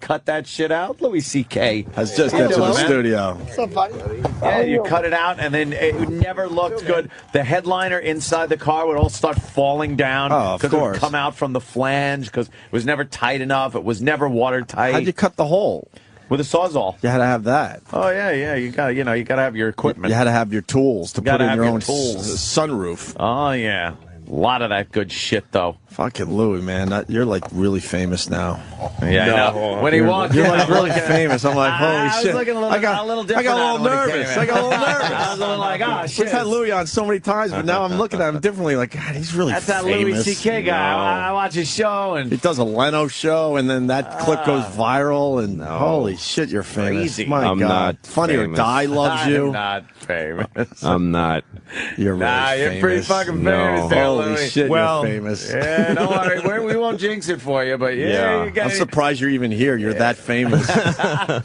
cut that shit out? Louis C.K. Has just got to the Hello? studio. Yeah, Uh, you cut it out, and then it never looked good. The headliner inside the car would all start falling down. Oh, of 'cause it would course. come out from the flange because it was never tight enough. It was never How'd watertight you cut the hole? with a sawzall. You had to have that. Oh yeah, yeah. You got to you know you got to have your equipment. You had to have your tools to put gotta in have your your own s- tools. sunroof. Oh yeah, a lot of that good shit though. Fucking Louis, man, that- you're like really famous now. Yeah, I know. when he You're, walked, you're in, like I'm really looking at- famous. I'm like, holy I was shit. looking a little- I got a little I different got a little at him when he nervous. came in. I got a little nervous. I was a little like, oh shit. We've had Louis on so many times, but now I'm looking at him differently. Like, God, he's really That's that Louis famous. C.K. guy. I, I watch his show He and does a Leno show, and then that Ah. clip goes viral, and holy shit, you're famous. Crazy. My I'm God, not Funny famous. or Die loves I'm you. Not famous. I'm not. You're really Nah, you're famous. pretty fucking No. famous, there, Holy Louis. shit, well, you're famous. Yeah, don't worry. We're, we won't jinx it for you, but yeah, Yeah. you got I'm surprised you're even here. You're that famous.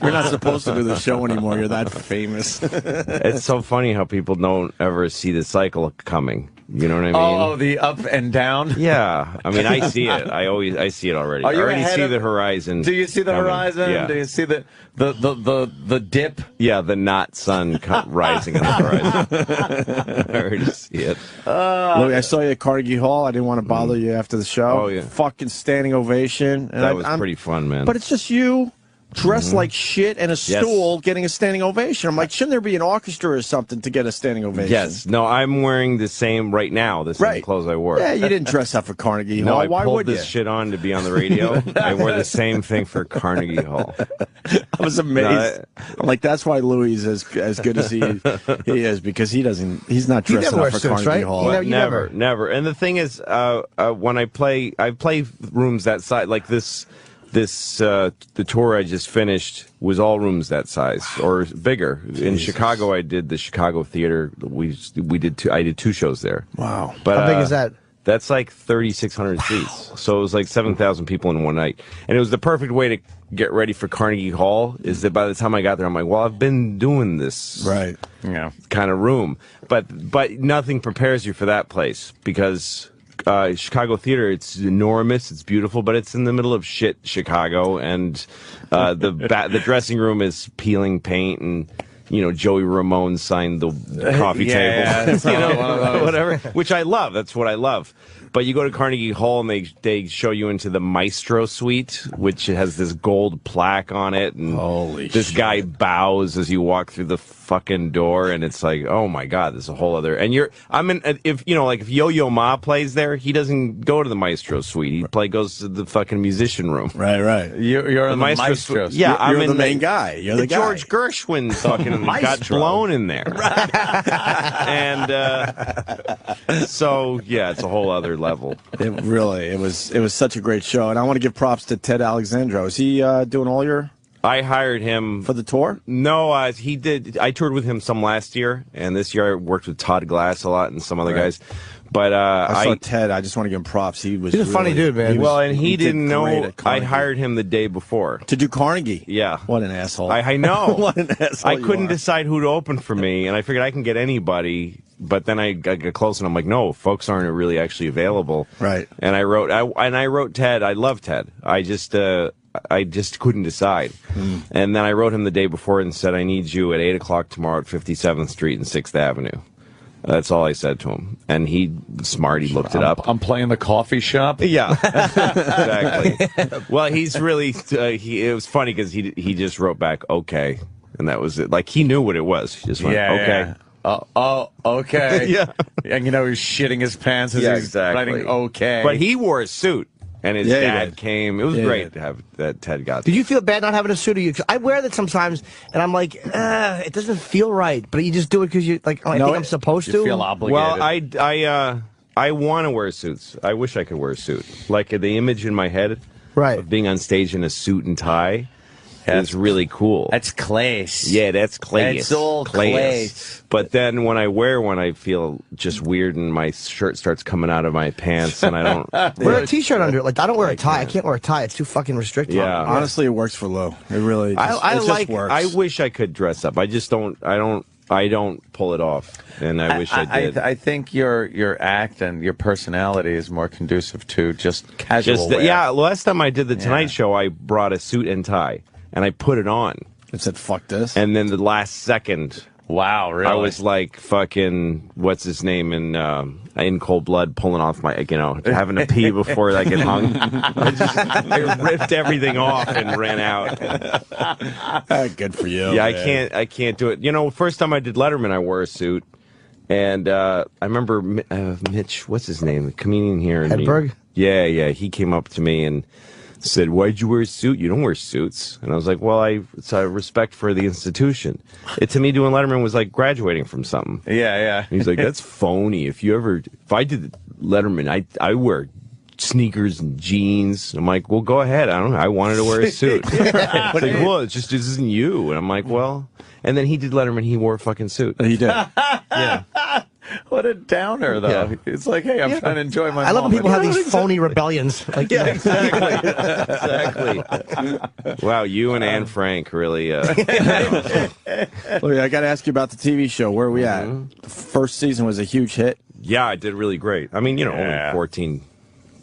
you're not supposed to do the show anymore. You're that famous. It's so funny how people don't ever see the cycle coming. You know what I mean? Oh, oh, the up and down. Yeah, I mean, I see it. I always, I see it already. Are I you already ahead see of- the horizon. Do you see the coming. horizon? Yeah, Do you see the the the the, the dip? yeah, the not sun co- rising on the horizon. I already see it. Louis, I saw you at Carnegie Hall. I didn't want to bother you after the show. Oh, yeah. Fucking standing ovation. And I, That was I'm- pretty fun, man. Mm-hmm. But it's just you dressed like shit and a stool getting a standing ovation. I'm like, shouldn't there be an orchestra or something to get a standing ovation? yes, no, I'm wearing the same right now. The same Right. clothes I wore. Yeah, you didn't dress up for Carnegie No, Hall. I Why pulled would this you? shit on to be on the radio. I wore the same thing for Carnegie Hall. I was amazed. No, I'm like, that's why Louis is as, as good as he he is because he doesn't. He's not You never dressing wear up for suits, Carnegie right? Hall. You know, never, never- never. And the thing is, uh, uh, when I play, I play rooms that size. Like this, this uh, the tour I just finished was all rooms that size or bigger. In Chicago, I did the Chicago Theater. We we did two. I did two shows there. Wow. But uh, How big is that? That's like 3,600 seats. So it was like 7,000 people in one night. And it was the perfect way to get ready for Carnegie Hall is that by the time I got there, I'm like, well, I've been doing this Right. Yeah. kind of room. But but nothing prepares you for that place because uh, Chicago theater it's enormous, it's beautiful, but it's in the middle of shit Chicago, and uh, the ba- the dressing room is peeling paint and. You know, Joey Ramone signed the coffee Uh, Yeah, table, it's you know, one of those. whatever, which I love. That's what I love. But you go to Carnegie Hall and they they show you into the Maestro Suite, which has this gold plaque on it, and Holy this shit. guy bows as you walk through the fucking door and it's like oh my god there's a whole other and you're i'm in uh, if you know like if yo-yo ma plays there he doesn't go to the maestro suite he play goes to the fucking musician room Right. Right. You, you're in the Maestro maestro. Suite- yeah You're- i'm you're in the main guy. You're the guy. george gershwin fucking got Maestro. blown in there and uh so yeah it's a whole other level It really. It was. It was such a great show, and I want to give props to Ted Alexandro. Is he uh, doing all your i hired him for the tour? No, uh, he did. I toured with him some last year, and this year I worked with Todd Glass a lot and some other guys. But uh, I saw I, Ted. I just want to give him props. He was. He's a funny really- dude, man. he was- well, and he, did didn't great know at I Carnegie. hired him the day before. to do Carnegie. Yeah. What an asshole. I, I know. what an asshole. I you couldn't are. decide who to open for me, and I figured I can get anybody. But then I got got close, and I'm like, no, folks aren't really actually available. Right. And I wrote, I and I wrote Ted. I love Ted. I just, uh, I just couldn't decide. Hmm. And then I wrote him the day before and said, I need you at eight o'clock tomorrow at 57th Street and Sixth Avenue. That's all I said to him, and he smart. He looked it up. I'm playing the coffee shop. Yeah, exactly. well, he's really uh, he. It was funny because he he just wrote back okay, and that was it. Like he knew what it was. He just went Yeah. okay. yeah. Oh, oh, okay. Yeah. And you know he's shitting his pants as he's writing okay. But he wore a suit, and his Yeah, he dad did. came. It was Yeah, he great did. to have that Ted got. Did you feel bad not having a suit? Or you, I wear that sometimes, and I'm like, "Ugh, it doesn't feel right. But you just do it because you like. Oh, I No, think it- I'm supposed you to. feel obligated. well, I I uh I want to wear suits. I wish I could wear a suit. Like the image in my head, Right. of being on stage in a suit and tie, is really cool. that's class. Yeah, that's clay. That's all clay. But then when I wear one, I feel just weird, and my shirt starts coming out of my pants, and I don't. Wear a t-shirt under it. Like I don't wear a tie. I can't wear a tie. It's too fucking restrictive. Yeah. Honestly, it works for Lou. It really. I, just- I it just like. Works. I wish I could dress up. I just don't. I don't. I don't pull it off, and I, wish I, did. I, think your your act and your personality is more conducive to just casual just the- wear. yeah. Last time I did the Tonight Yeah. Show, I brought a suit and tie. and I put it on. It said, fuck this. And then the last second, Wow, really? I was like fucking what's his name in um, in cold blood, pulling off my you know having to pee before I get hung. I, just, I ripped everything off and ran out. Ah, good for you. yeah, I man. can't I can't do it. You know, first time I did Letterman, I wore a suit, and uh, I remember Mi- uh, Mitch, what's his name, the comedian here, in New- Hedberg? Yeah, yeah, he came up to me and said, "Why'd you wear a suit? You don't wear suits." And I was like, "Well, I it's a respect for the institution." It to me doing Letterman was like graduating from something. yeah, And yeah. he's like, "That's phony. If you ever, if I did Letterman, I I wear sneakers and jeans." I'm like, "Well, go ahead. I don't. know. I wanted to wear a suit." It's like, "Well, it's just this isn't you." And I'm like, "Well," and then he did Letterman. He wore a fucking suit. He did. What a downer, though. Yeah. It's like, hey, I'm trying to enjoy my. I love when moment. people have these phony rebellions. Like, Yeah, exactly. exactly. Wow, you and Anne Frank really. Uh, Look, I got to ask you about the TV show. Where are we at? Mm-hmm. The first season was a huge hit. yeah, I did really great. I mean, you know, Yeah. only 14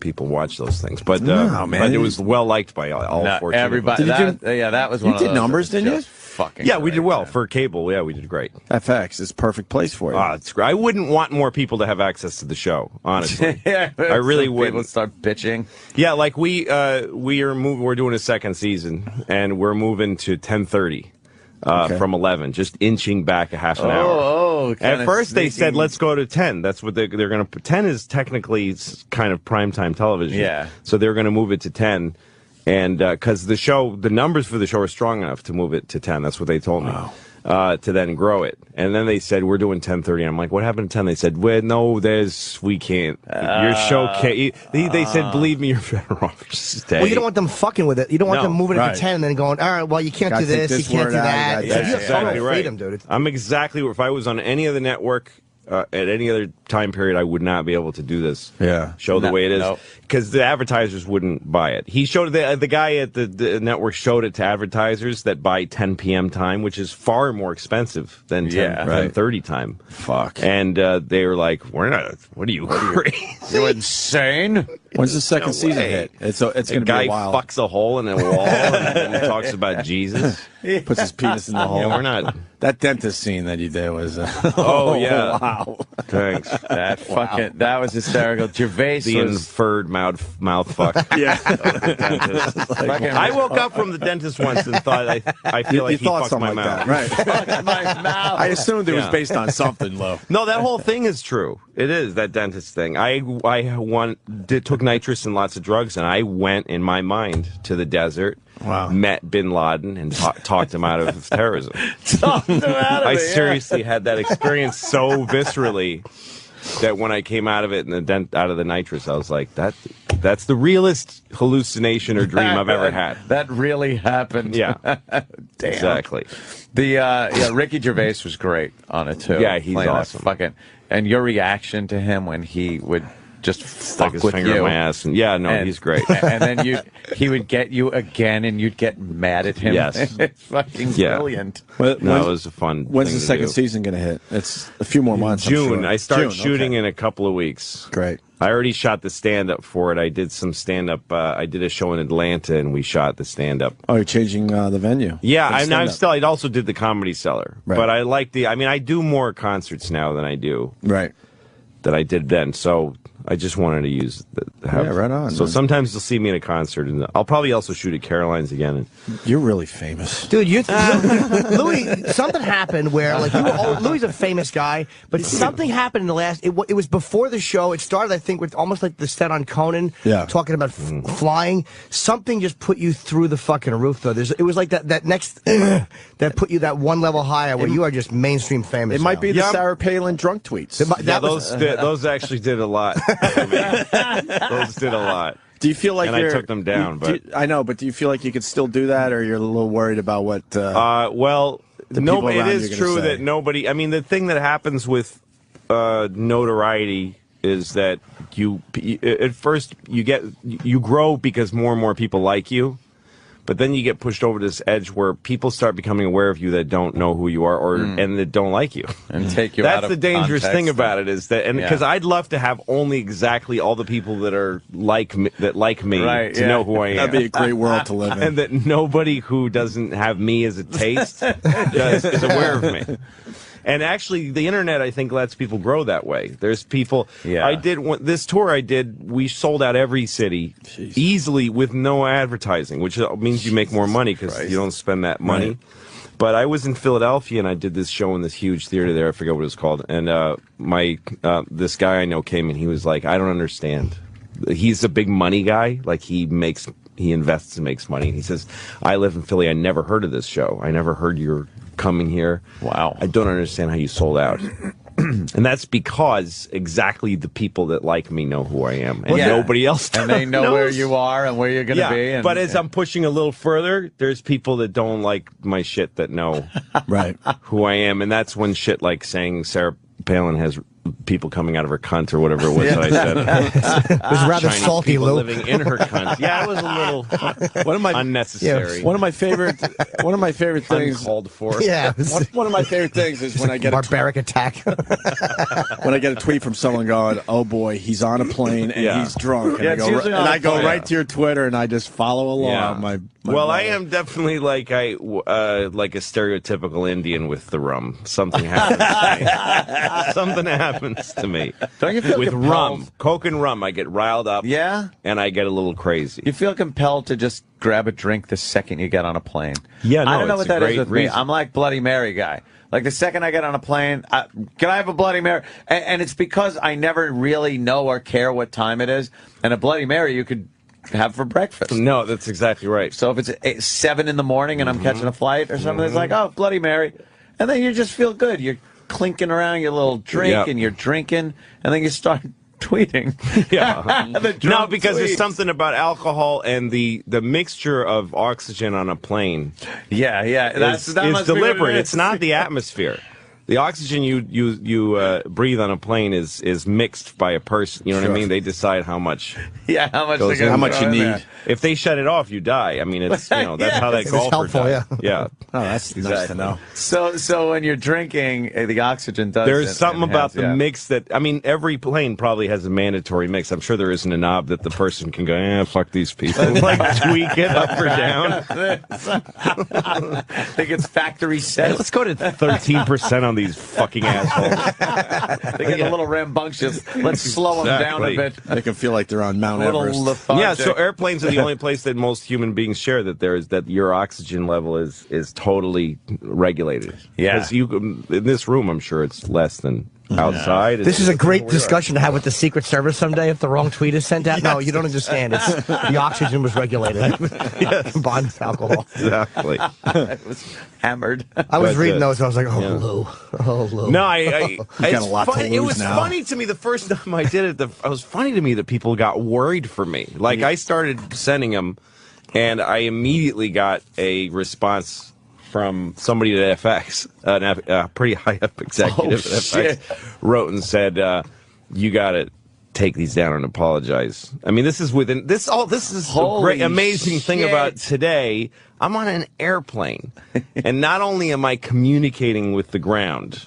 people watch those things, but uh, No, man. but it was well liked by all, all No, 14. of us. everybody. Did you That, uh, yeah, that was you one. of did those numbers, that was didn't you? just Fucking. Yeah, we great, did well man. for cable. Yeah, we did great. FX is perfect place for you. Ah, it's great. I wouldn't want more people to have access to the show, honestly. yeah, I really some People wouldn't. start bitching. yeah, like we uh, we are moving. We're doing a second season, and we're moving to ten thirty uh, Okay. from eleven, just inching back a half an hour. Oh, oh At kinda first, they said sneaking- let's go to ten. That's what they're, they're going to. Ten is technically s- kind of primetime television. Yeah. So they're going to move it to ten, and because the show, the numbers for the show are strong enough to move it to ten. That's what they told me. Uh, to then grow it, and then they said we're doing ten thirty. I'm like, what happened to ten? They said, well, no, there's we can't. your show Uh, can't. you- They, they said, believe me, you're better off just stay. well, you don't want them fucking with it. You don't want No, them moving it right. to ten and then going, all right, well, you can't Gotta do take this, this you can't word do out, that. gotta Yeah, take you have that total exactly right. freedom, dude. It's- I'm exactly. If I was on any other network uh, at any other time period, I would not be able to do this. Yeah. show the No, way it is no. because the advertisers wouldn't buy it. He showed the the guy at the, the network showed it to advertisers that buy 10 p.m. time, which is far more expensive than 10, Yeah. Right. 10:30 time. Fuck. And uh, they were like, "We're not. What are you crazy?" You insane? When's the second season way. hit? It's a, it's A going to be guy a while. fucks a hole in a wall and then talks about Jesus. Puts his penis in the hole. Yeah, we're not. That dentist scene that he did was. Uh, Oh, yeah. Wow. Thanks. That fucking. That was hysterical. Gervais The was. inferred mouth mouth fuck. Yeah. fucking I woke up from the dentist once and thought I I feel you like you he thought fucked something my mouth. like that, right? fucked my mouth. I assumed it was Yeah. based on something low. No, that whole thing is true. It is that dentist thing. I I went, did, took nitrous and lots of drugs, and I went in my mind to the desert. Wow. Met Bin Laden and ta- talked him out of terrorism. Talked him out of I it, yeah. seriously had that experience so viscerally that when I came out of it and the dent out of the nitrous, I was like, that that's the realest hallucination or dream I've ever had. That really happened. Yeah, Damn. exactly. The uh, yeah, Ricky Gervais was great on it too. Yeah, he's Playing that awesome. Fucking and your reaction to him when he would just Stuck fuck his with finger you. in my ass, and yeah, no, and, he's great. And then you, he would get you again, and you'd get mad at him. Yes. it's fucking Yeah. brilliant. When- No, when- it was a fun. When's thing the to second do. season going to hit? It's a few more months. I'm June. sure. I start June, shooting okay. in a couple of weeks. Great. I already shot the stand up for it. I did some stand up. Uh, I did a show in Atlanta and we shot the stand up. Oh, you're changing uh, the venue. Yeah, For I'm, I'm stand-up. still. I also did the comedy cellar, Right. but I like the. I mean, I do more concerts now than I do right. that I did then. So I just wanted to use. The, have, Yeah, right on, So man. sometimes you'll see me in a concert, and I'll probably also shoot at Caroline's again. And, You're really famous. Dude, you, Louis, something happened where like you were, oh, Louis a famous guy, but something happened in the last. It, wa- it was before the show. It started, I think, with almost like the set on Conan, Yeah. talking about f- flying. Something just put you through the fucking roof, though. There's, it was like that that next that put you that one level higher, where you are just mainstream famous. It might now. be the Yeah. Sarah Palin drunk tweets. It might- yeah, that was- uh, those th- those actually did a lot. for me. those did a lot. do you feel like and I you're- took them down, you- do you- I know, but do you feel like you could still do that, or you're a little worried about what? Uh, Uh, well, no, people it around is you are gonna true say. that nobody. I mean, the thing that happens with uh, notoriety is that you at first you get you grow because more and more people like you. But then you get pushed over this edge where people start becoming aware of you that don't know who you are or and that don't like you. Hmm. and take you out That's of the dangerous context thing and- about it is that, and because Yeah. I'd love to have only exactly all the people that are like me, that like me Right, to yeah. know who I am. That'd be a great world to live in. and that nobody who doesn't have me as a taste does, is aware of me. And actually, the internet I think lets people grow that way. There's people. Yeah. I did one, this tour. I did. We sold out every city easily with no advertising, which means you make more money because you don't spend that money. But I was in Philadelphia and I did this show in this huge theater there. I forget what it was called. And uh, my uh, this guy I know came and he was like, "I don't understand." He's a big money guy. Like he makes, he invests and makes money. And he says, "I live in Philly. I never heard of this show. I never heard you're coming here. Wow. I don't understand how you sold out." and that's because exactly the people that like me know who I am, and Yeah. nobody else. and they know where knows. you are and where you're going to Yeah, be. And, but as I'm pushing a little further, there's people that don't like my shit that know right. who I am, and that's when shit like saying Sarah Palin has people coming out of her cunt or whatever it was that I said. It was rather Chinese salty, people Lou. living in her cunt. Yeah, it was a little One of my unnecessary, one of my favorite one of my favorite things. uncalled for. Yeah, it was One, one of my favorite things is when I get a barbaric attack. when I get a tweet from someone going, "Oh boy, he's on a plane and Yeah. he's drunk," and Yeah, I it's go, usually and on a I go plane. right to your Twitter and I just follow along. Yeah. My, my well, I brother. am definitely like I uh, like a stereotypical Indian with the rum. Something happens. to me. Something happens to me. Don't you feel with compelled? rum, coke and rum, I get riled up. Yeah? and I get a little crazy. You feel compelled to just grab a drink the second you get on a plane. Yeah, I no, don't know it's what a that is great with reason. me. I'm like Bloody Mary guy. Like the second I get on a plane, I, can I have a Bloody Mary? And, and it's because I never really know or care what time it is. And a Bloody Mary you could have for breakfast. no, that's exactly right. Mm-hmm. So if it's eight, seven in the morning and I'm catching a flight or something, it's like, oh, Bloody Mary. And then you just feel good. You're clinking around your little drink Yep. and you're drinking. And then you start tweeting. Yeah. The no, drunk because tweets. there's something about alcohol and the the mixture of oxygen on a plane Yeah, yeah. That's, is, that is must be what it deliberate. is. It's not the atmosphere. The oxygen you you you uh, breathe on a plane is is mixed by a person. You know what I mean? They decide how much Yeah, how much? goes they in gotta there. much throw you in need. there. If they shut it off, you die. I mean, it's you know that's how that It's golfer helpful, died. Yeah. Oh, that's nice to know. So, so when you're drinking, eh, the oxygen does. There's en- something enhance, about the yeah. mix that I mean, every plane probably has a mandatory mix. I'm sure there isn't a knob that the person can go, eh, fuck these people, like tweak it up or down. I think it's factory Hey, set. let's go to 13% on these fucking assholes. They get a little rambunctious. Let's slow them down a Exactly. bit. They can feel like they're on A Mount little Everest. lethargic. yeah, so airplanes are the only place that most human beings share that there is that your oxygen level is is totally regulated. Yeah. 'Cause you can- in this room, I'm sure it's less than outside. This is a great discussion to have with the Secret Service someday if the wrong tweet is sent out. No, you don't understand. It's the oxygen was regulated. Bond with alcohol. exactly. I was hammered. I was But, reading uh, those and I was like, oh, yeah. Lou. Oh, Lou. No, I. I it's got a lot to funny- It lose was now. funny to me the first time I did it. The, it was funny to me that people got worried for me. Mm-hmm. Like I started sending them, and I immediately got a response from somebody at FX, an F, a pretty high up executive Oh, at FX, shit. wrote and said, uh, "You got to Take these down and apologize. I mean, this is within this all. This is the Holy great, amazing thing shit. about today I'm on an airplane, and not only am I communicating with the ground,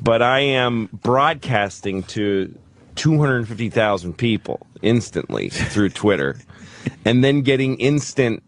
but I am broadcasting to 250,000 people instantly through Twitter, and then getting instant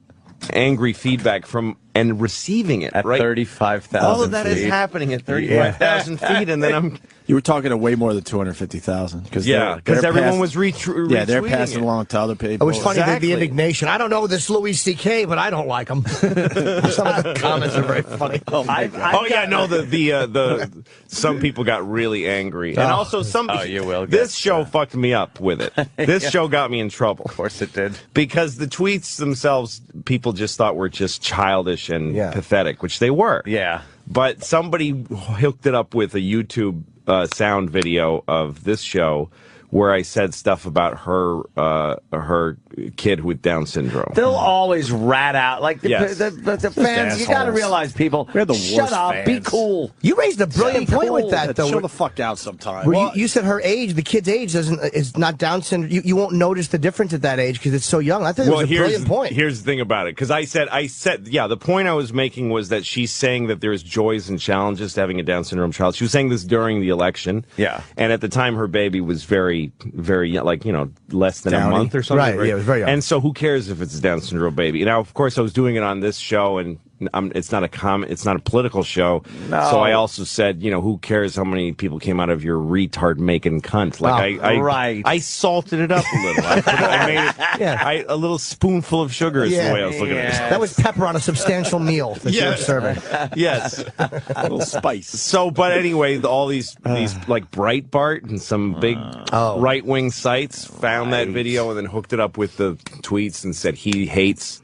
angry feedback from and receiving it At right. thirty-five thousand. All of that is happening at 35,000 feet, and then I'm You were talking to way more than two hundred fifty thousand because yeah, because everyone was retweeting. yeah they're passing along to other It people. was funny the- Exactly. the indignation. I don't know this Louis C.K., but I don't like him. Some of the comments are very funny. I've, I've oh yeah, got- no the the uh, the some people got really angry, and also some. Oh, you will This get- show fucked me up with it. This show got me in trouble Of course it did. because the tweets themselves, people just thought were just childish and Yeah. pathetic, which they were. Yeah. But somebody hooked it up with a YouTube uh, sound video of this show where I said stuff about her uh, her kid with Down syndrome. They'll always rat out like the, Yes. the, the, the fans. You got to assholes. realize, people, We're the shut worst up, be fans. cool. You raised a brilliant point with Yeah, that, though. chill the fuck out sometime. Where you, you said her age, the kid's age doesn't is not Down syndrome. You, you won't notice the difference at that age because it's so young. I think it was a brilliant point. Here's the thing about it, because I said, I said, yeah, the point I was making was that she's saying that there's joys and challenges to having a Down syndrome child. She was saying this during the election. Yeah. And at the time, her baby was very, very, young, like, you know, less than a Downy. month or something. Right, yeah, it was very young. And so who cares if it's a Down syndrome baby? Now, of course, I was doing it on this show, and um, it's not a com- it's not a political show. No. So I also said, you know, who cares how many people came out of your retard making cunt? Like, Oh, I, I, right. I salted it up a little. I, put- I made it, I, a little spoonful of sugar is Yeah. the way I was looking at That was pepper on a substantial meal that you were Yeah. serving. it. Yes. a little spice. So, but anyway, the, all these these like Breitbart and some big Oh. right wing sites found that video and then hooked it up with the tweets and said he hates.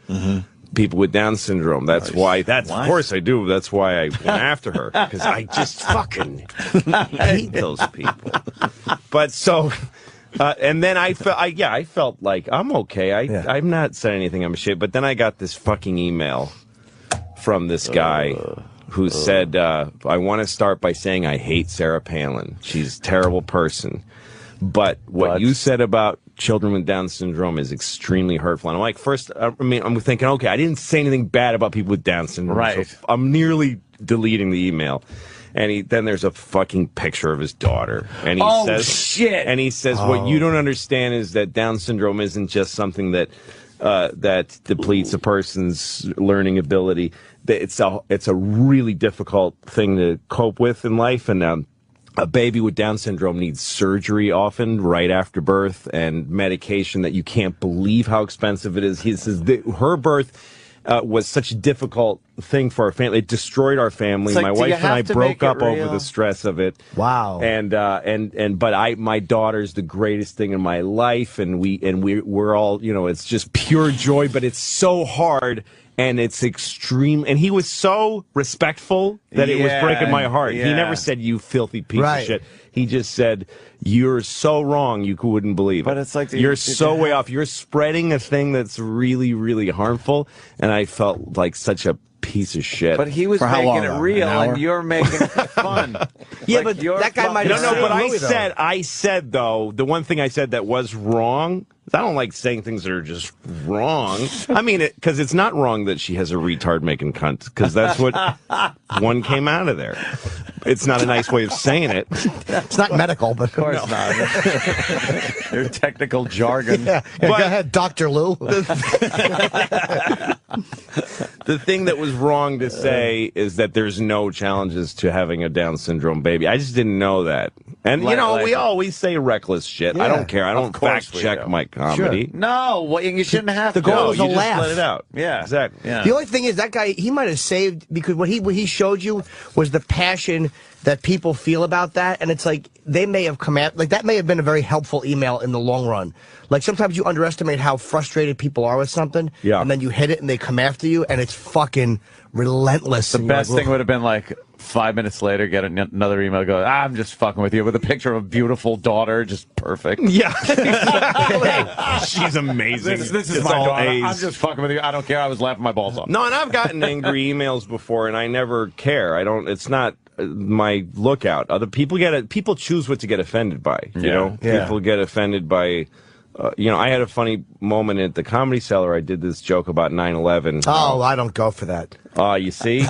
People with Down syndrome. That's why. That's of course I do. That's why I went after her because I just fucking hate those people. But so, uh, and then I felt. I, yeah, I felt like I'm okay. I I'm not said anything. I'm shit. But then I got this fucking email from this guy who said, uh, I want to start by saying I hate Sarah Palin. She's a terrible person. But what you said about children with Down syndrome is extremely hurtful. And I'm like, first, I mean, I'm thinking, okay, I didn't say anything bad about people with Down syndrome. Right. So I'm nearly deleting the email. And he, then there's a fucking picture of his daughter. And he Oh, says, shit. And he says, what you Oh. don't understand is that Down syndrome isn't just something that uh, that depletes a person's learning ability. That It's a it's a really difficult thing to cope with in life, and um, a baby with Down syndrome needs surgery often right after birth and medication that you can't believe how expensive it is. He says that her birth. Uh, was such a difficult thing for our family. It destroyed our family. It's like, My do you wife and have I to broke make it up over real? the stress of it. Wow. And uh, and and but I my daughter's the greatest thing in my life, and we and we we're all you know it's just pure joy, but it's so hard and it's extreme. And he was so respectful that it was Yeah, breaking my heart. He yeah. never said you filthy piece Right. of shit. He just said you're so wrong you wouldn't believe. But it. it's like the- you're it- so it- way off. You're spreading a thing that's really really harmful, and I felt like such a piece of shit. But he was For how making long, it though? real, An hour? and you're making it fun. Yeah, Like, but you're that guy might fucking No, have no, around. but I Louis, though. said, I said though, the one thing I said that was wrong. I don't like saying things that are just wrong. I mean, it because it's not wrong that she has a retard making cunt, because that's what one came out of there. It's not a nice way of saying it. It's not medical, but Of course not. Your technical jargon. yeah. Yeah, But- go ahead, Doctor Lou. The thing that was wrong Uh, to say is that there's no challenges to having a Down syndrome baby. I just didn't know that. And, you Like- know, we like- always say reckless shit. I Yeah, don't care. I don't course fact we check do. my comedy. No, well, you shouldn't have to. goal No, is you a just laugh. let it out. Yeah. exactly. Yeah. The only thing is that guy he might have saved because what he what he showed you was the passion that people feel about that, and it's like they may have come at like that may have been a very helpful email in the long run. Like sometimes you underestimate how frustrated people are with something, Yeah. and then you hit it and they come after you, and it's fucking relentless. The And you're best like, thing would have been like five minutes later, get an- another email, go, "Ah, I'm just fucking with you with a picture of a beautiful daughter, just perfect. Yeah, exactly. she's amazing. This, this is It's my all daughter. A's. I'm just fucking with you. I don't care. I was laughing my balls off. no, and I've gotten angry emails before, and I never care. I don't. It's not uh, my lookout. Other people get it. People choose what to get offended by. You Yeah. know, Yeah. people get offended by. Uh, you know, I had a funny moment at the comedy cellar. I did this joke about 9-11. Oh, I don't go for that. Ah, you see,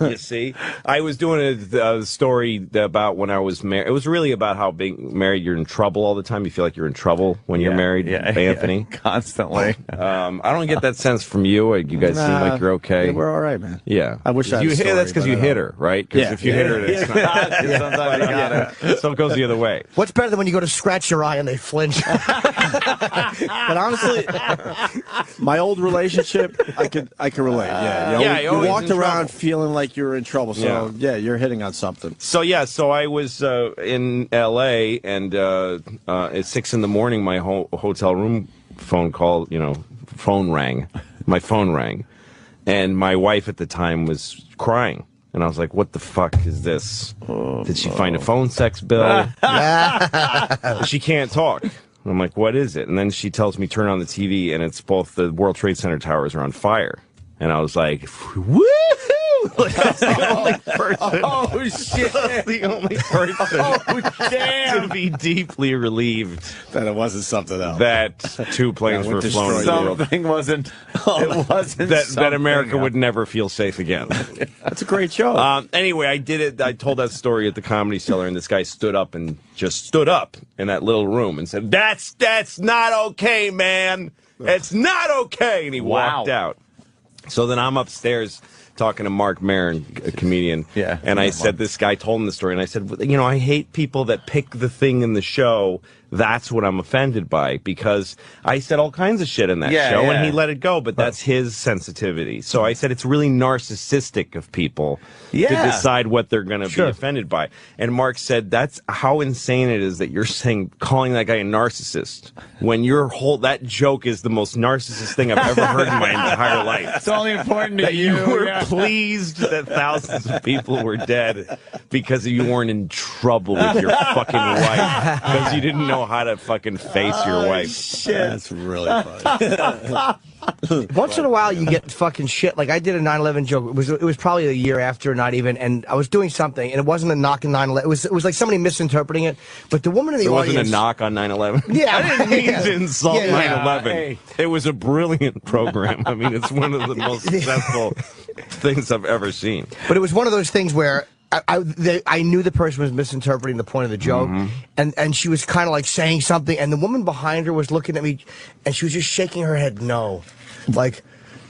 you see, I was doing a, a story about when I was married. It was really about how being married, you're in trouble all the time. You feel like you're in trouble when you're married, Anthony. constantly. Um, I don't get that sense from you. Uh, You guys seem like you're okay. Uh, Yeah, we're all right, man. Yeah, I wish I had you a hit. story, That's because but you I don't. hit her, right? Because Yeah. if you hit her, it's not. Sometimes you gotta- so it goes the other way. What's better than when you go to scratch your eye and they flinch? But honestly, my old relationship, I could I can relate. Yeah, Yeah, You, you're always walked in around trouble. feeling like you were in trouble. So yeah. you're hitting on something. So yeah, so I was uh, in L.A. and uh, uh, at six in the morning, my ho- hotel room phone call, you know, phone rang. My phone rang, and my wife at the time was crying, And I was like, what the fuck is this? Did she find a phone sex bill? she can't talk. And I'm like, what is it? And then she tells me, turn on the TV, and it's both the World Trade Center towers are on fire. And I was like, woohoo! Like, I was the only person. Oh shit! Oh, I was the only person to be deeply relieved That it wasn't something else. that two planes Yeah, we were flown over destroyed the world. Something wasn't. it wasn't That, that something America else. would never feel safe again. That's a great show. Um, anyway, I did it. I told that story at the comedy cellar, and this guy stood up and just stood up in that little room and said, "That's that's not okay, man. It's not okay." And he walked Wow. out. So then I'm upstairs talking to Mark Maron, a comedian. Yeah. And I said, this guy told him the story, and I said, you know, I hate people that pick the thing in the show. That's what I'm offended by because I said all kinds of shit in that Yeah, show, and yeah. Hmm. he let it go. But that's his sensitivity. So I said it's really narcissistic of people Yeah. to decide what they're going to be offended by. And Mark said that's how insane it is that you're saying calling that guy a narcissist when your whole that joke is the most narcissist thing I've ever heard in my entire life. It's only important to That you were yeah. pleased that thousands of people were dead because you weren't in trouble with your fucking wife because you didn't know how to fucking face Oh, your wife. That's really funny. Once in a while, you get fucking shit. Like I did a 9/11 joke. It was it was probably a year after, not even. And I was doing something, and it wasn't a knock on 9/11. It was it was like somebody misinterpreting it. But the woman in the It wasn't audience a knock on 9/11. Yeah. I didn't mean to insult Yeah, yeah. 9/11. It was a brilliant program. I mean, it's one of the most successful things I've ever seen. But it was one of those things where I I, they, I knew the person was misinterpreting the point of the joke, Mm-hmm. and and she was kind of like saying something, and the woman behind her was looking at me, and she was just shaking her head no, like.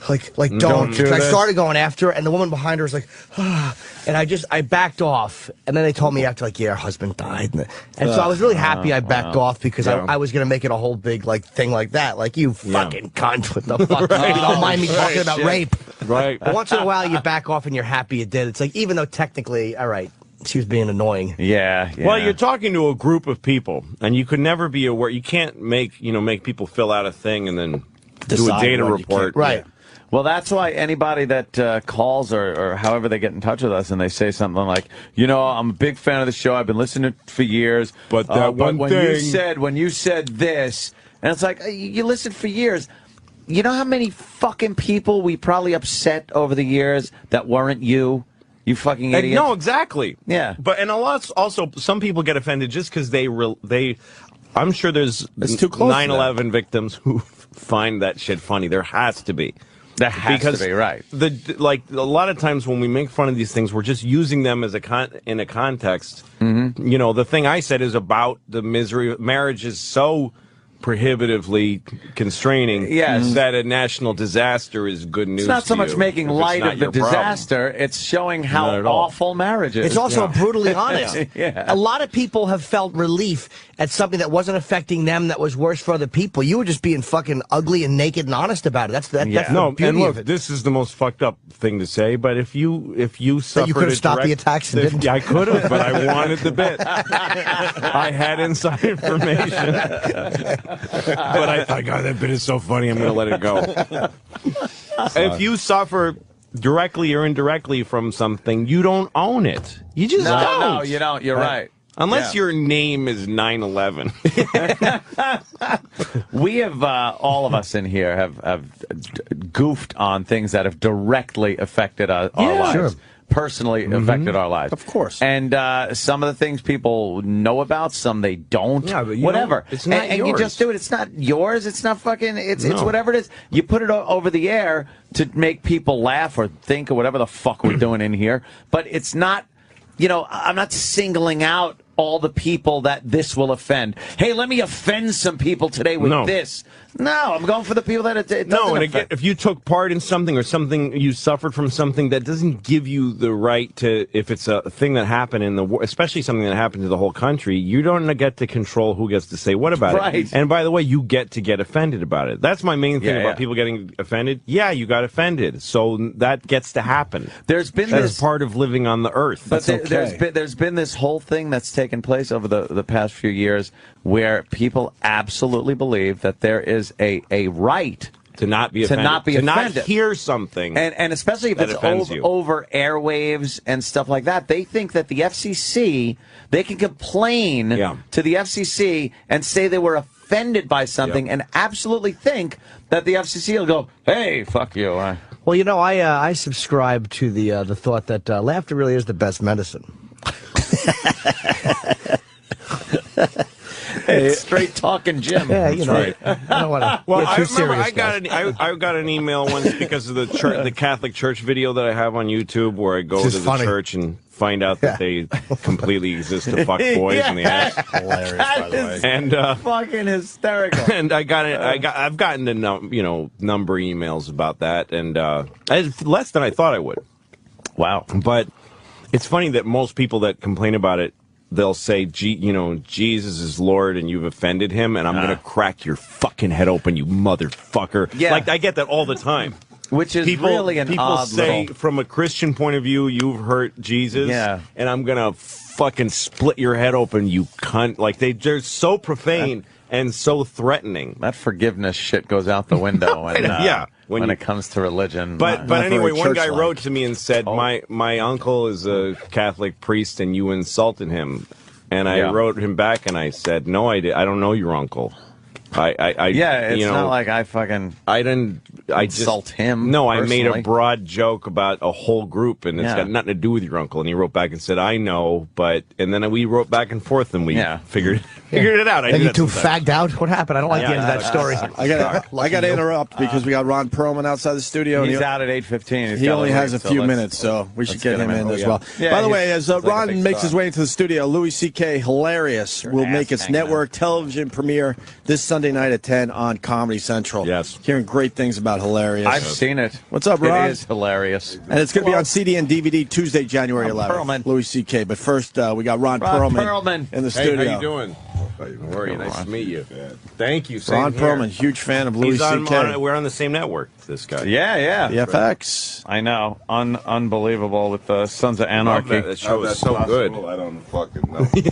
Like, Mm, like, don't. do So I this. started going after her, and the woman behind her was like, ah, and I just, I backed off. And then they told me after, like, yeah, her husband died. And, and so I was really happy I backed off because I, I was going to make it a whole big, like, thing like that. Like, you fucking cunt. What the fuck? You don't mind me talking about rape. Right. But once in a while, you back off and you're happy you did. It's like, even though technically, all right, she was being annoying. Yeah, Well, yeah. you're talking to a group of people, and you could never be aware. You can't make you know make people fill out a thing and then do a Decide data what you report. can't- Right. Well, that's why anybody that uh, calls or, or however they get in touch with us and they say something like, you know, I'm a big fan of the show. I've been listening for years. Uh, But that one when you thing- said when you said this, and it's like uh, you you listened for years. You know how many fucking people we probably upset over the years that weren't you, you fucking And- idiot. no, exactly. Yeah. But and a lot also some people get offended just because they re, they. I'm sure there's It's too close to them. 9/11 victims who find that shit funny. There has to be. that has because to be right. The like a lot of times when we make fun of these things, we're just using them as a con in a context. Mm-hmm. You know, the thing I said is about the misery. Marriage is so prohibitively constraining Yes. that a national disaster is good news. It's not so to much you making if it's light not of the your problem. disaster; it's showing how Not at all. awful marriage is. It's also brutally honest. Yeah. A lot of people have felt relief at something that wasn't affecting them that was worse for other people. You were just being fucking ugly and naked and honest about it. That's that, that's the no, beauty and of look, it. this is the most fucked up thing to say, but if you if you suffered you could've a stopped the direct- attacks and if- didn't. I could have, but I wanted the bit. I had inside information, but I thought, God, that bit is so funny. I'm going to let it go. if you suffer directly or indirectly from something, you don't own it. You just no, don't. no, you don't. You're right. Unless Yeah. your name is 911. We have uh, all of us in here have have goofed on things that have directly affected our, our Yeah. lives, Sure. Mm-hmm. personally affected our lives, Of course. And uh, some of the things people know about, some they don't. Yeah, but you whatever. don't- it's not and, and you yours. just do it. It's not yours. It's not fucking. It's it's No. whatever it is. You put it o- over the air to make people laugh or think or whatever the fuck we're doing in here. But it's not. You know, I- I'm not singling out all the people that this will offend. Hey, let me offend some people today with No. this. No, I'm going for the people that it, it doesn't No, and affect. again, if you took part in something or something you suffered from something that doesn't give you the right to, if it's a thing that happened in the, war, especially something that happened to the whole country, you don't get to control who gets to say what about Right. it. And by the way, you get to get offended about it. That's my main thing Yeah, about yeah. people getting offended. Yeah, you got offended, so that gets to happen. There's been That this is part of living on the earth. But there, has okay. been there's been this whole thing that's taken place over the, the past few years where people absolutely believe that there is a, a right to not be To offended, not be to offended. not hear something. and and especially if That it's offends over, you. over airwaves and stuff like that, they think that the FCC they can complain Yeah. to the FCC and say they were offended by something, Yep. and absolutely think that the FCC will go, "Hey, fuck you." I- Well, you know, I uh, I subscribe to the uh, the thought that uh, laughter really is the best medicine. Straight talking, Jim. Yeah, you know, right. I don't want to Well, get I too remember serious. I got guys. an e, I, I got an email once because of the church, the Catholic Church video that I have on YouTube, where I go This to is the funny. church and find out that they completely exist to fuck boys in the ass. Hilarious, by the way. And uh, Fucking hysterical. and I got it. uh, I got. I've gotten a num, you know number emails about that, and uh, it's less than I thought I would. wow. But it's funny that most people that complain about it, they'll say, "Gee, you know, Jesus is Lord, and you've offended him, and I'm gonna crack your fucking head open, you motherfucker." Ah. Yeah. like I get that all the time. Which is People, really an people odd say, little- from a Christian point of view, you've hurt Jesus, Yeah. and I'm gonna fucking split your head open, you cunt. Like they, they're so profane and so threatening. That forgiveness shit goes out the window. and, uh, Yeah, When, when it you- comes to religion. But but not very anyway, one guy church-like. wrote to me and said, Oh. "My my uncle is a Catholic priest, and you insulted him." And I Yeah. wrote him back, and I said, "No, I did. I don't know your uncle. I I, I yeah, it's you know, not like I fucking. I didn't. I just- Insult him No, I made personally. a broad joke about a whole group, and it's Yeah. got nothing to do with your uncle. And he wrote back and said, "I know, but." And then we wrote back and forth, and we Yeah. figured figured it out. I And do you that two sometimes. fagged out. What happened? I don't like Yeah, the end of that that story. I got to I got to interrupt because we got Ron Perlman outside the studio. He's and he, out at eight fifteen. he only has a few minutes, so we should get, him in, Oh, as yeah. well. Yeah, By the he's- way, as uh, he's like a Ron big makes star. his way into the studio, Louis C.K. Hilarious will ass make its hanging out. network television premiere this Sunday night at 10 on Comedy Central. Yes. Hearing great things about Hilarious. I've seen it. What's up, Ron? It is hilarious. and it's going to be on CD and DVD Tuesday, January Ron 11th. Perlman. Louis C.K. But first, uh, we got Ron, Ron Perlman, Perlman. in the Hey, studio. how you doing? How are you? Nice to meet you. Thank you. Same Ron here. Perlman, huge fan of Louis He's on, on- C.K. We're on the same network. This guy. Yeah, yeah. The FX. I know. Un- unbelievable with the Sons of Love Anarchy. that. That show How is that's so possible, good. I don't fucking know. In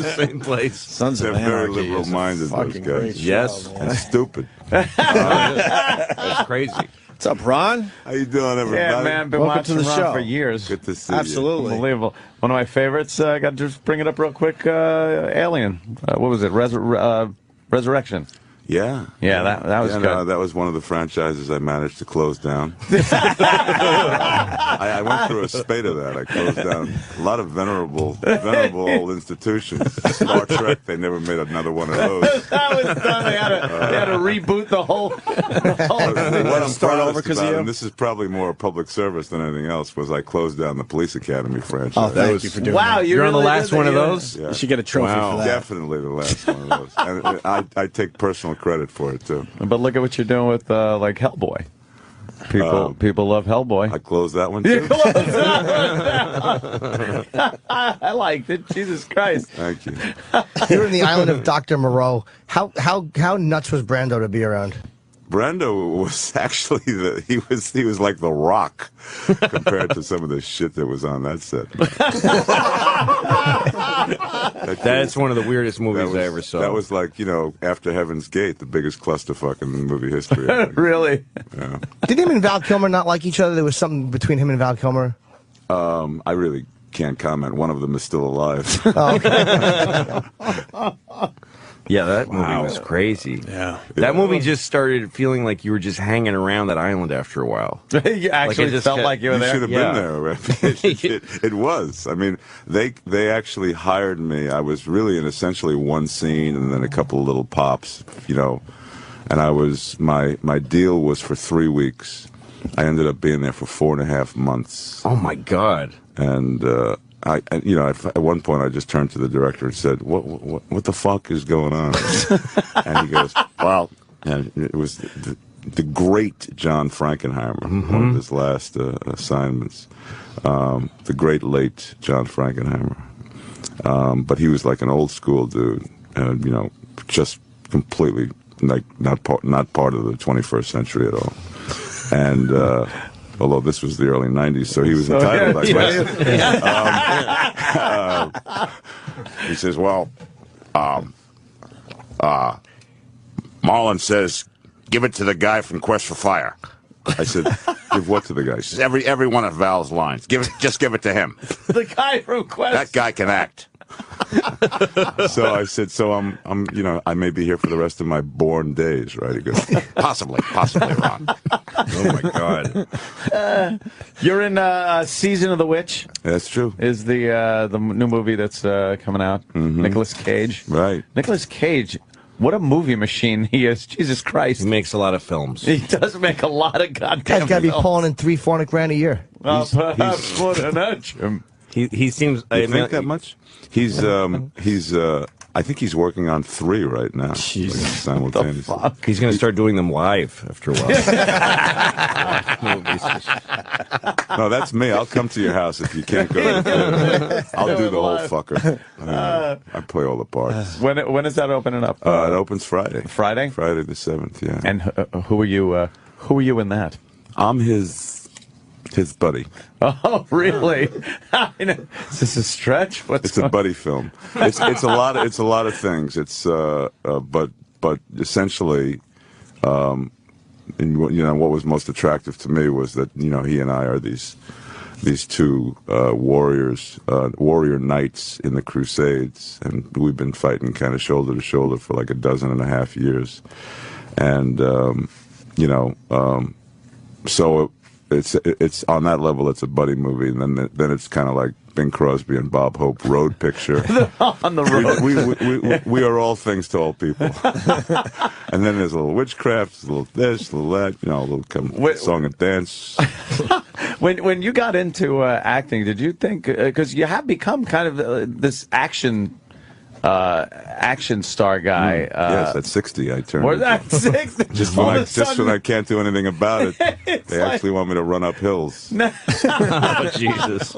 the same place. Sons They're of very Anarchy. is a liberal minded, those fucking great guys. show, Yes. man. And stupid. That's crazy. What's up, Ron? How you doing, everybody? yeah, man. Been Welcome to watching the Ron show. for years. Good to see Absolutely. Unbelievable. One of my favorites. Uh, I got to just bring it up real quick. Uh, Alien. Uh, what was it? Resur- uh, Resurrection. you. Yeah. Yeah, that- that was Yeah, good. no, that was one of the franchises I managed to close down. I, I went through a spate of that. I closed down a lot of venerable, venerable old institutions. Star Trek, they never made another one of those. That was done. They had to, they had to reboot the whole. The whole Uh, what I'm Start proudest over 'cause of about, you? and this is probably more a public service than anything else, was I closed down the police academy franchise. Oh, That thank was you for doing wow, that. you're, on the really last good one of that you- those? Yeah. You should get a trophy Wow. for that. Definitely the last one of those. And uh, I, I take personal credit for it, too. But look at what you're doing with uh, like Hellboy. People, Um, people love Hellboy. I closed that one, too. I liked it. Jesus Christ. Thank you. You're in the island of Dr. Moreau. How how how nuts was Brando to be around? Brando was actually the he was he was like the rock compared to some of the shit that was on that set. That That dude- is one of the weirdest movies was, I ever saw. That was like, you know, after Heaven's Gate, the biggest clusterfuck in movie history. I think. Really? Yeah. Did him and Val Kilmer not like each other? There was something between him and Val Kilmer. Um, I really can't comment. One of them is still alive. yeah. That movie was crazy. Yeah. That movie just started feeling like you were just hanging around that island after a while. you actually just felt kept- like you were you there. should have Yeah. been there. right? it, it- it was. I mean, they they actually hired me. I was really in essentially one scene and then a couple of little pops, you know. And I was my my deal was for three weeks. I ended up being there for four and a half months, Oh my god. and uh, I, I- you know, I, at one point I just turned to the director and said, "What what what the fuck is going on?" and he goes, "Well," and it was the, the great John Frankenheimer, one of his last uh, assignments, um, the great late John Frankenheimer. Um, but he was like an old school dude, and you know, just completely like not part not part of the 21st century at all. And uh, although this was the early 90s, so he was entitled, I guess. Um, He says, "Well, um, uh, Marlon says give it to the guy from Quest for Fire. I said, give what to the guy? She says, every every one of Val's lines. Give it, just give it to him. the guy from Quest. That guy can act. so I said, so I'm, I'm, you know, I may be here for the rest of my born days, right? He goes, possibly, possibly, Ron. Oh my god. You're in uh, Season of the Witch. That's true. Is the uh, the m- new movie that's uh, coming out? Nicholas Cage. Mm-hmm. Right. Nicholas Cage. What a movie machine he is! Jesus Christ. He makes a lot of films. He does make a lot of Guy's goddamn. got to be films. pulling in three, four hundred grand a year. I'll perhaps put an edge him. He he seems. You I think mean, that much? He's, um, he's, uh, I think he's working on three right now. Jesus. simultaneously. He's going to start doing them live after a while. Movies. No, that's me. I'll come to your house if you can't go to the theater. I'll do the whole fucker. Uh, I play all the parts. When when is that opening up? Uh, it opens Friday. Friday? Friday the seventh. Yeah. and uh, who are you? Uh, who are you in that? I'm his his buddy. Oh, really? I know. is this a stretch? What's It's a buddy film. It's it's a lot. Of, it's a lot of things. It's uh, uh but but essentially, um, and what- you know what was most attractive to me was that you know he and I are these these two uh, warriors, uh, warrior knights in the Crusades, and we've been fighting kind of shoulder to shoulder for like a dozen and a half years, and um, you know. Um, so it, it's it's on that level it's a buddy movie and then then it's kind of like Bing Crosby and Bob Hope road picture on the we, road? we, we, we, we are all things to all people and then there's a little witchcraft there's a little this a little that you know a little come, Wait- uh, song and dance When when you got into uh, acting, did you think because you have become kind of uh, this action uh, action star guy? Mm, yes Uh, at 60 I turned or into- that six? just all when, I, of a just when I sudden- can't do anything about it It's they like- actually want me to run up hills Oh, Jesus.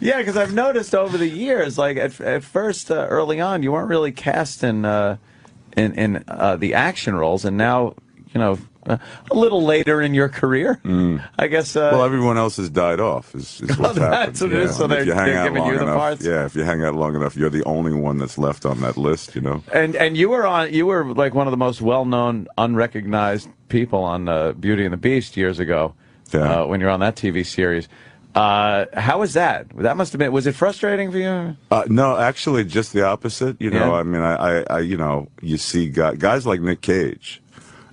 Yeah, because I've noticed over the years, like at, at first, uh, early on, you weren't really cast in uh, in, in uh, the action roles, and now, you know, uh, a little later in your career, I guess. Uh, Mm. Well, everyone else has died off. Is, is what's that's happened. what it is, so And if they're- you hang they're out giving long you the enough, parts. Yeah, if you hang out long enough, you're the only one that's left on that list. You know. and and you were on, you were like one of the most well-known, unrecognized people on uh, Beauty and the Beast years ago. Yeah. Uh, when you were on that TV series, uh, how was that? That must have been. Was it frustrating for you? Uh, no, actually, just the opposite. You know, Yeah. I mean, I, I, I, you know, you see guy, guys like Nick Cage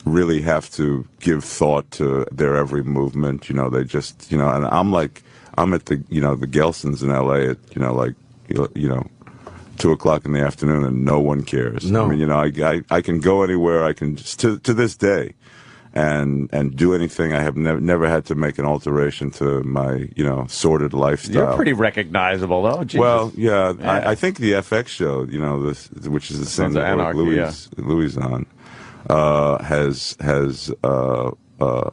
really have to give thought to their every movement. You know, they just, you know, and I'm like, I'm at the, you know, the Gelsons in L.A. at, you know, like, you know, two o'clock in the afternoon, and no one cares. No. I mean, you know, I, I, I can go anywhere. I can just to to this day. And and do anything. I have never never had to make an alteration to my you know sordid lifestyle. You're pretty recognizable, though. Jesus. Well, yeah, Yeah. I, I think the FX show, you know, this, which is the same Sons of network Anarchy, Louis yeah. Louis is on, uh, has has uh, uh,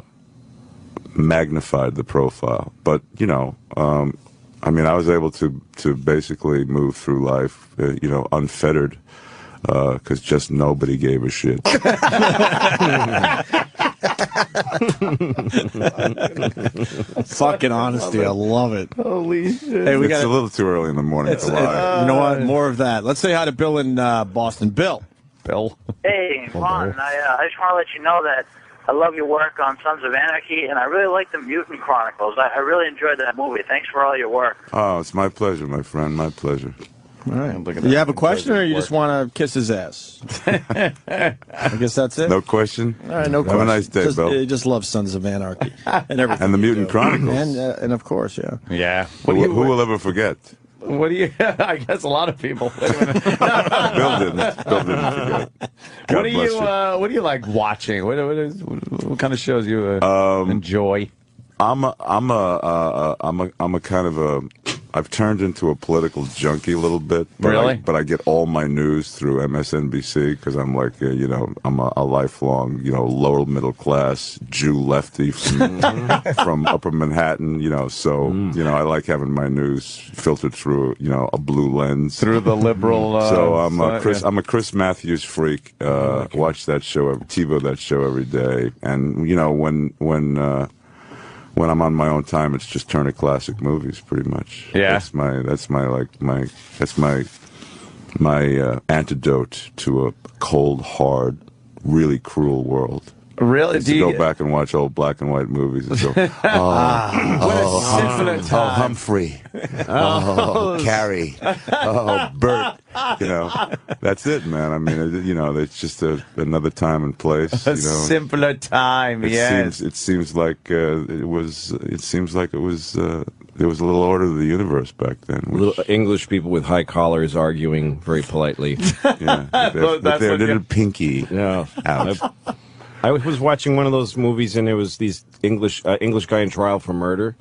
magnified the profile. But you know, um, I mean, I was able to to basically move through life, uh, you know, unfettered, because just nobody gave a shit. Fucking honesty. I love it. holy shit. Hey, we it's got a little too early in the morning to lie. you know what? More of that. Let's say hi to Bill in uh, Boston. Bill. Bill. Hey, Vaughn, I, uh, I just want to let you know that I love your work on Sons of Anarchy, and I really like the Mutant Chronicles. I, I really enjoyed that movie. Thanks for all your work. Oh, it's my pleasure, my friend, my pleasure. All right. You have a question, or you just want to kiss his ass? I guess that's it. No question. All right, no Have a question. nice day, just, Bill. uh, just love Sons of Anarchy and everything. and the Mutant Chronicles. and, uh, and of course, yeah. Yeah. What do who, you? who will ever forget? What do you? I guess a lot of people. Wait a minute. Bill didn't. Bill didn't forget. what God do bless you? Uh, what do you like watching? What, what, is, what kind of shows you uh, enjoy? Um, I'm a, I'm a, uh, uh, I'm a, I'm a kind of a. I've turned into a political junkie a little bit. But Really? I, but I get all my news through MSNBC because I'm like, uh, you know, I'm a, a lifelong, you know, lower middle class Jew lefty from, from Upper Manhattan. You know, so Mm. you know, I like having my news filtered through, you know, a blue lens. Through the liberal. Uh, Mm-hmm. So I'm a side, Chris. yeah. Oh, I'm a Chris Matthews freak. Uh, Watch that show, every, TiVo that show every day. And you know when when uh, when I'm on my own time, it's just Turner Classic Movies, pretty much. Yeah. that's my that's my like my that's my my uh, antidote to a cold, hard, really cruel world. Really? used to go back and watch old black and white movies and go, oh, oh, simpler Hum- oh, Humphrey, oh, Carrie, oh, Bert. You know, that's it, man. I mean, it- you know, it's just a, another time and place. You A know, simpler time, it yes. seems it seems like uh, it was. It seems like it was. Uh, there was a little order to the universe back then. Which, Little English people with high collars arguing very politely. yeah, with their, with That's their what you- little pinky. No. Ouch. I was watching one of those movies, and it was these English uh, English guy in trial for murder,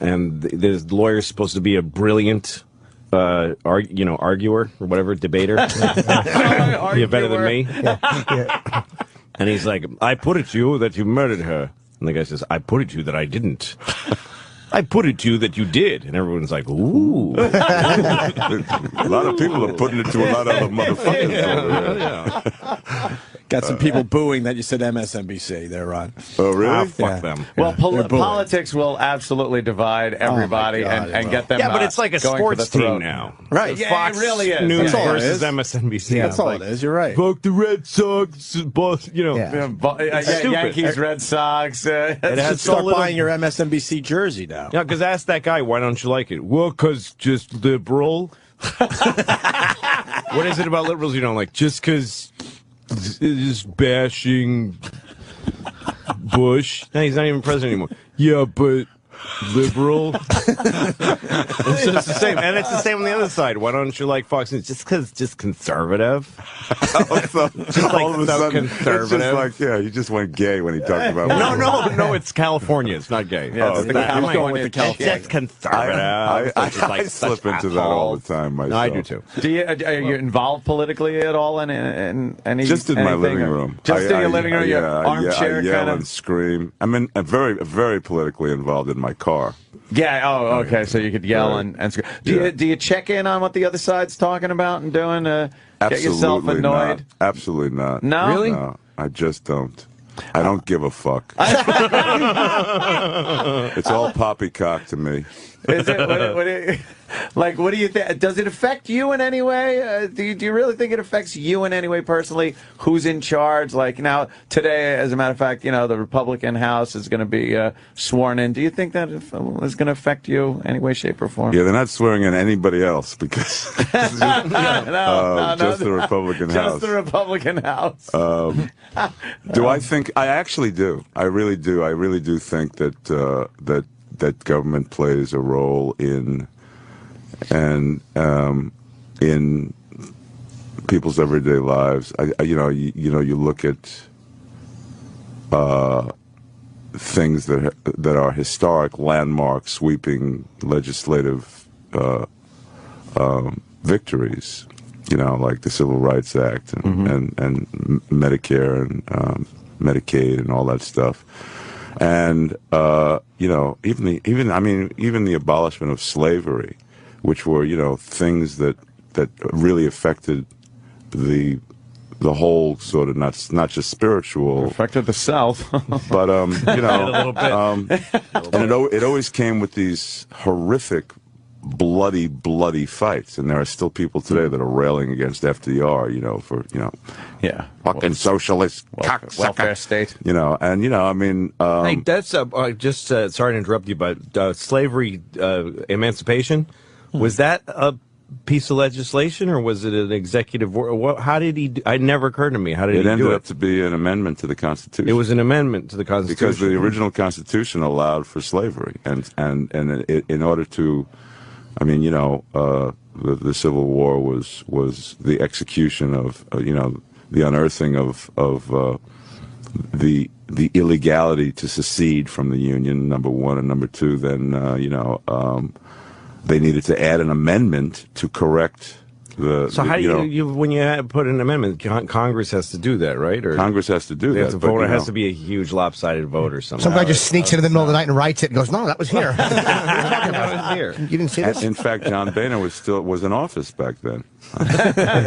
and th- this lawyer's supposed to be a brilliant, uh, arg- you know, arguer or whatever, debater. You're better than me. and he's like, "I put it to you that you murdered her," and the guy says, "I put it to you that I didn't." I put it to you that you did, and everyone's like, "Ooh, a lot of people are putting it to a lot of other motherfuckers. Got some people booing that you said MSNBC. They're on. Uh, Oh, really? ah, fuck Yeah. them." Well, pol- they're bullied. politics will absolutely divide everybody God, and, it and will. get them. yeah, but uh, it's like a going for the sports team throat. now. Right. Yeah, Fox it really is. News Yeah. all it versus is. MSNBC. That's all Like, it is. You're right. Vote the Red Sox, boss. You know, Yeah. Yeah, bu- uh, yeah, stupid. Yankees, Red Sox. Uh, You it has should start so little- buying your MSNBC jersey now. Yeah, because ask that guy, why don't you like it? Well, because just liberal. what is it about liberals you don't like? Just because is bashing Bush. No, he's not even president anymore. Yeah, but liberal. it's just the same, and it's the same on the other side. Why don't you like Fox News? Just because, just conservative. so, like all of a so sudden, it's conservative. just like, yeah, you just went gay when he talked about. Oh, No, no, no. It's California. It's not gay. Yeah, it's it's the not- California I'm like, California. It's just conservative. I, I, I, It's just like I slip such into that all assholes. the time myself. No, I do too. Do you, uh, are you involved politically at all in, in, in any? Just in my anything? living room. Just in I- your I- living room, I- your yeah, I- armchair yeah, I kind yell of. and scream. I mean, I'm very, very politically involved in my car. Yeah. Oh, okay. So you could yell and, and scream. Do Yeah. you do you check in on what the other side's talking about and doing? Uh, get Absolutely yourself annoyed. Not. Absolutely not. No? Really? No, I just don't. I don't give a fuck. it's all poppycock to me. Is it, what, what, like, what do you think? Does it affect you in any way? Uh, do, you, do you really think it affects you in any way personally? Who's in charge? Like now, today, as a matter of fact, you know the Republican House is going to be uh, sworn in. Do you think that if- is going to affect you any way, shape, or form? Yeah, they're not swearing in anybody else because it's just, No, uh, no, no, just the Republican just House. the Republican House. Um, Do I think I actually do? I really do. I really do think that uh, that that government plays a role in and um, in people's everyday lives. I, I, you know, you, you know, you look at uh, things that that are historic, landmark, sweeping legislative uh, um, victories, you know, like the Civil Rights Act and, and, and Medicare and um, Medicaid and all that stuff. And, uh, you know, even the, even, I mean, even the abolishment of slavery, which were, you know, things that, that really affected the, the whole sort of not, not just spiritual, Affected the South. but um, you know, Um, and it, al- it always came with these horrific, bloody, bloody fights. And there are still people today that are railing against FDR, you know, for you know, yeah. fucking socialist cocksucker. Welfare state. You know, and you know, I mean, um, Hey, that's uh, uh, just uh, sorry to interrupt you, but uh, slavery uh, emancipation Hmm. was that a piece of legislation or was it an executive order? What, how did he? Do, it never occurred to me. How did it he ended do up it? to be an amendment to the Constitution. It was an amendment to the Constitution. because the original Constitution allowed for slavery, and and and it, in order to, I mean, you know, uh, the, the Civil War was was the execution of uh, you know the unearthing of of uh, the the illegality to secede from the Union. Number one and number two. Then uh, you know um, they needed to add an amendment to correct the. so the, how do you, know, you when you had- put an amendment? Con- Congress has to do that, right? Or Congress has to do they that. have to but, vote. you It has know. to be a huge lopsided vote or something. Some guy just sneaks in in the middle of the night and writes it and goes, "No, that was here. here. you didn't see And this." in fact, John Boehner was still was in office back then.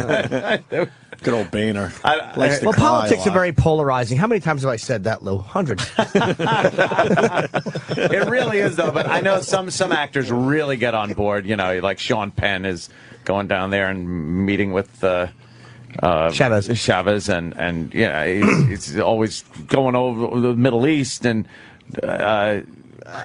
Good old Boehner. I- Likes to Well, cry a politics are lot. very polarizing. How many times have I said that, Lou? Hundreds. It really is though, but I know some some actors really get on board. You know, like Sean Penn is going down there and meeting with uh, uh, Chavez. Chavez, and and yeah, it's, it's always going over the Middle East and. Uh,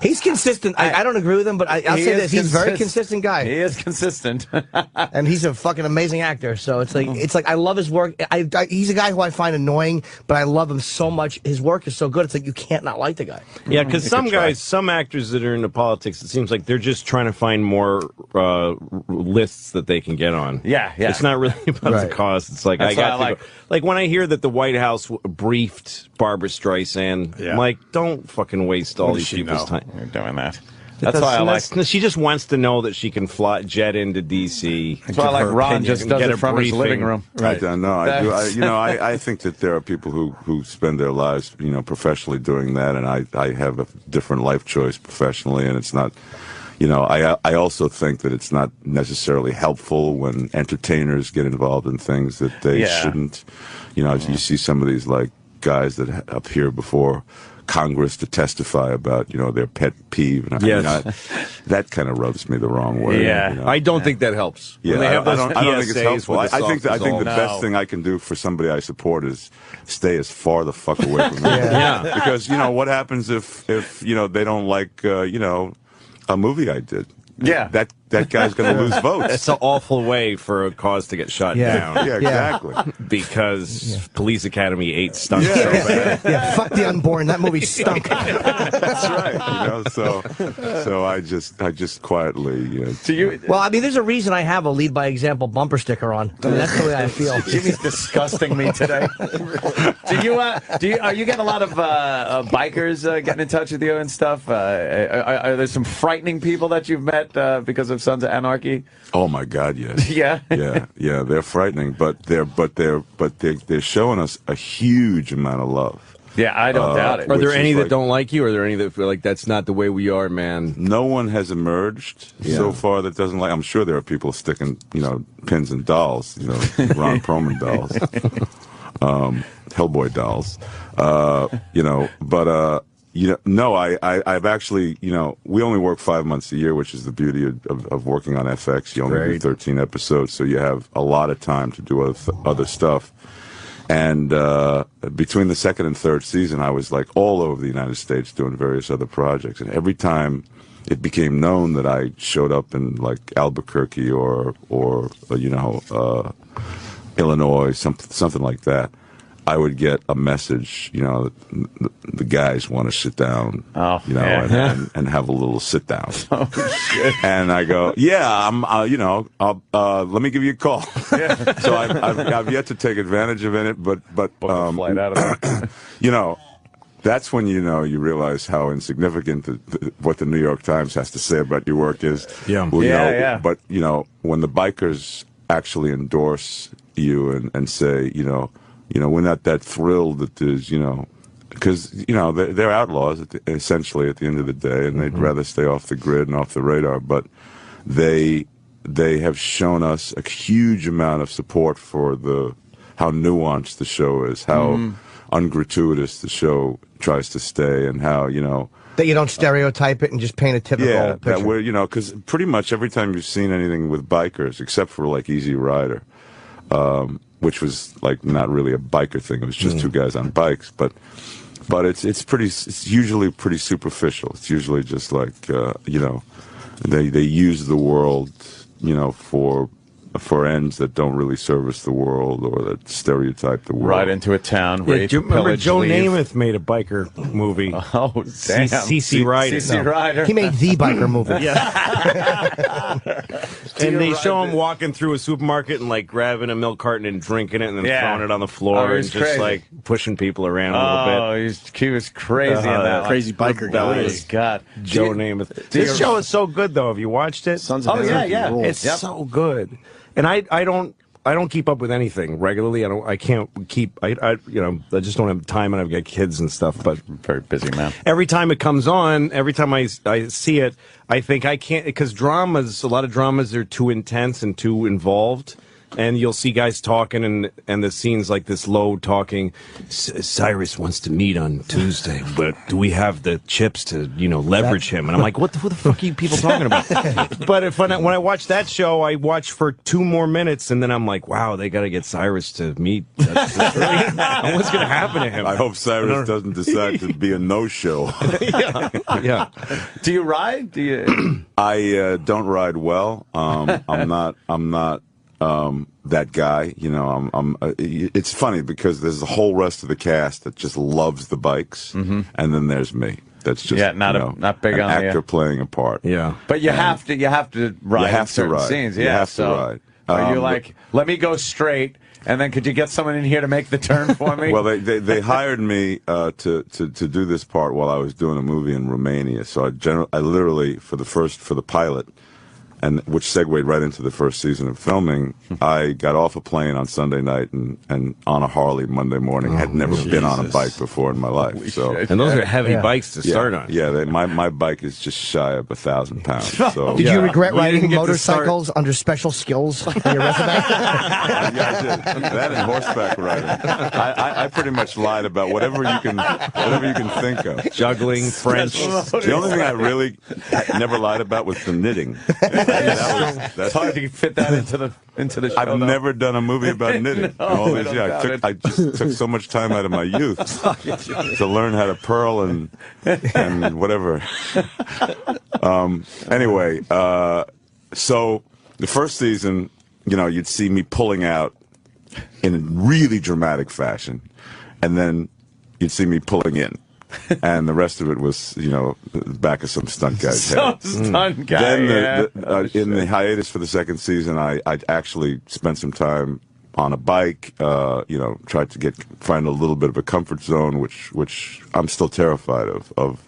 He's consistent. I, I don't agree with him, but I, I'll he say is this: he's a very consist- consistent guy. He is consistent. Mm-hmm. and he's a fucking amazing actor. So it's like it's like I love his work. I, I he's a guy who I find annoying, but I love him so much. His work is so good. It's like you can't not like the guy. Yeah, because some guys, some actors that are into politics, it seems like they're just trying to find more uh, r- lists that they can get on. Yeah, yeah. It's not really about Right. the cause. It's like I That's what got I to like. go- like when I hear that the White House w- briefed Barbara Streisand, Yeah. I'm like, don't fucking waste all What does these she people's know? time. You're doing that. That's why I like. That's- She just wants to know that she can fly, jet into D.C. That's why I like her Ron opinion just and does get it a from his briefing. living room. I don't know. I do. I, you know, I, I think that there are people who, who spend their lives, you know, professionally doing that, and I, I have a different life choice professionally, and it's not, you know, I I also think that it's not necessarily helpful when entertainers get involved in things that they Yeah. shouldn't. You know, you see some of these like guys that ha- appear before. Congress to testify about you know their pet peeve and I- Yes. I, mean, I, that kind of rubs me the wrong way. Yeah. you know? I don't think that helps. Yeah, When they I- have I, those don't, I don't think it's PSAs helpful. I, with the I think soft I think the dissolve. best No. thing I can do for somebody I support is stay as far the fuck away from them. Yeah. because you know what happens if if you know they don't like uh, you know a movie I did. Yeah. that that guy's going to lose votes. That's an awful way for a cause to get shot Yeah. down. Yeah, exactly. because Police Academy 8 stunk Yeah. so bad. yeah, fuck the unborn. That movie stunk. That's right. You know, so so I just I just quietly uh, you know, Do you? well, I mean, there's a reason I have a lead by example bumper sticker on. I mean, that's the way I feel. Jimmy's disgusting me today. do you? Uh, do you? Are you getting a lot of uh, uh, bikers uh, getting in touch with you and stuff? Uh, are, are- are there some frightening people that you've met uh, because of Sons of Anarchy? Oh my God! Yes. Yeah. yeah. Yeah. They're frightening, but they're but they're but they're they're showing us a huge amount of love. Yeah, I don't Uh, doubt it. Are there Are Which there is any any that that like- don't don't like you? Are there any that feel like that's not the way we are, man? No one has emerged so far that doesn't like. I'm sure there are people sticking, you know, pins and dolls, you know, Ron Perlman dolls, um, Hellboy dolls, uh, you know. But uh, you know, no, I, I, I've actually, you know, we only work five months a year, which is the beauty of, of, of working on FX. You only do Right. 13 episodes, so you have a lot of time to do other, other stuff. And uh, between the second and third season, I was like all over the United States doing various other projects. And every time it became known that I showed up in like Albuquerque or or uh, you know uh, Illinois, something something like that, I would get a message. You know, the, the guys want to sit down. Oh, you know, yeah. Oh, and, And, and have a little sit down. And I go, yeah, I'm. Uh, you know, I'll, uh, let me give you a call. so I've, I've, I've yet to take advantage of it, but but um, Flight out of there. you know, that's when you know you realize how insignificant the, the, what the New York Times has to say about your work is. Yeah. Well, you Yeah, know, yeah. But you know, when the bikers actually endorse you and, and say, you know, you know, we're not that thrilled that there's, you know, because you know they're, they're outlaws at the, essentially at the end of the day, and they'd rather stay off the grid and off the radar, but they they have shown us a huge amount of support for the how nuanced the show is, how ungratuitous the show tries to stay, and how you know that you don't stereotype it and just paint a typical yeah picture. that we're you know because pretty much every time you've seen anything with bikers, except for like Easy Rider, um, which was like not really a biker thing, it was Mm. just two guys on bikes, but. But it's it's pretty it's usually pretty superficial. It's usually just like uh, you know, they they use the world you know for for ends that don't really service the world or that stereotype the world. Right into a town. Rape, pillage, leave. made a biker movie? Oh damn! CC Rider. CC No. Rider. he made the biker movie. and they show him walking through a supermarket and like grabbing a milk carton and drinking it and then Yeah. throwing it on the floor Oh, it and was just crazy. like pushing people around a little Oh, bit. he's, he was crazy in Uh, that one. crazy biker Oh guy. my God, Joe Do you- Namath. do you- This show is so good though. Have you watched it? Sons of Oh, yeah, Anarchy yeah. rules. It's Yep. so good, and I I don't I don't keep up with anything regularly. I don't I can't keep I, I you know I just don't have time, and I've got kids and stuff. But Very busy man. every time it comes on, every time I I see it, I think I can't because dramas a lot of dramas are too intense and too involved. and you'll see guys talking and and the scenes like this low talking "C- cyrus wants to meet on tuesday but do we have the chips to you know leverage him and i'm like what the, what the fuck are you people talking about but if when I, when I watch that show i watch for two more minutes and then i'm like wow they gotta get cyrus to meet That's- that's really- and what's gonna happen to him I hope Cyrus doesn't decide to be a no-show. yeah Do you ride? Do you? I uh, don't ride well. Um, I'm not. I'm not um, that guy. You know. I'm. I'm uh, it's funny because there's the whole rest of the cast that just loves the bikes, and then there's me. That's just Mm-hmm. Yeah, not you a- know, not big an on the, uh, actor playing a part. yeah But you have to. You have to ride. You in have to certain ride. Scenes. Yeah. You have to so ride. are you Um, like, let me go straight, and then could you get someone in here to make the turn for me? Well, they, they, they hired me uh, to, to, to do this part while I was doing a movie in Romania. So I gener- I literally for the first for the pilot, and which segued right into the first season of filming. Hmm. I got off a plane on Sunday night and, and on a Harley Monday morning. Oh, had never been on a bike before in my life. So and those are heavy bikes to yeah, start on Yeah, they, my my bike is just shy of a thousand pounds. So Did you regret You didn't riding get to start- motorcycles under special skills on your resume? yeah, I did. That and horseback riding. I, I, I pretty much lied about whatever you can whatever you can think of. juggling french The only thing I really never lied about was the knitting. That was- that's- it's hard to fit that into the into the show. I've though. never done a movie about knitting. No, All I these- don't yeah, I, doubt it. took, I just took so much time out of my youth to learn how to purl and and whatever. Um, anyway, uh, so the first season, you know, you'd see me pulling out in a really dramatic fashion, and then you'd see me pulling in, and the rest of it was, you know, the back of some stunt guy's head Some stunt guy. then the, yeah. the, uh, in the hiatus for the second season, I, I actually spent some time on a bike. Uh, you know, tried to get find a little bit of a comfort zone, which which I'm still terrified of of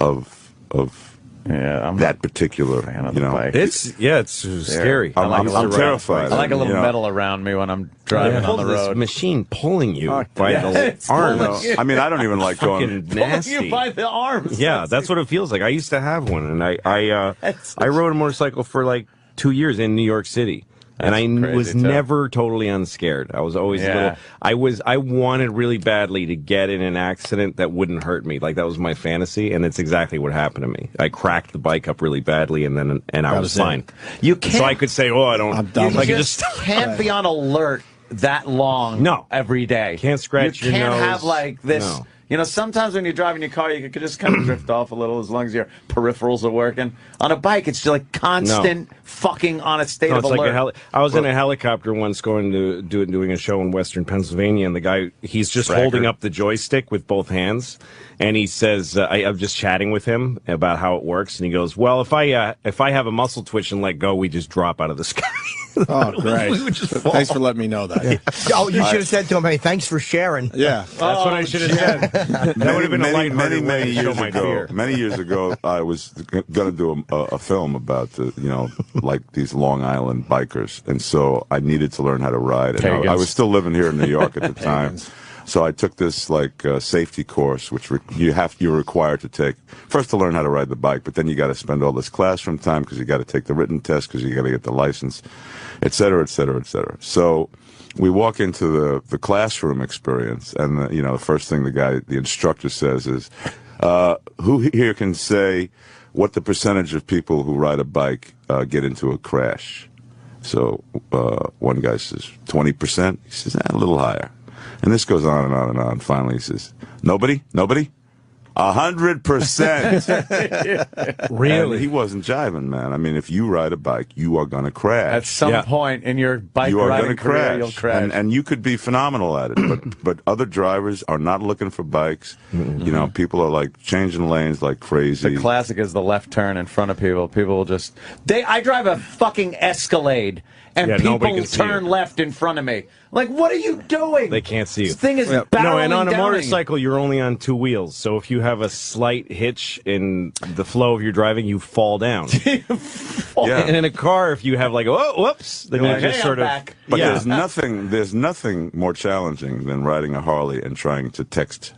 of of yeah, I'm that particular. fan of you the know, bike. it's yeah it's scary I'm, I'm, I'm terrified. I like a little you know. metal around me when I'm driving Yeah. on the Pull this road. machine pulling you by the it's You arm. know, I mean, I don't even like Fucking going. nasty. You by the arms. Yeah, that's what it feels like. I used to have one, and I I uh, That's- I rode a motorcycle for like two years in New York City, and I That's n- was crazy, too. never totally unscared. I was always a Yeah. little. I was I wanted really badly to get in an accident that wouldn't hurt me. Like that was my fantasy, and that's exactly what happened to me. I cracked the bike up really badly, and then and I was, was it. fine. You can't. So I could say, oh, I don't. I'm done. You I could just just. can't be on alert that long. No. every day. Can't scratch You your can't nose. have like this. No. You know, sometimes when you're driving your car, you could just kind of drift off a little as long as your peripherals are working. On a bike, it's just like constant fucking on a state No, of it's alert. like a heli- I was in a helicopter once going to do doing a show in Western Pennsylvania, and the guy he's just holding up the joystick with both hands, and he says, uh, I, "I'm just chatting with him about how it works," and he goes, "Well, if I uh, if I have a muscle twitch and let go, we just drop out of the sky." Oh, great. Thanks for letting me know that. Yeah. oh, you should have said to him, "Hey, thanks for sharing." That's what I Oh, should have said. That would have been a many, many, lighthearted many way to show years my ago. fear. Many years ago, I was going to do a, a film about the, you know, like these Long Island bikers, and so I needed to learn how to ride. And I, I was still living here in New York at the time, so I took this like uh, safety course, which re- you have you're required to take first to learn how to ride the bike, but then you got to spend all this classroom time because you got to take the written test because you got to get the license, et cetera, et cetera, et cetera. So we walk into the, the classroom experience, and the, you know the first thing the guy, the instructor says is, uh, "Who here can say what the percentage of people who ride a bike uh, get into a crash?" So uh, one guy says twenty percent. He says "Ah, a little higher, and this goes on and on and on. Finally, he says, "Nobody, nobody." A hundred percent. Really? He wasn't jiving, man. I mean, if you ride a bike, you are gonna crash At some Yeah. point in your bike you are riding gonna career, crash. you'll crash. And, and you could be phenomenal at it, but but other drivers are not looking for bikes. You know, people are like changing lanes like crazy. Mm-hmm. The classic is the left turn in front of people. People will just they. I drive a fucking Escalade, and Yeah, people nobody can see turn you. left in front of me. Like, what are you doing? They can't see you. This thing is no, and barreling on a down at you. motorcycle, you're only on two wheels. So if you have a slight hitch in the flow of your driving, you fall down. And yeah. in a car, if you have like, oh, whoops, then You're you like, just "Hey, sort I'm of. back." Uh, But yeah. there's nothing there's nothing more challenging than riding a Harley and trying to text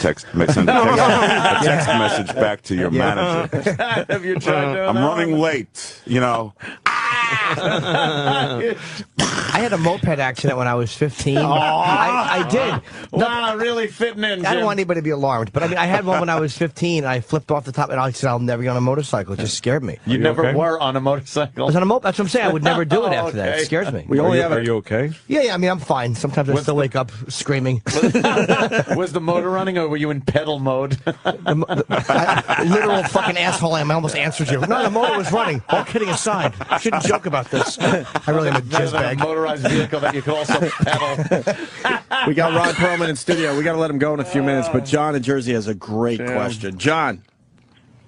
text me- send a text, a text message back to your manager. Uh, Have you tried doing I'm that? running late. You know, I I had a moped accident when I was 15. I, I did. Wow, really fitting in. I Jim. don't want anybody to be alarmed, but I mean, I had one when I was 15. I flipped off the top, and I said, "I'll never get on a motorcycle." It just scared me. you never okay? were on a I motorcycle. was on a moped. That's what I'm saying. I would never do it after that. Okay. It scares me. We Are only you, have are a you okay? Yeah, yeah. I mean, I'm fine. Sometimes I still wake up screaming. was the motor running, or were you in pedal mode? I, literal fucking asshole. I am. I almost answered you. No, the motor was running. All kidding aside, shouldn't joke about this. I really am a Rather jizz than a bag. motorized vehicle that you could also pedal. we got Rod Perlman in studio. We got to let him go in a few minutes. But John in Jersey has a great question. John,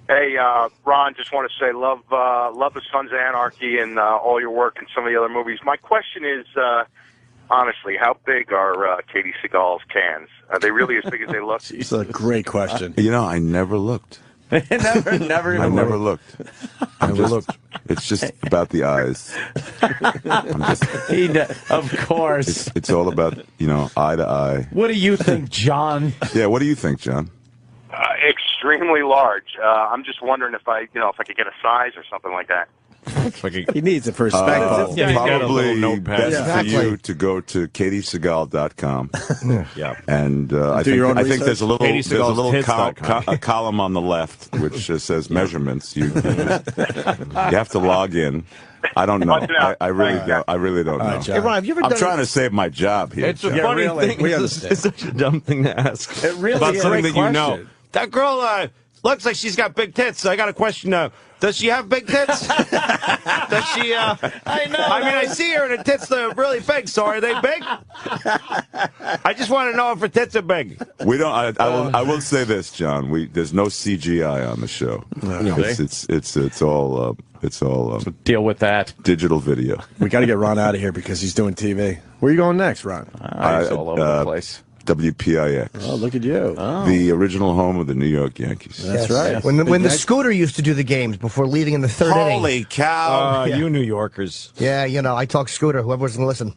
Hey, uh, Ron, just want to say love uh, love the Sons of Anarchy and uh, all your work and some of the other movies. My question is, uh, honestly, how big are uh, Katie Seagal's cans? Are they really as big as they look? it's a great question. You know, I never looked. never, never I even. never looked. I never looked. It's just about the eyes. I'm just, He d- of course. it's, it's all about you know eye to eye. What do you think, John? Yeah. What do you think, John? Uh, extremely large. Uh, I'm just wondering if I, you know, if I could get a size or something like that. He needs it for his spec bubble. Uh, yeah, he's got a little Uh, Probably notepad. best Yeah. for you Exactly. to go to katiesegal.com. Yeah. And uh, I, Do think, your own I think research. there's a little, Katie there's a Seagal's little tits col- dot com. co- a column on the left which uh, says measurements. You, you have to log in. I don't know. Punch it out. I, I really don't. I really don't know. John. Hey, Ron, have you ever I'm done? trying to save my job here. It's a John. Yeah, funny really, thing. we It's, understand. it's such a dumb thing to ask. It really about is. something that Great you know. question. That girl uh, looks like she's got big tits. I got a question now. Does she have big tits? Does she? Uh, I know. I mean, I see her and her tits are really big. So are they big? I just want to know if her tits are big. We don't. I, I, Oh. will, I will say this, John. We there's no CGI on the show. It's, it's it's it's all uh, it's all um, Deal with that. digital video. We got to get Ron out of here because he's doing TV. Where are you going next, Ron? I- Eyes Ah, all over uh, the place. WPIX, Oh, look at you. the original home of the New York Yankees. That's right. When the, when the Exactly. scooter used to do the games before leading in the third inning. cow! Uh, You New Yorkers. Yeah, you know, I talk scooter. Whoever was listening.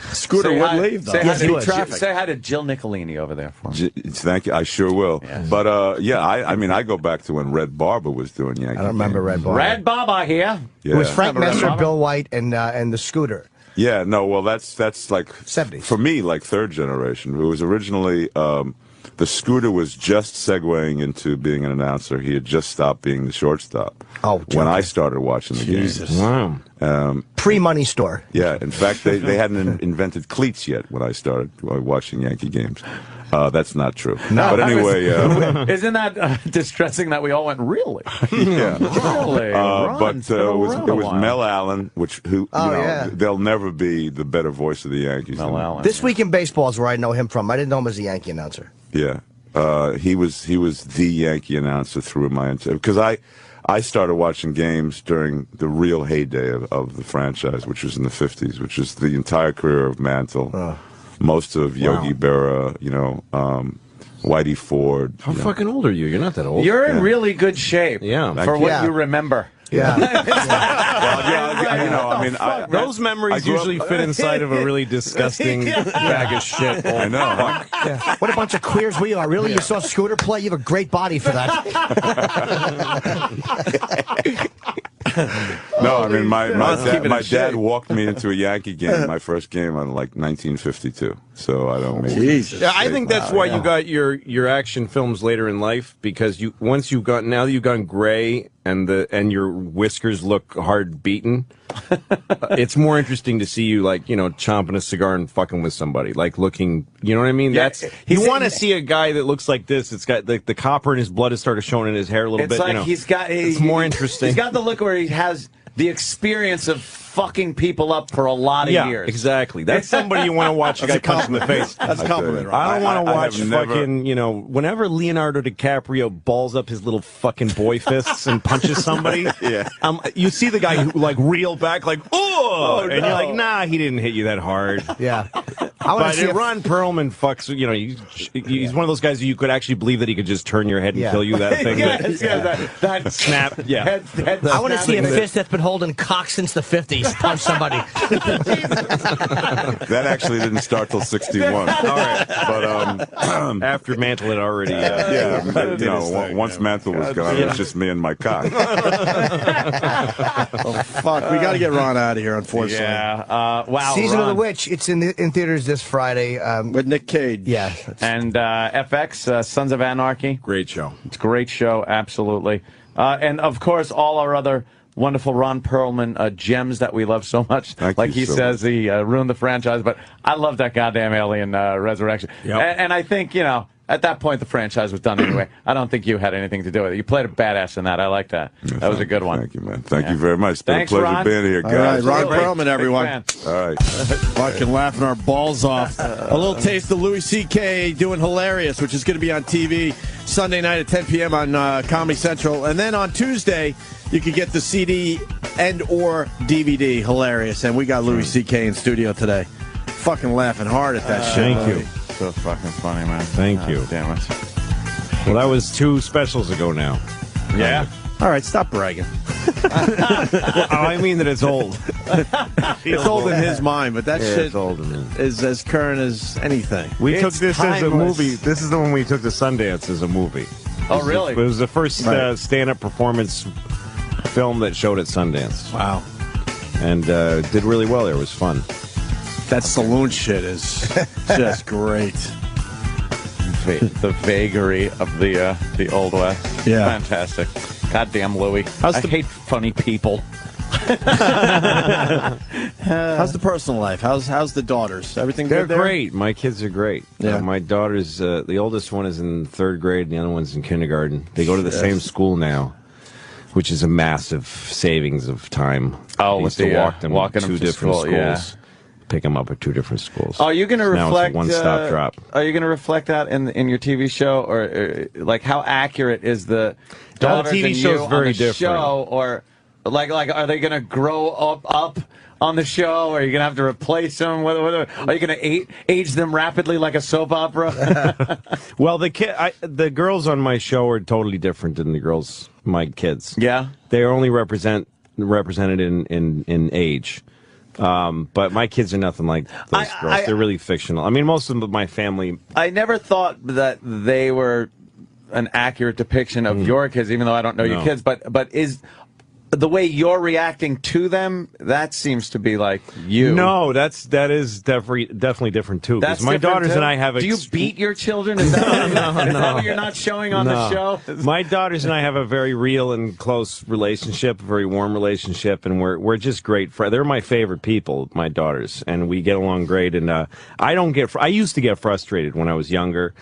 Scooter would hi, leave though. Say, Yes, hi he to, would. Jill- say hi to Jill Nicolini over there for me. J- thank you. I sure will. But uh, yeah, I, I mean, I go back to when Red Barber was doing Yankees. I don't remember Red Bull. Rad Baba here. Yeah. It was Frank Remember Red Messer, Baba? Bill White, and uh, and the scooter. Yeah, no, well, that's that's like 70s. for me, like third generation. It was originally um, the scooter was just segueing into being an announcer. He had just stopped being the shortstop. Oh, when okay. I started watching the Jesus. game. Um, Wow. Pre money store. Yeah, in fact, they, they hadn't in- invented cleats yet when I started uh, watching Yankee games. Uh, that's not true. No. but anyway, uh, Isn't that uh, distressing that we all went, really? yeah. Really? Uh, Ron's but uh, been it was, around it a was while. Mel Allen, which who Oh, you know yeah. they'll never be the better voice of the Yankees. Mel than- Oh, Allen. This week in baseball is where I know him from. I didn't know him as a Yankee announcer. Yeah, uh, he was he was the Yankee announcer through my entire because I I started watching games during the real heyday of, of the franchise, which was in the fifties, which is the entire career of Mantle, most of Yogi Berra, you know, um, Whitey Ford. How fucking old are you? You're not that old. You're in really good shape Yeah. for what Yeah. you remember. Yeah. Well, yeah, I- I- you know, I mean, I, Those memories grew up- usually fit inside of a really disgusting bag of shit. I know. huh? what a bunch of queers we are. Really? You saw scooter play? You have a great body for that. No, I mean, my my, Ron's dad, keeping my it dad shake. walked me into a Yankee game, my first game on like 1952. So I don't. mean Jesus. Oh, Yeah, I think that's why you got your your action films later in life because you once you've got now that you've gone gray and the and your whiskers look hard beaten, it's more interesting to see you like you know chomping a cigar and fucking with somebody like looking you know what I mean. Yeah, that's he's you want to in- see a guy that looks like this. It's got the, the copper in his blood has started showing in his hair a little It's bit. like you know. he's got. It's he- more interesting. He's got the look where he has the experience of fucking people up for a lot of yeah, years. exactly. That's somebody you want to watch a guy punch in the face. That's a compliment, Ron. I don't want to I- I watch have never- fucking, you know, whenever Leonardo DiCaprio balls up his little fucking boy fists and punches somebody, Yeah. um, you see the guy who, like, reel back, like, oh, and you're like, nah, he didn't hit you that hard. Yeah. I want But to see. if If, Ron Perlman fucks, you know, you, he's one of those guys who you could actually believe that he could just turn your head and Yeah. kill you. That thing. that- yes, yeah, that, that Snap. Yeah. Head, head I want to snap. see a fist that's been holding cock since the '50s punch somebody. That actually didn't start till 61. All right. But, um, After Mantle had already. Uh, yeah, did no, his on- thing, once yeah. Mantle was gone, it was just me and my cock. Oh, Fuck, we got to get Ron out of here, unfortunately. Yeah. Uh, wow. Season of the Ron. Witch. It's in the, in theaters this Friday. Um, With Nick Cage. yeah, And uh, FX, uh, Sons of Anarchy. Great show. It's a great show, absolutely. Uh, and of course, all our other wonderful Ron Perlman uh, gems that we love so much. Thank like you he so says, he uh, ruined the franchise, but I love that goddamn Alien uh, Resurrection. Yep. And, and I think, you know, at that point, the franchise was done anyway. I don't think you had anything to do with it. You played a badass in that. I like that. That was a good one. Thank you, man. Thank you very much. It's been Thanks, a pleasure Ron. being here, All right, guys. Ron Great. Perlman, Big everyone. fan. All right. Fucking laughing our balls off. A little Uh, taste of Louis C.K. doing hilarious, which is going to be on TV Sunday night at 10 p.m. on uh, Comedy Central, and then on Tuesday you can get the CD and or DVD hilarious. And we got Louis C.K. in studio today, fucking laughing hard at that shit. Uh, thank you. Uh, So fucking funny, man. Thank you. Damn it. Well, that was two specials ago now. Yeah. All right, stop bragging. Well, I mean that it's old. It's old in his mind, but that shit old. Man. is as current as anything. We It's took this as a timeless. movie. This is the one we took to Sundance as a movie. Oh, really? It was the first uh, Right. stand-up performance film that showed at Sundance, Wow, and uh, did really well. There It was fun. that saloon shit is just great. va- the vagary of the uh, the old west. Yeah. fantastic. Goddamn Louis, I hate funny people. How's the personal life? How's how's the daughters? Everything They're good there? great. My kids are great. Yeah. Uh, my daughter's uh, the oldest one is in third grade, and the other one's in kindergarten. They go to the same school now, which is a massive savings of time. Oh, I with used the, to uh, walk them walking two them to different school, schools, yeah. pick them up at two different schools. Are you going to Now it's a reflect? one-stop uh, drop. Are you going to reflect that in in your TV show, or uh, like how accurate is the daughter TV and you show's on very the different. show, or like like are they going to grow up up? On the show, are you gonna have to replace them? What, what, are you gonna age, age them rapidly like a soap opera? Well, the kid, I, the girls on my show are totally different than the girls my kids. Yeah. they are only represent represented in in in age. Um, but my kids are nothing like those I- girls. I- They're really fictional. I mean, most of my family. I never thought that they were an accurate depiction of your kids, even though I don't know your Hmm. No. kids. But but is the way you're reacting to them that seems to be like you? No, that's that is definitely definitely different too. 'cause that's my different, daughters too? and I have. Do you ex- beat your children? Is that, is that what you're not showing on the No. show? My daughters and I have a very real and close relationship, a very warm relationship, and we're we're just great friends. They're my favorite people, my daughters, and we get along great. And uh, I don't get. Fr- I used to get frustrated when I was younger.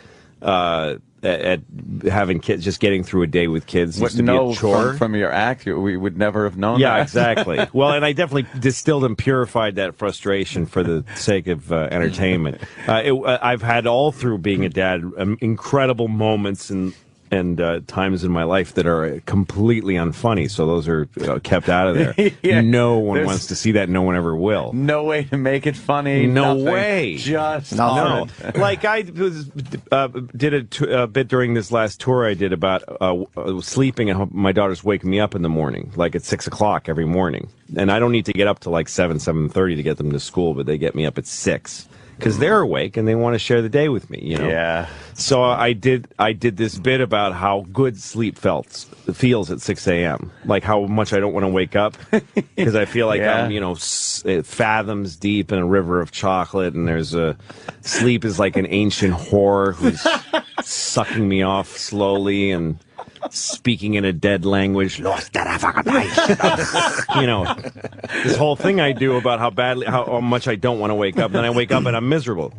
Uh, at, at having kids, just getting through a day with kids What, used to no, be a chore. From, from your act, you- we would never have known. yeah, that. exactly. well, and I definitely distilled and purified that frustration for the sake of uh, entertainment. Uh, it, uh, I've had all through being a dad um, incredible moments and and uh, times in my life that are uh, completely unfunny. So those are uh, kept out of there. Yeah. no one There's- wants to see that. No one ever will. No way to make it funny. No nothing. way. Just No, hard. like I was, uh, did a t- uh, bit during this last tour I did about uh, uh, sleeping and how my daughter's waking me up in the morning, like at six o'clock every morning, and I don't need to get up to like seven, seven thirty to get them to school, but they get me up at six because they're awake and they want to share the day with me. You know. Yeah. So I did. I did this bit about how good sleep felt feels at 6 a.m. Like how much I don't want to wake up because I feel like Yeah. I'm, you know, s- uh, fathoms deep in a river of chocolate, and there's a sleep is like an ancient whore who's sucking me off slowly and speaking in a dead language. you know, this whole thing I do about how badly, how, how much I don't want to wake up. Then I wake up and I'm miserable.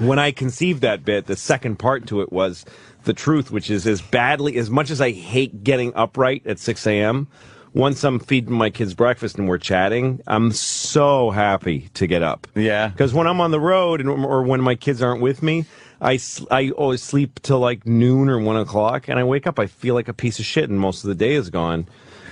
When I conceived that bit, the second part to it was the truth, which is as badly, as much as I hate getting upright at 6 a.m., once I'm feeding my kids breakfast and we're chatting, I'm so happy to get up. Yeah. Because when I'm on the road and, or when my kids aren't with me, I, s- I always sleep till like noon or one o'clock, and I wake up. I feel like a piece of shit, and most of the day is gone.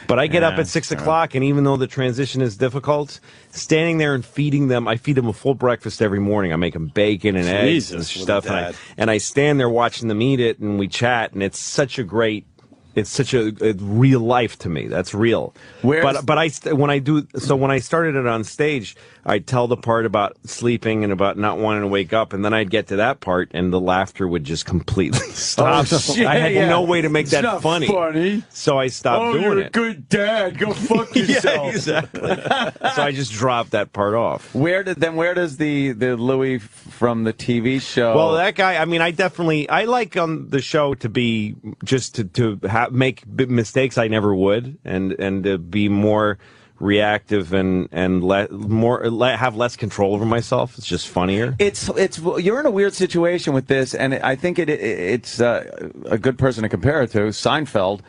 But I get up Yeah, at six sure. o'clock, and even though the transition is difficult, standing there and feeding them, I feed them a full breakfast every morning. I make them bacon and eggs and Jesus, stuff, and I, Dad. and I stand there watching them eat it, and we chat, and it's such a great. It's such a, a real life to me. That's real. Where's- but but I st- when I do so when I started it on stage, I tell the part about sleeping and about not wanting to wake up, and then I'd get to that part, and the laughter would just completely Oh, stop. Oh, shit, I had yeah. no way to make It's that not funny. funny. So I stopped Oh, doing it. good dad. Go fuck Yeah, exactly. so I just dropped that part off. Where did then? Where does the the Louis from the TV show? Well, that guy. I mean, I definitely I like on the show to be just to to ha- make b- mistakes I never would, and and to be more reactive and and let more let, have less control over myself. It's just funnier. it's it's you're in a weird situation with this, and I think it, it it's uh, a good person to compare it to. Seinfeld,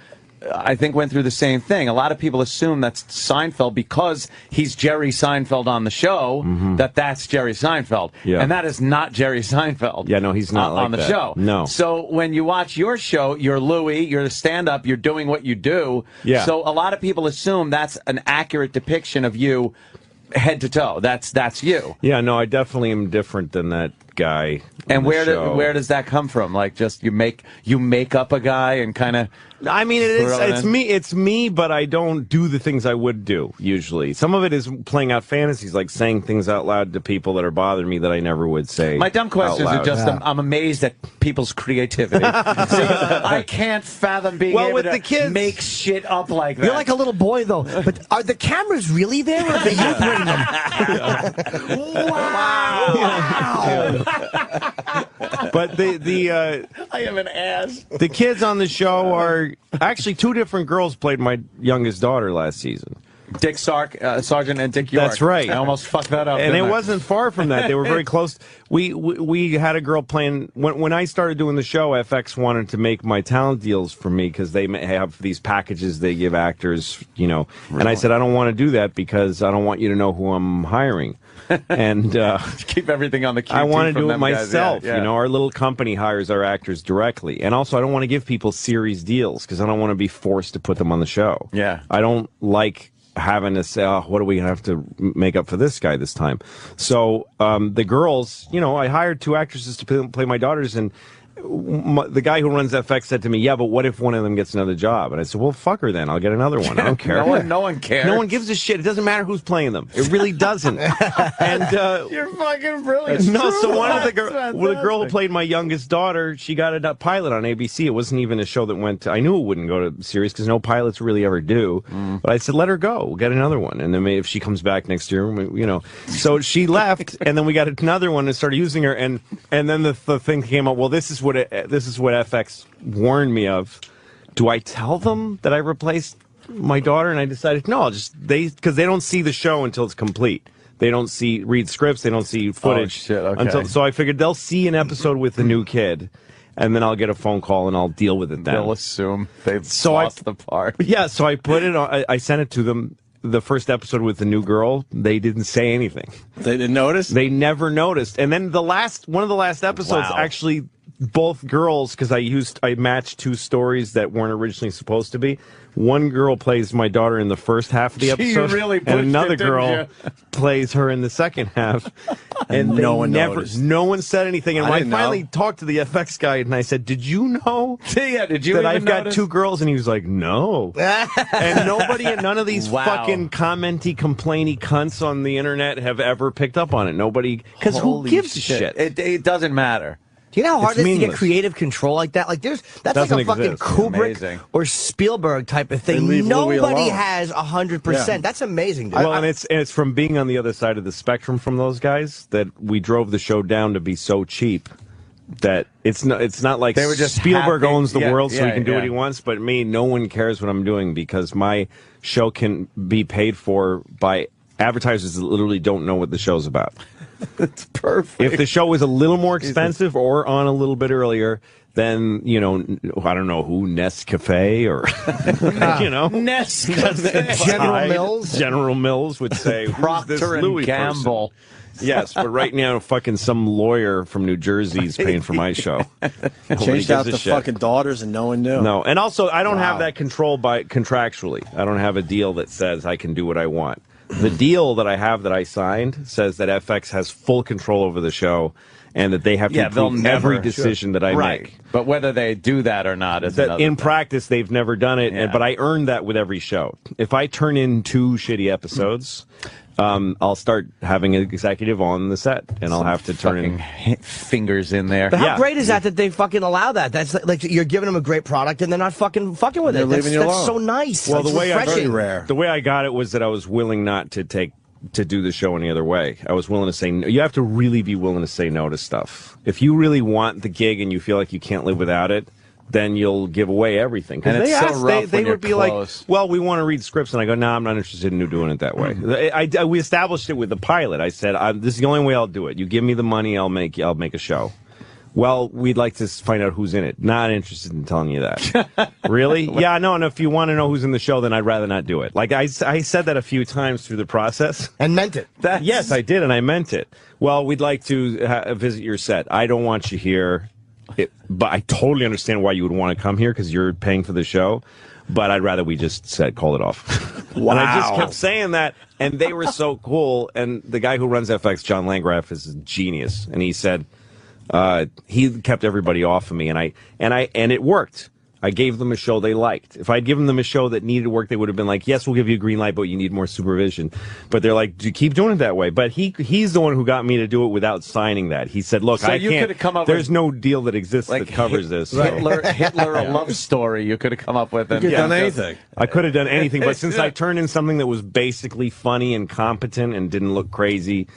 I think went through the same thing. A lot of people assume that's Seinfeld because he's Jerry Seinfeld on the show. That that's Jerry Seinfeld, Mm-hmm. Yeah. and that is not Jerry Seinfeld. Yeah, no, he's not on, like on the that. show. No. So when you watch your show, you're Louis, you're a stand-up, you're doing what you do. Yeah. So a lot of people assume that's an accurate depiction of you, head to toe. That's that's you. Yeah, no, I definitely am different than that guy. on And the where do, show. where does that come from? Like just you make you make up a guy and kind of I mean, it is, Throw it it's in. me. It's me, but I don't do the things I would do usually. Some of it is playing out fantasies, like saying things out loud to people that are bothering me that I never would say. my dumb out questions are loud. just I'm, I'm amazed at people's creativity. See, I can't fathom being Well, able with to the kids- make shit up like that. You're like a little boy, though. But are the cameras really there, or are they you bring them? But the the uh, I am an ass. the kids on the show are actually two different girls played my youngest daughter last season, Dick Sark, uh, Sergeant, and Dick York. That's right. I almost fucked that up. and it didn't I? wasn't far from that. They were very close. We, we we had a girl playing when when I started doing the show. FX wanted to make my talent deals for me because they may have these packages they give actors, you know. And I said I don't want to do that because I don't want you to know who I'm hiring, and. Uh, keep everything on the. QT I want to from do it them guys. Yeah, myself. yeah. You know, our little company hires our actors directly, and also I don't want to give people series deals because I don't want to be forced to put them on the show. Yeah. I don't like having to say, "Oh, what do we have to make up for this guy this time?" So um, the girls, you know, I hired two actresses to p- play my daughters, and m- the guy who runs FX said to me, "Yeah, but what if one of them gets another job?" And I said, "Well, fuck her then. I'll get another one. I don't care." no one, no one cares. No one gives a shit. It doesn't matter who's playing them. It really doesn't. and uh, You're fucking brilliant. no, so one of the That's girl, well, the girl who fantastic. played my youngest daughter, she got a pilot on ABC. It wasn't even a show that went. To, I knew it wouldn't go to series because no pilots really ever do. Mm. But I said, let her go. We'll get another one, and then maybe if she comes back next year, we, you know. So she left, and then we got another one and started using her, and and then the, the thing came up. Well, this is what it, this is what FX warned me of. Do I tell them that I replaced my daughter? And I decided no. I'll just they because they don't see the show until it's complete. They don't see read scripts. They don't see footage Oh, shit, okay. until so I figured they'll see an episode with the new kid, and then I'll get a phone call and I'll deal with it then. They'll assume they've So I- lost the part. yeah, so I put it on. I, I sent it to them. The first episode with the new girl, they didn't say anything. They didn't notice. They never noticed. And then the last one of the last episodes, Wow. actually, both girls because I used I matched two stories that weren't originally supposed to be. One girl plays my daughter in the first half of the Gee, you episode, really pushed and another it, didn't girl plays her in the second half. And no they one never, noticed. no one said anything. And I when I didn't know. finally talked to the FX guy and I said, "Did you know?" yeah, did you that even I've got notice? two girls, and he was like, "No," and nobody, none of these Wow. fucking commenty, complainy cunts on the internet have ever picked up on it. Nobody, because who Holy gives a shit? It, it doesn't matter. Do you know how hard It's it is to get meaningless. creative control like that? Like there's that's Doesn't like a fucking exist. Kubrick Amazing. or Spielberg type of They thing. leave Louis Nobody alone. has a hundred percent. That's amazing, dude. well, and it's and it's from being on the other side of the spectrum from those guys that we drove the show down to be so cheap that it's not it's not like They were just Spielberg happy- owns the yeah, world so yeah, he can do yeah. what he wants, but me, no one cares what I'm doing because my show can be paid for by advertisers that literally don't know what the show's about. It's perfect. If the show was a little more expensive or on a little bit earlier, then you know n- I don't know who Nescafe or you know General Mills. General Mills would say "Who's this Procter and Louis person?" Gamble. Yes, but right now, fucking some lawyer from New Jersey is paying for my show. Nobody Changed gives out a the shit. fucking daughters and no one knew. No, and also I don't have that control by contractually. I don't have a deal that says I can do what I want. The deal that I have that I signed says that FX has full control over the show, and that they have to Yeah, they'll approve every never- decision that I make. But whether they do that or not is That another in thing. practice they've never done it, and, Yeah. but I earn that with every show. If I turn in two shitty episodes, um, I'll start having an executive on the set, and I'll have to turn Fucking in. hit fingers in there. But how Yeah. great is that that they fucking allow that? That's like, like you're giving them a great product and they're not fucking fucking with it. They're That's, leaving you that's alone. so nice. Well, It's the way I- refreshing. Very rare. The way I got it was that I was willing not to take to do the show any other way. I was willing to say you have to really be willing to say no to stuff. If you really want the gig and you feel like you can't live without it, then you'll give away everything. 'Cause And it's they so asked- rough they, they when you're would be close. like, "Well, we want to read scripts," and I go, "No, I'm not interested in doing it that way." Hmm. I, I- I- we established it with the pilot. I said, i "This is the only way I'll do it. You give me the money, I'll make I'll make a show." Well, we'd like to s- find out who's in it. Not interested in telling you that. really? yeah, no. And if you want to know who's in the show, then I'd rather not do it. Like I, s- I said that a few times through the process. And meant it. That's- yes, I did, and I meant it. Well, we'd like to uh, visit your set. I don't want you here, it, but I totally understand why you would want to come here because you're paying for the show. But I'd rather we just said call it off. And I just Wow. kept saying that, and they were so cool. And the guy who runs FX, John Landgraf, is a genius, and he said uh, he kept everybody off of me, and I and I and it worked. I gave them a show they liked. If I'd given them a show that needed work, they would have been like, "Yes, we'll give you a green light, but you need more supervision." But they're like, "Do keep doing it that way." But he he's the one who got me to do it without signing that. He said, "Look, So I you can't. could've come up there's with- no deal that exists Like that covers this." so- Hitler, Hitler, a love story you could have come up with. And, Could have done Yeah. anything. I could have done anything, but since I turned in something that was basically funny and competent and didn't look crazy,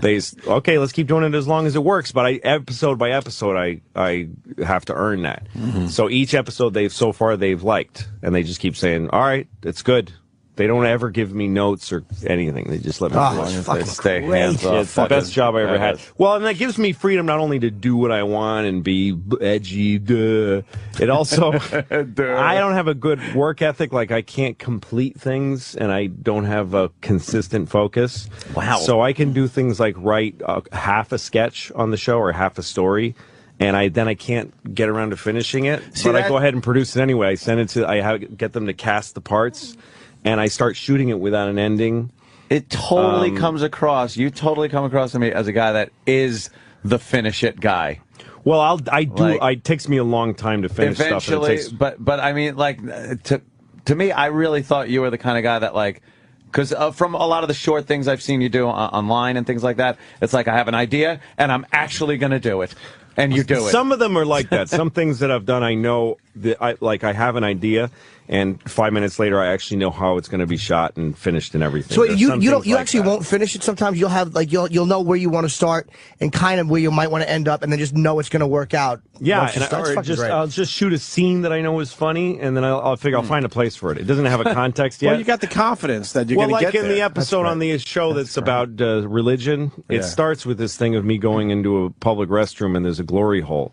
they s- okay, let's keep doing it as long as it works. But I episode by episode, I I have to earn that. So each episode they've so far they've liked, and they just keep saying, "All right, it's good." They don't ever give me notes or anything. They just let me. Oh, alone. it's They fucking stay great. hands off. It's the Fucking- best job I ever had. that is. Well, and that gives me freedom not only to do what I want and be b- edgy, duh, it also I don't have a good work ethic. Like I can't complete things, and I don't have a consistent focus. Wow. So I can do things like write uh, half a sketch on the show or half a story. And I then I can't get around to finishing it, See, but I that- go ahead and produce it anyway. I send it to I have, get them to cast the parts, and I start shooting it without an ending. It totally Um, comes across. You totally come across to me as a guy that is the finish it guy. Well, I'll, I do. Like- I, it takes me a long time to finish stuff. Eventually, And it takes, but but I mean, like uh, to to me, I really thought you were the kind of guy that like. Because uh, from a lot of the short things I've seen you do o- online and things like that, it's like I have an idea and I'm actually going to do it, and you do it. Some of them are like that. Some things that I've done, I know that I like. I have an idea, and five minutes later, I actually know how it's going to be shot and finished and everything. So There's you some you don't things you like actually that. won't finish it. Sometimes you'll have like you'll you'll know where you want to start and kind of where you might want to end up, and then just know it's going to work out. Yeah, once you and I, start. It's or fucking just uh, great. I'll just shoot a scene that I know is funny, and then I'll, I'll figure Hmm. I'll find a place for it. It doesn't have a context yet. Well, you got the confidence that you're well, going to like get in there. the episode on the show that's, about uh, religion, it starts with this thing of me going into a public restroom and there's a glory hole,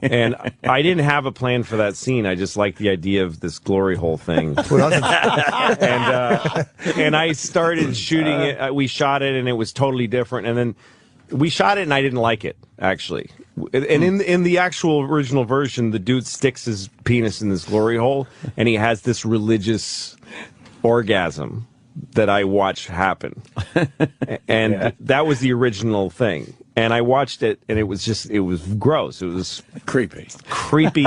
and I didn't have a plan for that scene. I just liked the idea of this glory hole thing, and uh, and I started shooting it. Uh, We shot it, and it was totally different. And then we shot it, and I didn't like it actually. And in in the actual original version, the dude sticks his penis in this glory hole, and he has this religious orgasm that I watched happen. and that was the original thing. And I watched it and it was just it was gross. It was creepy. creepy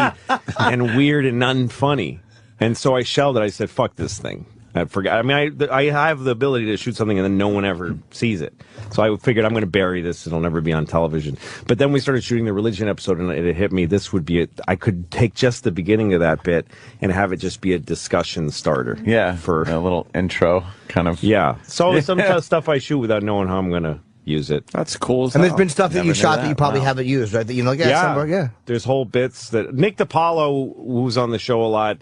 and weird and unfunny. And so I shelled it. I said, "Fuck this thing." I forgot. I mean, I th- I have the ability to shoot something and then no one ever sees it. So I figured I'm going to bury this. It'll never be on television. But then we started shooting the religion episode, and it hit me. This would be it. I could take just the beginning of that bit and have it just be a discussion starter. yeah, For a little intro kind of. yeah. So some kind of stuff I shoot without knowing how I'm gonna use it. That's cool. As and there's hell. been stuff that Never you knew shot that, that. you probably Wow. haven't used, right? That you know, like, yeah, yeah. yeah. There's whole bits that Nick DiPaolo, who was on the show a lot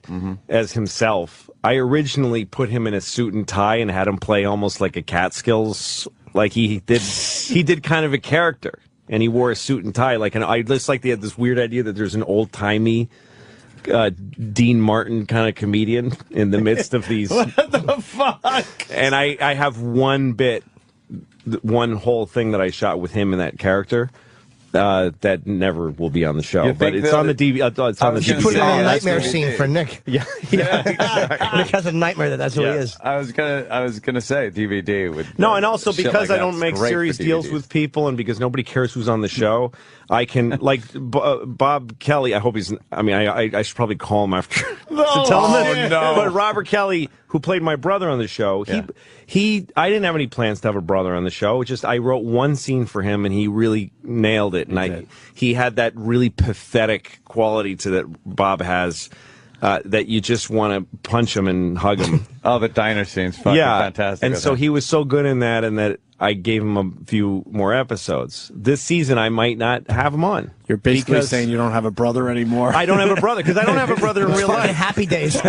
as himself, I originally put him in a suit and tie and had him play almost like a Catskills, like he did. he did kind of a character. and he wore a suit and tie. Like, and I just like they had this weird idea that there's an old timey. Uh, Dean Martin kind of comedian in the midst of these. What the fuck? and I, I have one bit, th- one whole thing that I shot with him and that character uh, that never will be on the show. You But think it's that on the DV. Uh, it's on the was gonna Put it DVD. Yeah, on yeah, a that's nightmare what we scene did. for Nick. Yeah, yeah. Nick has a nightmare that that's who he is. I was gonna. I was gonna say DVD would. No, and also uh, shit because like I don't that's make great for serious deals DVDs. with people, and because nobody cares who's on the show, I can like B- uh, Bob Kelly. I hope he's. I mean, I I, I should probably call him after to tell Oh, him this. Oh, But Robert Kelly, who played my brother on the show, he he. I didn't have any plans to have a brother on the show. It's just I wrote one scene for him, and he really nailed it. And I he had that really pathetic quality to that Bob has. Uh, that you just want to punch him and hug him. Oh, the diner scenes. Fucking fantastic. And I so think. he was so good in that, and that I gave him a few more episodes. This season, I might not have him on. You're basically Because- saying you don't have a brother anymore. I don't have a brother because I don't have a brother in real Fucking life. Oh, happy days.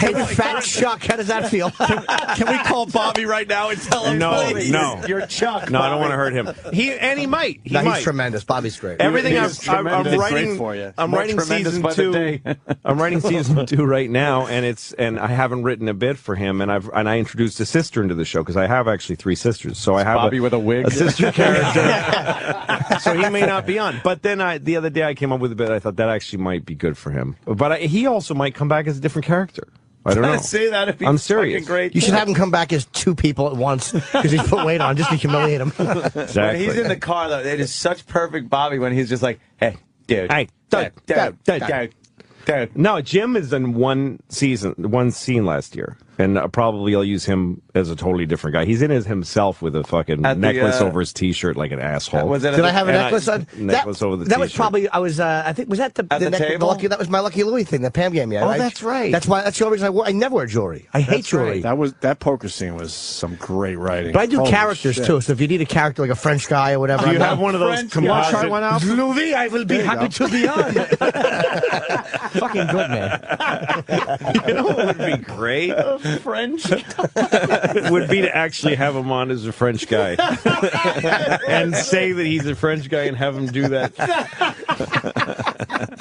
Hey, fat Chuck, how does that feel? Can we call Bobby right now and tell him? No, please? no, You're Chuck. no. I don't want to hurt him. He and he might. He no, might. he's tremendous. Bobby's great. Everything He I'm, is I'm, I'm tremendous. writing, Great for you. I'm More writing tremendous season by the two. day. I'm writing season two right now, and it's and I haven't written a bit for him, and I've and I introduced a sister into the show because I have actually three sisters, so I have Bobby with a wig. a sister character, so he may not be on. But then I the other day I came up with a bit. I thought that actually might be good for him, but I, he also might come back as a different character. I don't know. say that. If he's I'm serious. fucking Great. You should have him come back as two people at once because he's put weight on just to humiliate him. When Exactly. he's in the car though, it is such perfect Bobby when he's just like, "Hey, dude, Hey, dude, dude, dude, dude, dude, dude, dude." No, Jim is in one season, one scene last year, and uh, probably I'll use him as a totally different guy. He's in as himself with a fucking At the, necklace uh, over his t-shirt, like an asshole. Was it? Did I have a And I- necklace on? necklace that, over the That was t-shirt. probably I was. Uh, I think was that the, At the neck- table? lucky. That was my lucky Louie thing. That Pam gave me. Oh, I- that's right. That's why. That's the only reason I, wore, I never wear jewelry. I hate jewelry. That was that poker scene was some great writing. But I do Holy characters shit. too. So if you need a character like a French guy or whatever, Do you I'm have not- one of those French composite? guy. Louis, I will be There you happy go. to be on. Fucking good man. you know what would be great? French? would be to actually have him on as a French guy and say that he's a French guy and have him do that.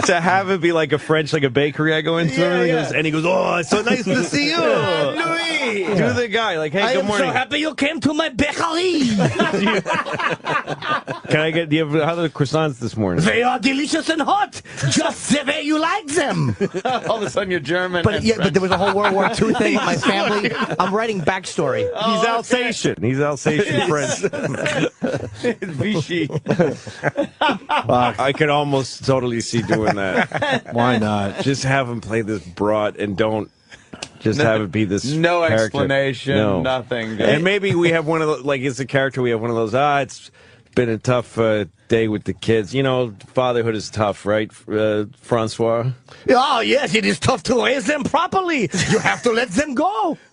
to have it be like a French, like a bakery I go into, and, he goes, and he goes, "Oh, it's so nice to see you, Louis." Do the guy like, "Hey, good morning." you came to my bakery. Can I get do you have how are the croissants this morning? They are delicious and hot, just the way you like them. All of a sudden, you're German. But and yeah, but French. there was a whole World War II thing with my family. I'm writing backstory. He's Alsatian. He's Alsatian French. Vichy. I could almost totally see doing that. Why not? Just have him play this broad and don't just have it be this no character. explanation, No. nothing. And maybe we have one of those like it's a character we have one of those ah it's been a tough uh, day with the kids. You know, fatherhood is tough, right, uh, Francois? Oh yes, it is tough to raise them properly. You have to let them go.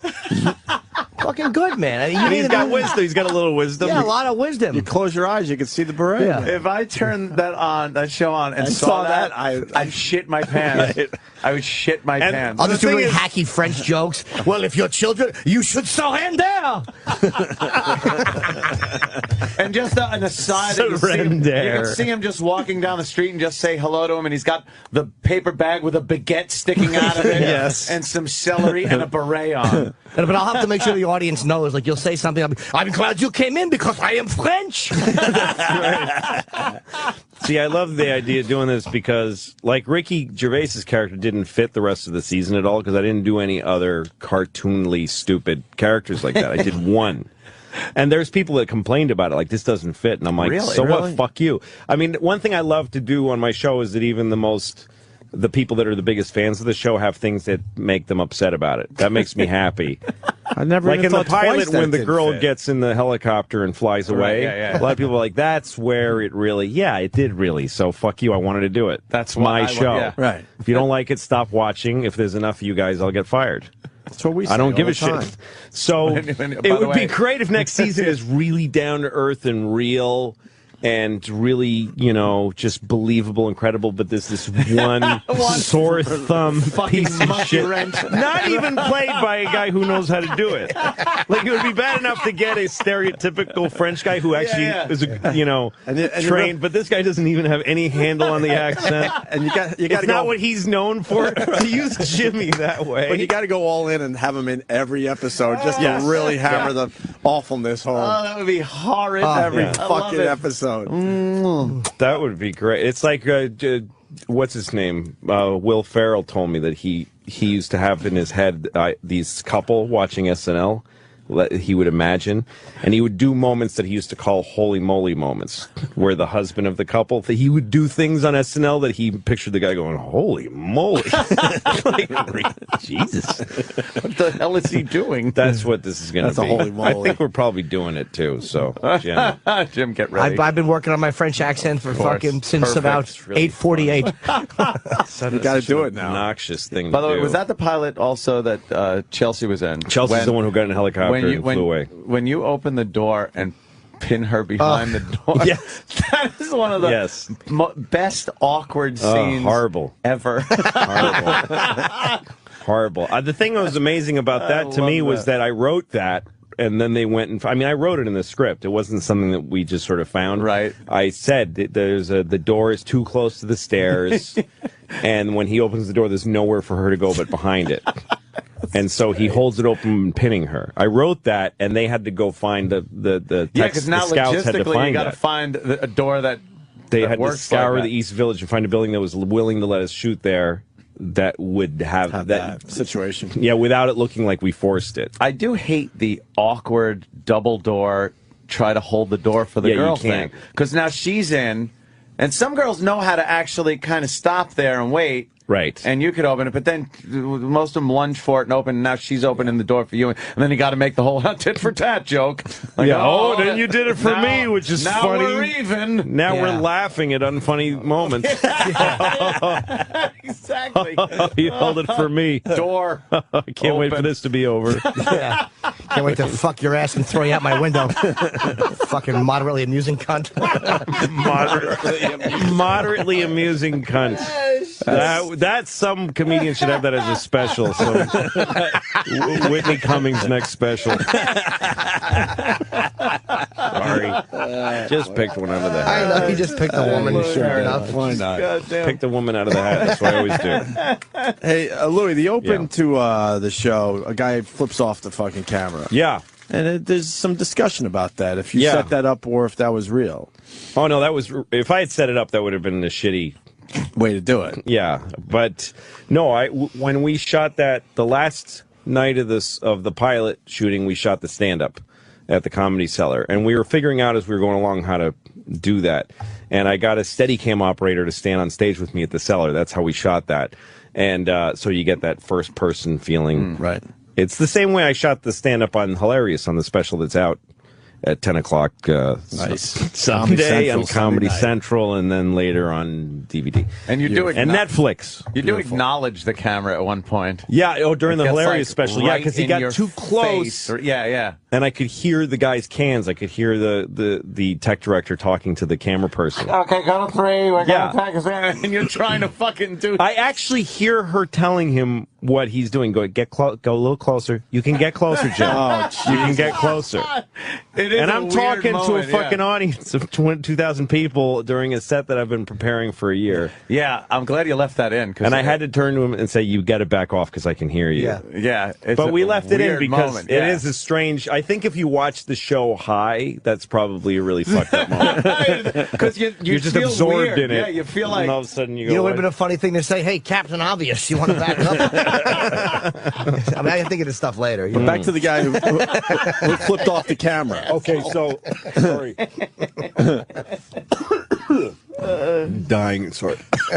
Fucking good man. I mean, you And he's need got to- wisdom. He's got a little wisdom. Yeah, a lot of wisdom. You close your eyes, you can see the beret. Yeah. If I turned that on, that show on, and saw, saw that, that, I, I'd shit my pants. I would shit my pants. I'll just The do really thing is- hacky French jokes. Well, if your children, you should surrender. And just a, an aside, that you, see him, you Surrender. can see him just walking down the street and just say hello to him, and he's got the paper bag with a baguette sticking out of it, Yes. and some celery and a beret on. And- But I'll have to make sure the audience knows. Like you'll say something. I'll be, I'm glad you came in because I am French. See, I love the idea of doing this because, like, Ricky Gervais's character didn't fit the rest of the season at all because I didn't do any other cartoonly stupid characters like that. I did one. And there's people that complained about it, like, this doesn't fit. And I'm like, Really? so Really? what? Fuck you. I mean, one thing I love to do on my show is that even the most. The people that are the biggest fans of the show have things that make them upset about it. That makes me happy. I never like even in the thought twice pilot that when the didn't girl fit. gets in the helicopter and flies away yeah, yeah. a lot of people are like that's where it really yeah it did really so fuck you i wanted to do it That's what my I wa- show yeah. Right. if you don't like it stop watching if there's enough of you guys i'll get fired That's what we. I don't say give all a the time. shit. So and- by it the would be way- great if next season is really down to earth and real and really, you know, just believable, incredible. But there's this one sore thumb piece of shit, not even played by a guy who knows how to do it. Like it would be bad enough to get a stereotypical French guy who actually yeah. is, a, you know, And the- and the trained. But this guy doesn't even have any handle on the accent. And you got you got It's to not go. what he's known for to use Jimmy that way. but you got to go all in and have them in every episode just Yes. to really hammer the awfulness home. Uh, Oh, that would be horrid. Oh, every I love fucking it. episode. Mm. That would be great. It's like uh, j- what's his name? Uh, Will Farrell told me that he he used to have in his head uh, these couple watching SNL. Let, he would imagine, and he would do moments that he used to call "holy moly" moments, where the husband of the couple that he would do things on SNL that he pictured the guy going "holy moly," like, Jesus. What the hell is he doing? That's what this is going to That's a be. holy I moly. think we're probably doing it too. So, Jim. Jim, get ready. I've, I've been working on my French accent for course. fucking since Perfect. about It's really eight forty eight. you gotta do it now. Noxious thing. By to the way, do. was that the pilot also that uh, Chelsea was in? Chelsea's When- the one who got in a helicopter when you and when, flew away. Oh, when you open the door and pin her behind the door. yes. that is one of the Yes. mo- best awkward Oh, scenes horrible. ever. horrible. horrible. Uh, the thing that was amazing about that to me love was that I wrote that. And then they went and I mean I wrote it in the script. It wasn't something that we just sort of found. Right. I said that there's a the door is too close to the stairs, and when he opens the door, there's nowhere for her to go but behind it. And so he holds it open, pinning her. I wrote that, and they had to go find the the the. yeah, Tex- because now the scouts had to logistically you find got to that. find the, a door that they that had to works scour like that. the East Village and find a building that was willing to let us shoot there that would have, that, situation. yeah without it looking like we forced it I do hate the awkward double door try to hold the door for the Yeah, you girl can't. thing. Because now she's in, and some girls know how to actually kind of stop there and wait. Right. And you could open it, but then most of them lunge for it and open, and now she's opening the door for you. And then you got to make the whole tit for tat joke. Like, Yeah, oh, then you did it for now- me, which is now funny. We're even. now Yeah. we're laughing at unfunny moments Exactly. you held it for me door. i can't wait for Open. this to be over Yeah. Can't wait to fuck your ass and throw you out my window. fucking moderately amusing cunt. moderately, moderately amusing cunt that, that some comedian should have that as a special so whitney cummings next special sorry just picked one out of the hat I don't know. He just picked a woman. Sure enough. Why not? Pick the woman out of the hat. That's what I always do. Hey, uh, Louis, the open Yeah. to uh, the show, a guy flips off the fucking camera. Yeah. And it, there's some discussion about that, if you Yeah. set that up or if that was real. Oh no, that was if I had set it up, that would have been a shitty. Way to do it. Yeah, but no, I w- when we shot that the last night of this of the pilot shooting, we shot the stand up at the comedy cellar and we were figuring out as we were going along how to do that and i got a steady cam operator to stand on stage with me at the cellar that's how we shot that and uh, so you get that first person feeling Mm, Right. It's the same way I shot the stand up on Hilarious on the special that's out at 10 o'clock uh, Nice. Sunday Central, on Comedy Sunday night. Central and then later on DVD. And you do And acknow- Netflix. You do acknowledge the camera at one point. Yeah, oh, during the Gets, Hilarious like, special. Yeah, right because he in your got too face close. or- yeah, yeah. and I could hear the guy's cans. I could hear the, the, the tech director talking to the camera person. Okay, go to three. We're Yeah. going to And you're trying to fucking do. I actually hear her telling him what he's doing. Go get clo- go a little closer. You can get closer, Jim. Oh, you can get closer. It is and a I'm weird talking moment, to a fucking yeah. audience of 20 2,000 people during a set that I've been preparing for a year. Yeah, I'm glad you left that in. 'cause And I it- had to turn to him and say, "You got to back off because I can hear you." Yeah. Yeah, it's But a we left it in weird because moment, it yeah. is a strange. I think if you watch the show high, that's probably a really fucked up moment. because you, you You're just feel absorbed weird. in it. Yeah, you feel and all like of a sudden you go. You know, it would like- have been a funny thing to say, hey, Captain Obvious, you want to back up? I mean, I can think of this stuff later. You know? Back to the guy who, who, who flipped off the camera. Okay, so sorry. Dying, sorry.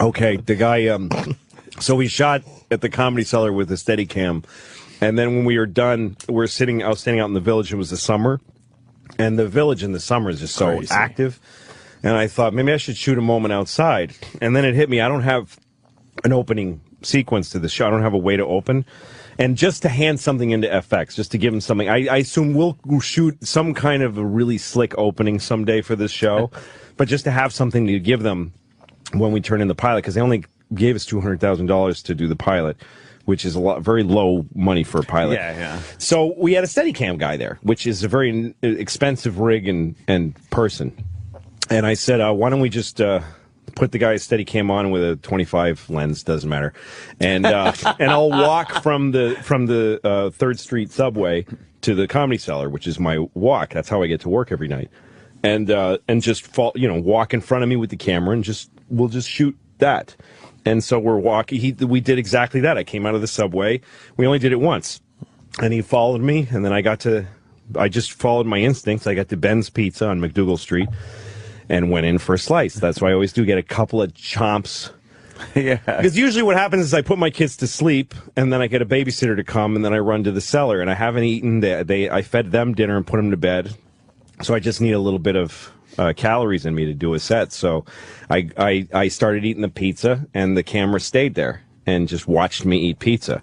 okay, the guy um so we shot at the comedy cellar with a steady cam. And then when we were done, we we're sitting I was standing out in the village, it was the summer. And the village in the summer is just so Crazy. active. And I thought maybe I should shoot a moment outside. And then it hit me, I don't have an opening sequence to the show. I don't have a way to open. and just to hand something into FX, just to give him something. I, I assume we'll shoot some kind of a really slick opening someday for this show, but just to have something to give them when we turn in the pilot, because they only gave us two hundred thousand dollars to do the pilot. Which is a lot, very low money for a pilot. Yeah, yeah. So we had a Steadicam guy there, which is a very uh, expensive rig and, and person. And I said, uh, why don't we just uh, put the guy's Steadicam on with a 25 lens, doesn't matter, and uh, and I'll walk from the from the uh, Third Street subway to the Comedy Cellar, which is my walk. That's how I get to work every night, and uh, and just fall, you know, walk in front of me with the camera, and just we'll just shoot that. And so we're walking. He, we did exactly that. I came out of the subway. We only did it once and he followed me and then i got to i just followed my instincts i got to ben's pizza on mcdougal street and went in for a slice that's why i always do get a couple of chomps yeah. because usually what happens is i put my kids to sleep and then i get a babysitter to come and then i run to the cellar and i haven't eaten they, they i fed them dinner and put them to bed so i just need a little bit of uh, calories in me to do a set so I, I i started eating the pizza and the camera stayed there and just watched me eat pizza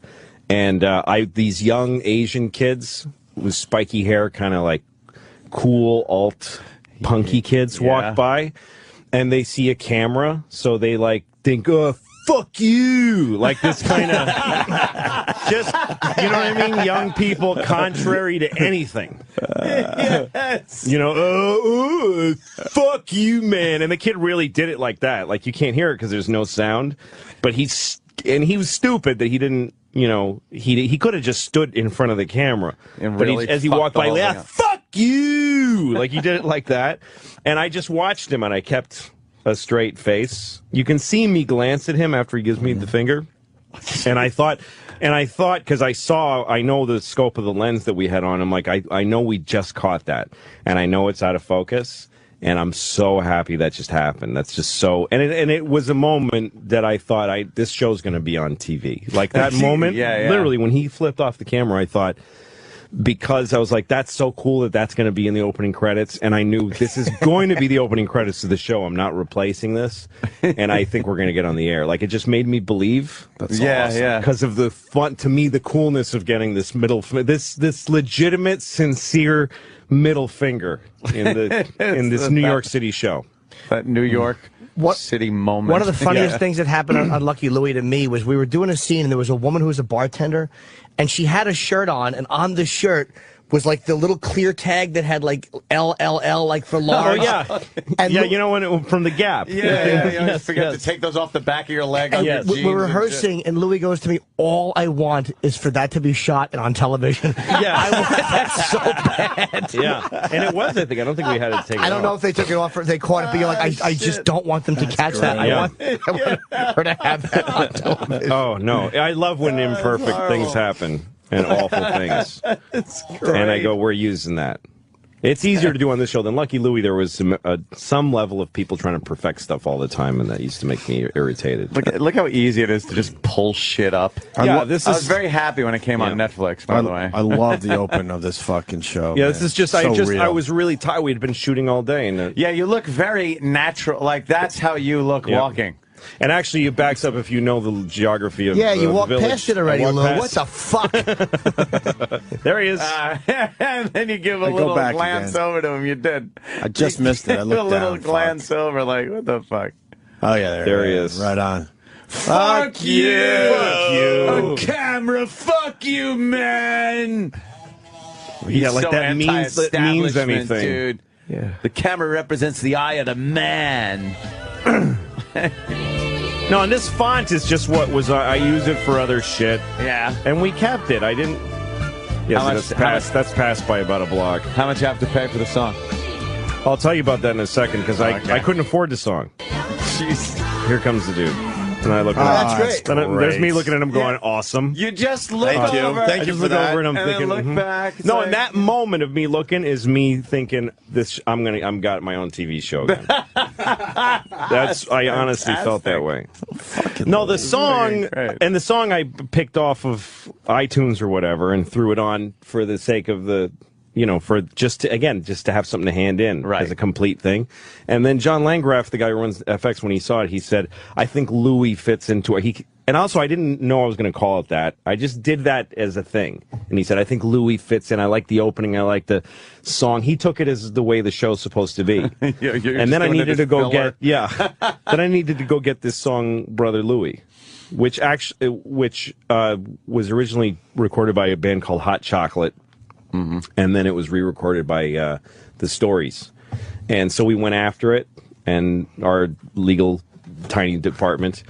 and uh, I these young Asian kids with spiky hair, kind of like cool alt punky kids Yeah. walk by, and they see a camera, so they like think, "Oh, fuck you!" Like this kind of just you know what I mean? Young people, contrary to anything. You know, uh, ooh, fuck you, man. And the kid really did it like that. Like you can't hear it because there's no sound. But he's and he was stupid that he didn't. You know, he he could have just stood in front of the camera. And but really he, as he fucked walked the by, whole yeah, thing up. fuck you. Like he did it like that. And I just watched him and I kept a straight face. You can see me glance at him after he gives me the finger and I thought, and I thought because I saw, I know the scope of the lens that we had on. I'm like, I, I know we just caught that, and I know it's out of focus, and I'm so happy that just happened. That's just so, and it, and it was a moment that I thought, I this show's going to be on TV. Like that moment, Yeah, yeah. literally when he flipped off the camera, I thought. Because I was like, that's so cool that that's going to be in the opening credits. And I knew this is going to be the opening credits of the show. I'm not replacing this. And I think we're going to get on the air. Like, it just made me believe. That's Yeah, yeah. because of the fun to me the coolness of getting this middle f- this this legitimate sincere middle finger in the in this New York City show. Mm-hmm. That New York What- City moment. One of the funniest Yeah. things that happened on, on Lucky Louie to me was we were doing a scene and there was a woman who was a bartender, and she had a shirt on, and on the shirt was like the little clear tag that had like LLL like for large. and Oh, yeah, Lou- you know when it, from the gap. Yeah, yeah, yeah. You always Yes, forget yes. to take those off the back of your leg. and on your Yes. we- jeans we're and shit. rehearsing, and Louis goes to me, "All I want is for that to be shot and on television." Yeah. I want that so bad. yeah, and it was. I think I don't think we had it taken. I don't know off. if they took it off or they caught it, but you're like, I, Oh, I just don't want them to catch that. I Yeah. want, I want her to have that on television. Oh no! I love when imperfect things happen and awful things. And I go, we're using that. It's easier to do on this show than Lucky Louie. There was some uh, some level of people trying to perfect stuff all the time, and that used to make me irritated. Look, look how easy it is to just pull shit up. Yeah, I, this I was is- very happy when it came on Yeah. Netflix. By the way, I love the open of this fucking show. Yeah, man. this is just. So I just. real. I was really tired. We had been shooting all day, and uh, yeah, you look very natural. Like that's how you look Yeah. walking. and actually, it backs up if you know the geography of. Yeah, the you walked village. past it I already, walked Lou. past What the fuck? it. There he is. Uh, and then you give a go little back glance again. over to him. You did. I just missed it. I Give looked a little down, fuck. glance over, like what the fuck? Oh yeah, there, There he yeah, is. Right on. Fuck you. On camera, fuck you, man. yeah, He's like so that means that means anti-establishment, anything. dude. Yeah. The camera represents the eye of the man. Ah, No, and this font is just what was. uh, I I use it for other shit, Yeah. and we kept it. I didn't. Yes, How much- that's how passed. That's passed by about a block. How much you have to pay for the song? I'll tell you about that in a second because I, Okay. I couldn't afford the song. Jeez. Here comes the dude, and I look. at Ah, him. that's Then I- There's great. me looking at him, going, "Awesome." You just look Thank you. over. Thank I you just for look that. over and I'm And then thinking. look mhm. back, it's No, like- and that moment of me looking is me thinking this. I'm gonna. I'm got my own TV show. Again. That's. I honestly felt that way. No, the song great. and the song I p- picked off of iTunes or whatever and threw it on for the sake of the. You know, for just to, again, just to have something to hand in Right. as a complete thing. And then John Langraf, the guy who runs FX, when he saw it, he said, I think Louis fits into it. He, and also I didn't know I was going to call it that. I just did that as a thing. And he said, I think Louis fits in. I like the opening. I like the song. He took it as the way the show's supposed to be. you're just and then I doing it needed as to go filler. get yeah. then I needed to go get this song, Brother Louie, which actually which uh, was originally recorded by a band called Hot Chocolate, Mm-hmm. and then it was re-recorded by uh, the Stories. And so we went after it, and our legal tiny department,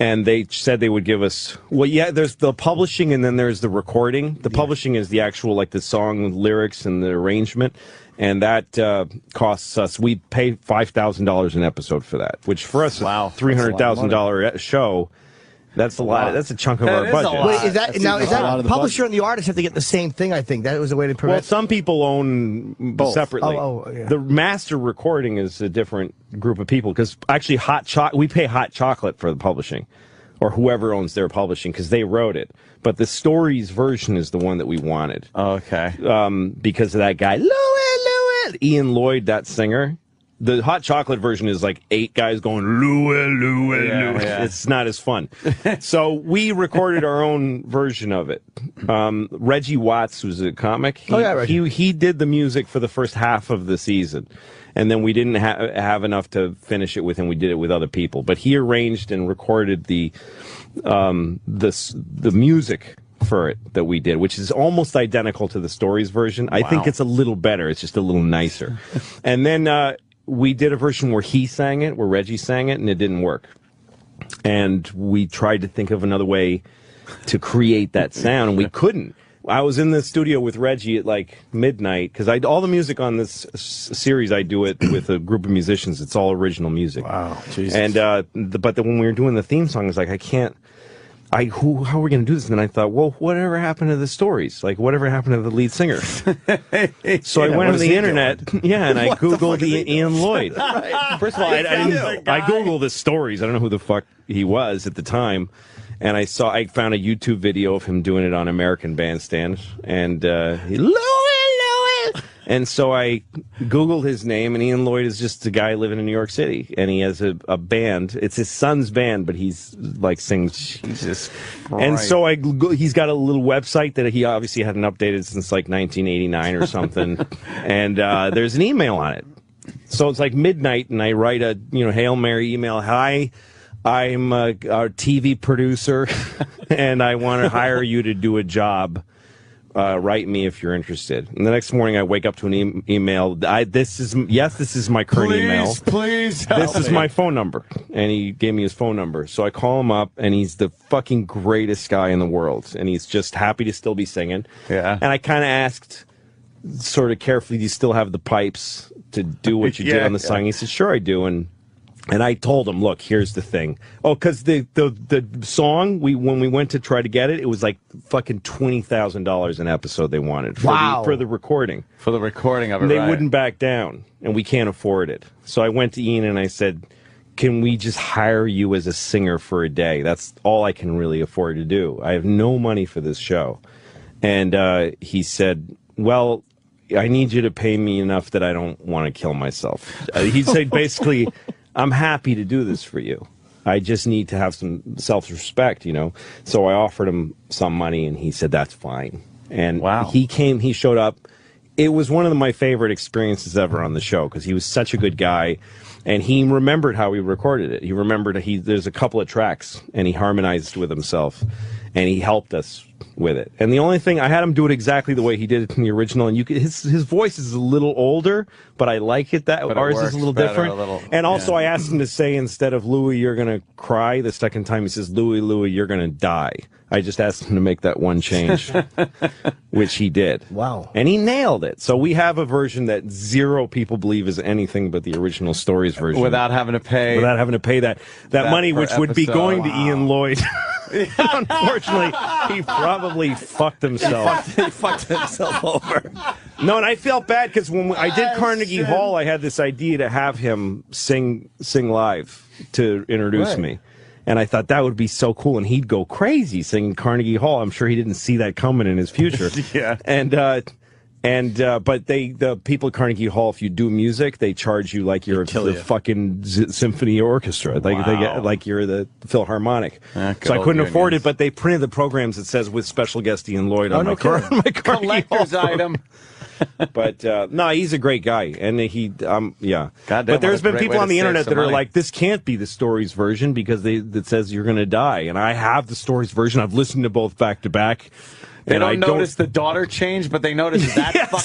and they said they would give us well, yeah. There's the publishing, and then there's the recording. The publishing is the actual like the song lyrics and the arrangement, and that uh, costs us. We pay five thousand dollars an episode for that, which for us, Wow, wow, that's a lot three of money. hundred thousand dollar e-, show. That's a lot. That's a chunk of That our is a budget. lot. Wait, is that That's now? even Is a lot that of the publisher and the artist have to get the same thing? I think that was a way to Well, prevent. some people own separately. Oh, oh, yeah. The master recording is a different group of people because actually, hot chocolate. We pay hot chocolate for the publishing, or whoever owns their publishing because they wrote it. But the stories version is the one that we wanted Okay. um, because of that guy, Louis, Louis, Ian Lloyd, that singer. The hot chocolate version is like eight guys going Louis, Louis, Yeah, Louis. yeah. It's not as fun. so we recorded our own version of it. Um, Reggie Watts was a comic. He, Oh, yeah, Reggie. he he did the music for the first half of the season, and then we didn't ha- have enough to finish it with, and we did it with other people. But he arranged and recorded the um, the s- the music for it that we did, which is almost identical to the stories version. I think it's a little better. It's just a little nicer. and then uh, we did a version where he sang it, where Reggie sang it, and it didn't work. And we tried to think of another way to create that sound, and we couldn't. I was in the studio with Reggie at like midnight because I all the music on this s- series I do it with a group of musicians. It's all original music. Wow, Jesus. And uh, the, but the, when we were doing the theme song, it's like I can't. I who how are we going to do this? And then I thought, well, whatever happened to the stories? Like whatever happened to the lead singer? so I went on the internet, yeah, and I googled the Ian Lloyd. First of all, I, I didn't. I googled the stories. I don't know who the fuck he was at the time, and I saw I found a YouTube video of him doing it on American Bandstand, and uh, he Louis Louis. And so I Googled his name, and Ian Lloyd is just a guy living in New York City, and he has a, a band. It's his son's band, but he's like sings. Jesus. And so I, Goo- he's got a little website that he obviously hadn't updated since like 1989 or something, and uh, there's an email on it. So it's like midnight, and I write a you know hail mary email. Hi, I'm a, a TV producer, and I want to hire you to do a job. Uh, write me if you're interested. And the next morning, I wake up to an e- email. I this is yes, this is my current email. please. This is my phone number, and he gave me his phone number. So I call him up, and he's the fucking greatest guy in the world, and he's just happy to still be singing. Yeah. And I kind of asked sort of carefully, do you still have the pipes to do what you did Yeah, on the yeah. song? He said, sure, I do. And and I told him, look, here's the thing. Oh, because the, the the song we when we went to try to get it, it was like fucking twenty thousand dollars an episode they wanted for Wow. the, for the recording. For the recording of it, And they right. wouldn't back down, and we can't afford it. So I went to Ian and I said, "Can we just hire you as a singer for a day? That's all I can really afford to do. I have no money for this show." And uh, he said, "Well." I need you to pay me enough that I don't want to kill myself. Uh, he said basically, I'm happy to do this for you. I just need to have some self respect, you know? So I offered him some money and he said, that's fine. And Wow. he came, he showed up it was one of my favorite experiences ever on the show because he was such a good guy and he remembered how he recorded it he remembered he there's a couple of tracks and he harmonized with himself and he helped us with it and the only thing i had him do it exactly the way he did it in the original and you could, his his voice is a little older but i like it that But it ours is works a little better, different a little- and also yeah. i asked him to say instead of louie you're gonna cry the second time he says louie louie you're gonna die i just asked him to make that one change which he did. Wow. And he nailed it. So we have a version that zero people believe is anything but the original stories version. without having to pay. without having to pay that that, That money, per which would be episode. going to Ian Lloyd. Unfortunately, he probably fucked himself. he fucked himself over. No, and I felt bad because when we- I did Carnegie Hall, I had this idea to have him sing sing live to introduce Right. me. And I thought that would be so cool, and he'd go crazy singing Carnegie Hall. I'm sure he didn't see that coming in his future. Yeah. And uh, And uh, but they the people at Carnegie Hall, if you do music, they charge you like you're the fucking z- symphony orchestra, like they Wow. get like you're the Philharmonic. Ah, good so I old couldn't afford unions. it, but they printed the programs that says with special guest Ian Lloyd on no my, car, kidding. my Carnegie Hall. Collector's item. But uh, no, he's a great guy, and he, um, yeah. Goddamn, but what there's a been great people way to on the save internet some that are money. like, this can't be the stories version because they that says you're gonna die, and I have the stories version. I've listened to both back to back. They and don't I notice the daughter change, but they notice that fucking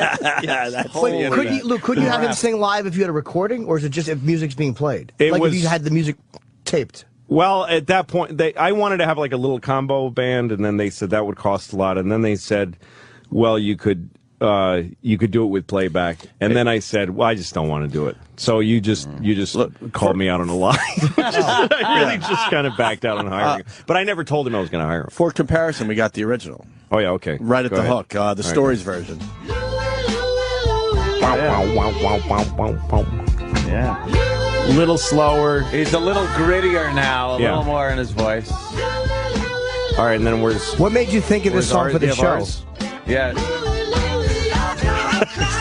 shit. Yeah, that's Holy Wait, could you, Luke, could you have him sing live if you had a recording, or is it just if music's being played? It like was- if you had the music taped. Well, at that point, they I wanted to have like a little combo band, and then they said that would cost a lot, and then they said, well, you could. Uh, you could do it with playback, and then I said, "Well, I just don't want to do it." So you just you just called me out on a lie. Just- I really just kind of backed out on hiring, him. but I never told him I was going to hire him. Uh, For comparison, we got the original Oh yeah, okay. right at Go the ahead. hook, uh, the All right. stories version. Yeah. Little slower. He's a little grittier now, a Yeah. little more in his voice. All right, and then where's What made you think of this where's song ours? for Do you the have show? ours? Yeah.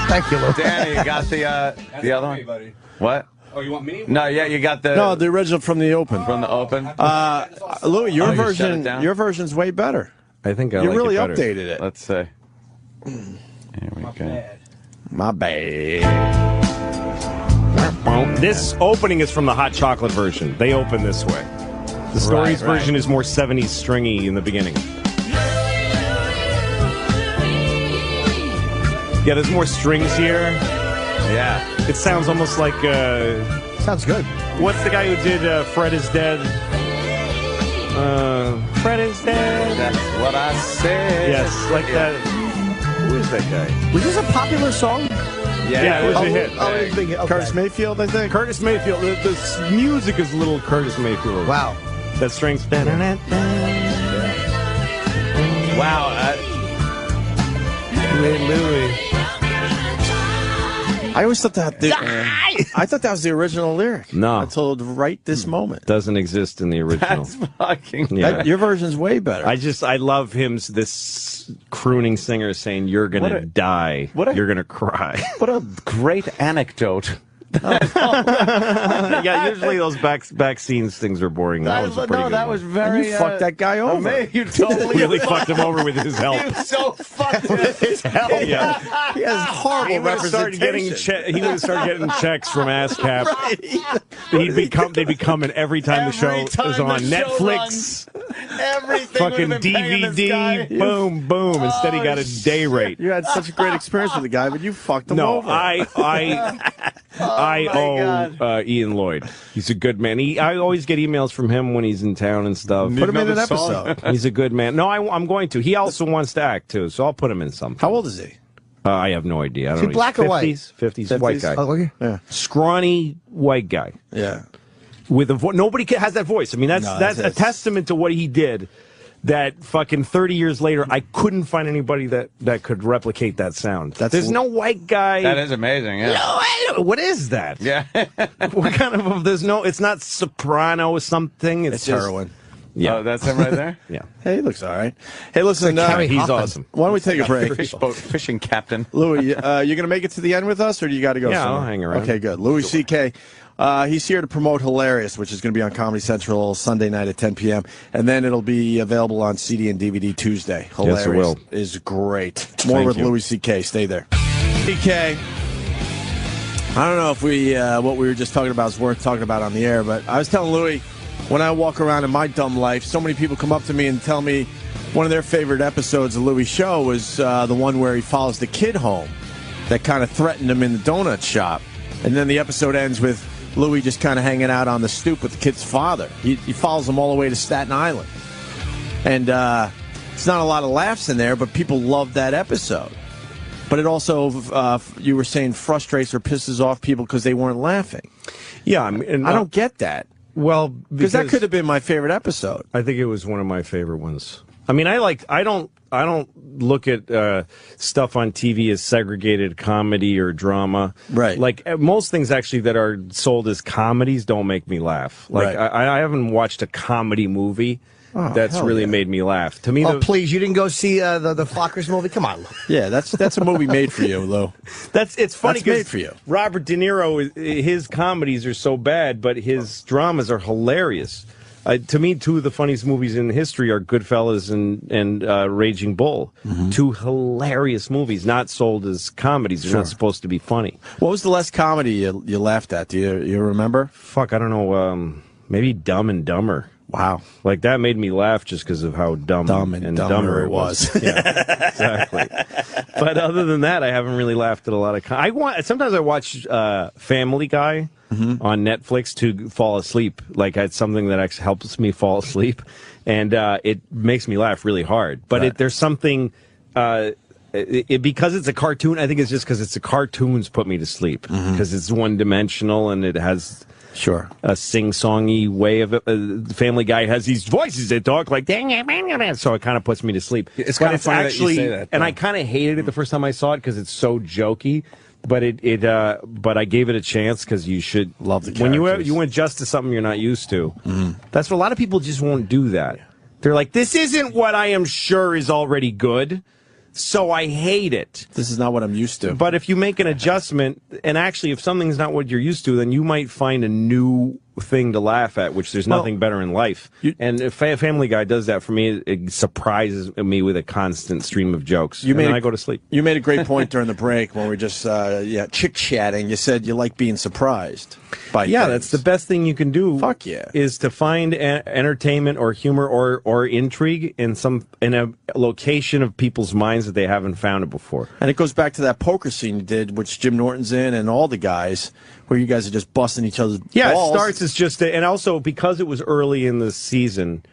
Thank you, Luke. Danny, you got the uh, the other one? What? Oh, you want me? No, yeah, you got the, No, the original from the open. from the open. Uh, Louis, your Oh, you shut it version, down? your version's way better. I think I you like really it better. updated it. Let's see. Here we go. My bad. This opening is from the hot chocolate version. They open this way. The stories Right, right. version is more 70s stringy in the beginning. Yeah, there's more strings here. Yeah. It sounds almost like uh, Sounds good. what's the guy who did uh, Fred is Dead? Uh, Fred is Dead. That's what I said. Yes, like that. Who is that guy? Was this a popular song? Yeah, Yeah, it was a hit. Oh, it was a big hit. Okay. Curtis Mayfield, I think. Curtis Mayfield. The, the s- music is little Curtis Mayfield. Wow. That strings. Wow. Uh, I always thought that. The, I thought that was the original lyric. No. until right this moment. Doesn't exist in the original. that's fucking. Yeah. That- your version's way better. I just I love him. This crooning singer saying, "You're gonna What a- die. what a- You're gonna cry." What a great anecdote. yeah, usually those back back scenes things are boring. That, was a pretty no, good that one. was very. you fucked that guy over. Man, you totally really fucked him over with his help. You so fucked. him. Hell yeah! he has horrible He would have started getting che- he would have started getting checks from ASCAP. He'd become they'd be coming every time the Every show time is on the show Netflix. Everything. Fucking would've been paying this guy. Oh, DVD, boom, boom. Instead, he got a day rate. You had such a great experience with the guy, but you fucked him No, over. I I I Oh God. owe uh, Ian Lloyd. He's a good man. He, I always get emails from him when he's in town and stuff. put him in an another song. episode. He's a good man. No, I, am going to. He also wants to act too, so I'll put him in something. How old is he? Uh, I have no idea. I don't he know. He's black or white? 50s, 50s, white guy, Oh, okay. Yeah, scrawny white guy yeah. with a voice. Nobody ca- has that voice. I mean, that's No, that's, that's a his. testament to what he did. That fucking thirty years later, I couldn't find anybody that that could replicate that sound. That's- There's no white guy. That is amazing. Yeah. No, I don't- what is that? Yeah. what kind of there's no it's not soprano something it's, just yeah Oh, that's him right there. yeah Hey, he looks all right. Hey, listen, uh, Carrie he's Hoffman. awesome why don't we take a break? Fish boat fishing captain. Louis, uh, you going to make it to the end with us, or do you got to go? Yeah, I'll somewhere? hang around. Okay, good. Louis C.K. Uh, he's here to promote Hilarious, which is going to be on Comedy Central Sunday night at 10 p.m. And then it'll be available on CD and DVD Tuesday. Hilarious will. is great. More with you. Louis C.K. Stay there. C.K. I don't know if we uh, what we were just talking about is worth talking about on the air, but I was telling Louis when I walk around in my dumb life, so many people come up to me and tell me one of their favorite episodes of Louis' show was uh, the one where he follows the kid home that kind of threatened him in the donut shop, and then the episode ends with Louis just kind of hanging out on the stoop with the kid's father. He, he follows him all the way to Staten Island, and uh, it's not a lot of laughs in there, but people love that episode but it also uh, you were saying frustrates or pisses off people because they weren't laughing. yeah I, mean, and, uh, I don't get that well because that could have been my favorite episode. I think it was one of my favorite ones. I mean, I like I don't I don't look at uh, stuff on TV as segregated comedy or drama. Right. Like uh, most things actually that are sold as comedies don't make me laugh. Like Right. Oh, I, I haven't watched a comedy movie that's hell really yeah. made me laugh. To me, Oh, the- please, you didn't go see uh, the, the Fockers movie? Come on. Yeah, that's that's a movie made for you, Lou. That's it's funny That's made 'cause for you. Robert De Niro, is- his comedies are so bad, but his dramas are hilarious. Uh, to me, two of the funniest movies in history are Goodfellas and and uh, Raging Bull. Mm-hmm. Two hilarious movies, not sold as comedies. They're not supposed to be funny. What was the last comedy you, you laughed at? Do you you remember? Fuck, I don't know. Um, maybe Dumb and Dumber. Wow, Like that made me laugh just because of how dumb, dumb and, dumber, it was. yeah, exactly. But other than that, I haven't really laughed at a lot of. Con- I want sometimes I watch uh, Family Guy Mm-hmm. on Netflix to fall asleep. Like it's something that actually helps me fall asleep, and uh, it makes me laugh really hard. But it, there's something. Uh, it, it, because it's a cartoon, I think it's just because it's a cartoons put me to sleep because Mm-hmm. it's one dimensional and it has sure. a sing-songy way of it. Uh, Family Guy has these voices that talk like dang it, man, you know," so it kind of puts me to sleep. It's But kinda funny that you actually, say that, and though. I kind of hated it the first time I saw it because it's so jokey. But it, it uh, but I gave it a chance because you should Love the when you characters. you adjust to something you're not used to. That's what a lot of people just won't do that. They're like, this isn't what I am sure is already good, so I hate it. This is not what I'm used to. But if you make an adjustment, and actually, if something's not what you're used to, then you might find a new thing to laugh at, which there's nothing better in life. and if Fa- Family Guy does that for me, it surprises me with a constant stream of jokes. and made then a- I go to sleep. You made a great point during the break when we were just uh, yeah chick chatting. You said you like being surprised by Yeah, things. that's the best thing you can do. Fuck yeah. Is to find a- entertainment or humor or or intrigue in some in a location of people's minds that they haven't found it before. And it goes back to that poker scene you did, which Jim Norton's in, and all the guys, where you guys are just busting each other's Yeah, balls. it starts as just, a, and also because it was early in the season,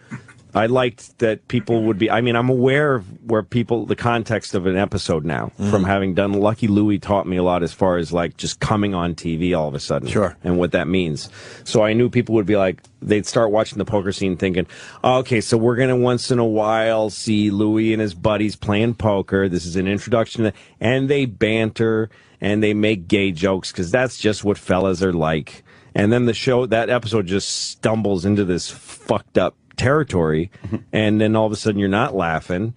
I liked that people would be. I mean, I'm aware of where people, the context of an episode now Mm-hmm. from having done Lucky Louie taught me a lot as far as like just coming on TV all of a sudden, Sure. and what that means. So I knew people would be like, they'd start watching the poker scene thinking, okay, so we're gonna once in a while see Louie and his buddies playing poker. This is an introduction, to, and they banter and they make gay jokes because that's just what fellas are like. And then the show, that episode just stumbles into this fucked up territory. Mm-hmm. and then all of a sudden you're not laughing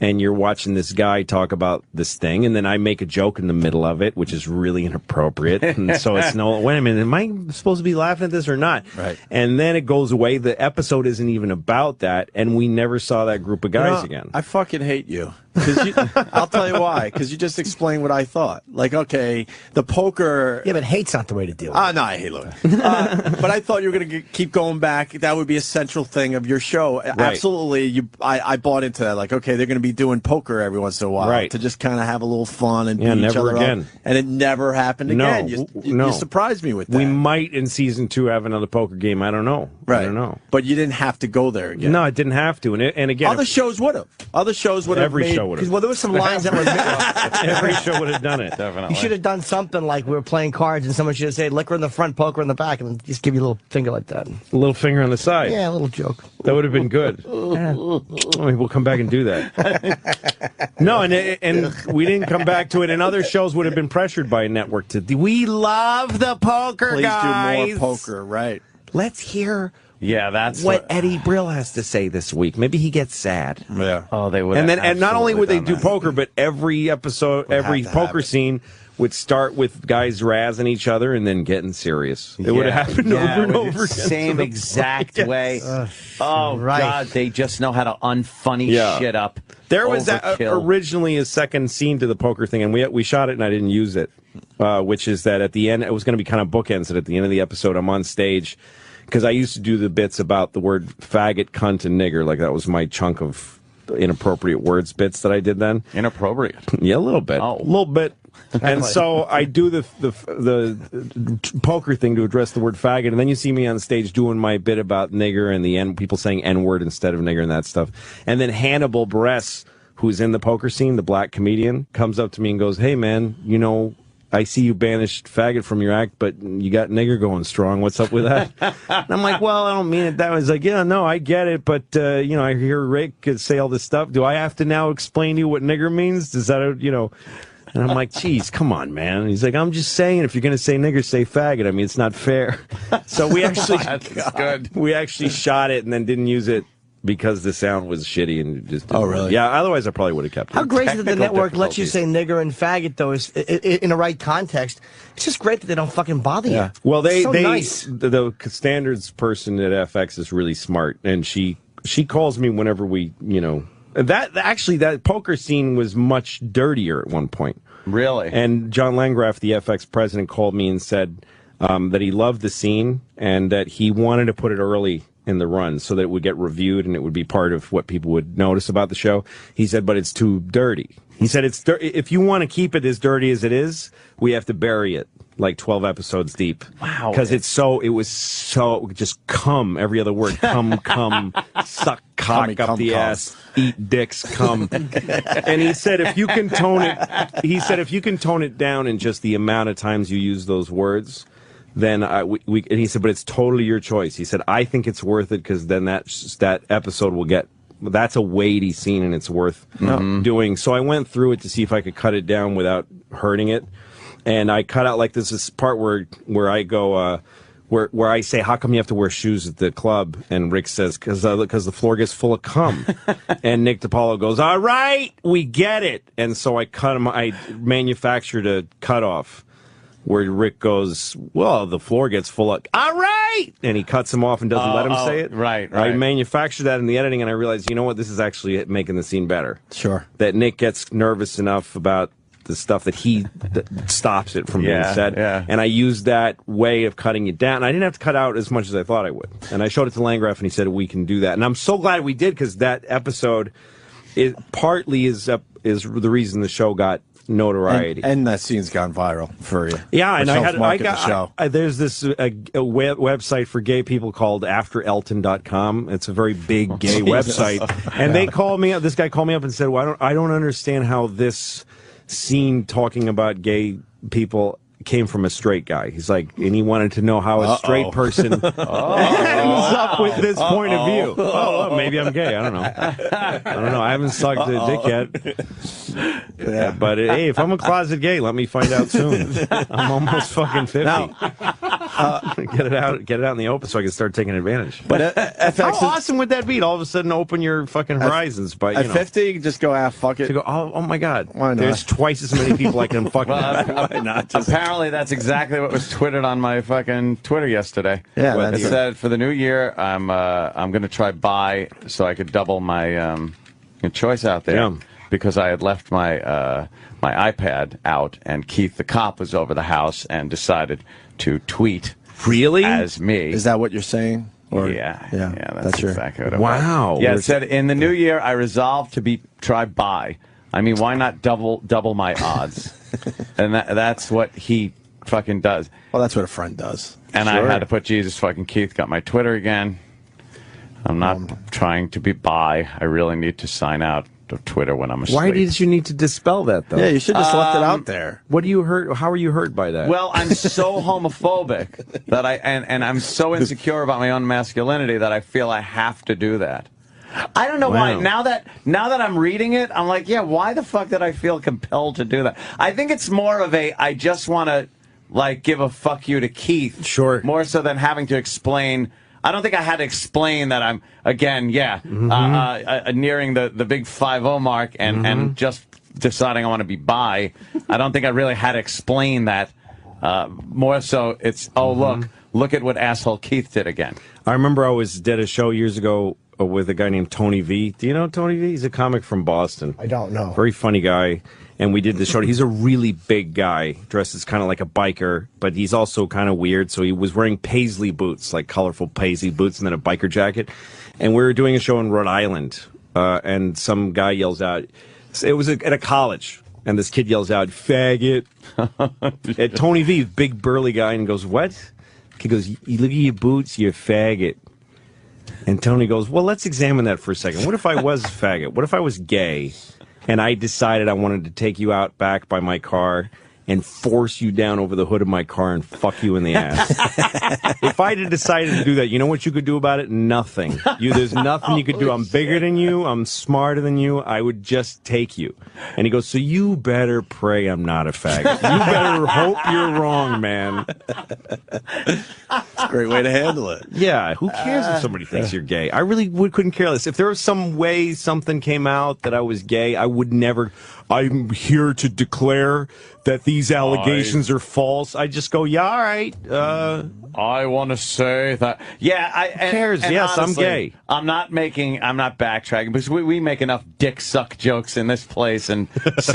and you're watching this guy talk about this thing. And then I make a joke in the middle of it, which is really inappropriate. And so it's no, wait a minute, am I supposed to be laughing at this or not? Right. And then it goes away. The episode isn't even about that. And we never saw that group of You know, guys again. I fucking hate you. 'Cause you- I'll tell you why. Because you just explained what I thought. Like, okay, the poker. Yeah, but hate's not the way to do it. Ah, no, I hate Louis. Uh, but I thought you were going to keep going back. That would be a central thing of your show. Absolutely, you. I, I bought into that. Like, okay, they're going to be doing poker every once in a while, Right. To just kind of have a little fun and Yeah, beat each never other up. again. And it never happened No, again. You, w- you, no. you surprised me with that. we might in season two have another poker game. I don't know. right. I don't know. But you didn't have to go there again. No, it didn't have to. And, it, and again, Other if- shows would have. Other shows would have. every made, show would 'Cause, have. well, there were some lines that were. Every show would have done it. You should have done something like we were playing cards and someone should have said liquor in the front, poker in the back, and just give you a little finger like that. A little finger on the side. Yeah, a little joke. That would have been good. I mean, we'll come back and do that. No, and and we didn't come back to it. And other shows would have been pressured by a network to. We love the poker Please guys. do more poker, right? Let's hear Yeah, that's what Eddie Brill has to say this week. Maybe he gets sad. Yeah. Oh, they would. and then have and not only would they absolutely do done that. poker, but every episode, every have to have poker it. scene would start with guys razzing each other and then getting serious. It would have happened Yeah, over and with over the again. Same exact way. oh right. God, they just know how to unfunny Yeah. shit up. There was that, uh, Overkill. originally a second scene to the poker thing, and we we shot it, and I didn't use it, uh, which is that at the end it was going to be kind of bookends. That at the end of the episode, I'm on stage because I used to do the bits about the word faggot, cunt, and nigger. Like that was my chunk of inappropriate words bits that I did then. inappropriate. Yeah, a little bit. Oh. A little bit. And so I do the, the the the poker thing to address the word faggot, and then you see me on stage doing my bit about nigger and the n people saying n word instead of nigger and that stuff. And then Hannibal Bress, who's in the poker scene, the black comedian, comes up to me and goes, "Hey man, you know." I see you banished faggot from your act, but you got nigger going strong. What's up with that? and I'm like, well, I don't mean it. That was like, yeah, no, I get it, but uh, you know, I hear Rick could say all this stuff. Do I have to now explain to you what nigger means? Does that, you know? And I'm like, geez, come on, man. And he's like, I'm just saying, if you're gonna say nigger, say faggot. I Oh mean, it's not fair. So we actually, That's good. we actually shot it and then didn't use it because the sound was shitty and just. Oh, really? Yeah. Otherwise, I probably would have kept it. How great is it that the Technical network lets you difficulties. say nigger and faggot though is i- i- in the right context? It's just great that they don't fucking bother you. Well, they so they nice. the, the standards person at FX is really smart, and she she calls me whenever we you know that actually that poker scene was much dirtier at one point. Really? And John Langraf, the FX president, called me and said um, that he loved the scene and that he wanted to put it early in the run so that it would get reviewed and it would be part of what people would notice about the show. He said, but it's too dirty. He said, it's dir- if you want to keep it as dirty as it is, we have to bury it like 12 episodes deep. Wow. Because it's so, it was so, just cum, every other word, cum, cum, suck cock Cummy, up cum, the cum. ass, eat dicks, cum. and he said, if you can tone it, he said, if you can tone it down in just the amount of times you use those words, then I, we, we, and he said, but it's totally your choice. He said, I think it's worth it because then that, that episode will get, that's a weighty scene and it's worth Mm-hmm. doing. So I went through it to see if I could cut it down without hurting it and I cut out like this this part where where I go uh, where where I say how come you have to wear shoes at the club and Rick says because because the floor gets full of cum and Nick DiPaolo goes all right we get it and so I cut him I manufactured a cutoff where Rick goes well the floor gets full of all right and he cuts him off and doesn't let him oh, say it right, I right. manufactured that in the editing and I realized you know what this is actually making the scene better Sure. that Nick gets nervous enough about the stuff that he that stops it from Yeah, being said. yeah. And I used that way of cutting it down. I didn't have to cut out as much as I thought I would. And I showed it to Landgraf, and he said we can do that. And I'm so glad we did because that episode is partly is up is the reason the show got notoriety. And, and that scene's gone viral for you. Yeah, Which and I helps had I market got the show. I- there's this uh, a web, website for gay people called afterelton.com. It's a very big gay website. And they called me up this guy called me up and said, "Well, I don't I don't understand how this scene talking about gay people came from a straight guy." He's like, and he wanted to know how a straight person ends up with this point of view. Oh, well, maybe I'm gay. I don't know. I don't know. I haven't sucked a dick yet. Yeah, but uh, hey, if I'm a closet gay, let me find out soon. I'm almost fucking fifty. get it out, get it out in the open, so I can start taking advantage. But But uh, how FX is, awesome would that be? To all of a sudden, open your fucking horizons by at you know. 50, you can just go, ah, fuck it. to go, oh, oh my god! Why not? There's twice as many people I can fucking. Why not just- Apparently, that's exactly what was tweeted on my fucking Twitter yesterday. Yeah, it that's right. said for the new year, I'm uh, I'm gonna try buy so I could double my um, choice out there Yeah. because I had left my uh, my iPad out and Keith the cop was over the house and decided to tweet really? as me. Is that what you're saying? Or, yeah, Yeah, yeah, that's, your- exactly what it Wow. Oh, was. Yeah, We're- it said in the new year I resolved to be try buy. I mean, why not double double my odds? and that, that's what he fucking does. Well, that's what a friend does. And I had to put Jesus fucking Keith got my Twitter again. I'm not Um, trying to be buy. I really need to sign out of Twitter when I'm asleep. Why did you need to dispel that though? Um, Yeah, you should just left it out there. What do you hurt? How are you hurt by that? Well, I'm so homophobic that I and, and I'm so insecure about my own masculinity that I feel I have to do that. I don't know Wow. why. Now that now that I'm reading it, I'm like, yeah, why the fuck did I feel compelled to do that? I think it's more of a I just want to like give a fuck you to Keith. Sure. More so than having to explain I don't think I had to explain that I'm again, yeah, Mm-hmm. uh, uh, uh, nearing the the big five zero mark, and Mm-hmm. and just deciding I want to be bi. I don't think I really had to explain that. Uh, more so, it's oh Mm-hmm. look, look at what asshole Keith did again. I remember I was did a show years ago uh, with a guy named Tony V. Do you know Tony V? He's a comic from Boston. I don't know. Very funny guy. And we did the show. He's a really big guy, dressed as kind of like a biker, but he's also kind of weird. So he was wearing paisley boots, like colorful paisley boots, and then a biker jacket. And we were doing a show in Rhode Island, uh, and some guy yells out. It was at a college, and this kid yells out, "Faggot!" at Tony V, big burly guy, and goes, "What?" He goes, "You- "Look at your boots, you faggot." And Tony goes, "Well, let's examine that for a second. What if I was a faggot? What if I was gay, and I decided I wanted to take you out back by my car and force you down over the hood of my car and fuck you in the ass?" if I had decided to do that, you know what you could do about it? Nothing. You, there's nothing you could do. I'm bigger than you. I'm smarter than you. I would just take you. And he goes, so you better pray I'm not a faggot. You better hope you're wrong, man. a great way to handle it. Uh, Yeah, who cares if somebody thinks you're gay? I really would, couldn't care less. If there was some way something came out that I was gay, I would never. I'm here to declare that these allegations are false. I just go, yeah, all right. Uh, I want to say that. Yeah, I and, cares? and Yes, I'm honestly, gay. I'm not making. I'm not backtracking because we, we make enough dick suck jokes in this place and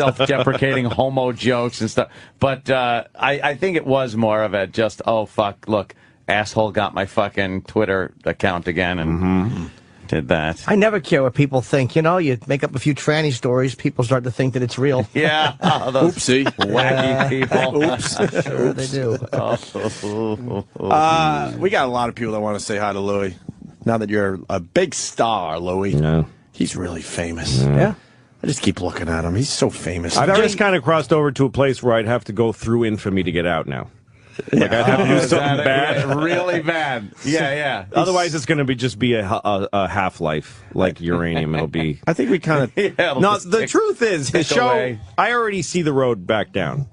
self-deprecating homo jokes and stuff. But uh, I, I think it was more of a just oh fuck look asshole got my fucking Twitter account again and Mm-hmm. did that. I never care what people think. You know, you make up a few tranny stories, people start to think that it's real. yeah, oh, those Oopsie. wacky people. Sure they do. Uh, we got a lot of people that want to say hi to Louis. Now that you're a big star, Louis, no. he's really famous. yeah. I just keep looking at him. He's so famous. I've just kind of crossed over to a place where I'd have to go through infamy to get out now. Like I'd have to do something That- bad. really bad. Yeah, yeah. Otherwise, it's going to be just be a, a, a half life like uranium. It'll be. I think we kind of. Yeah, it'll No, just the tick- truth is, the tick show. away. I already see the road back down.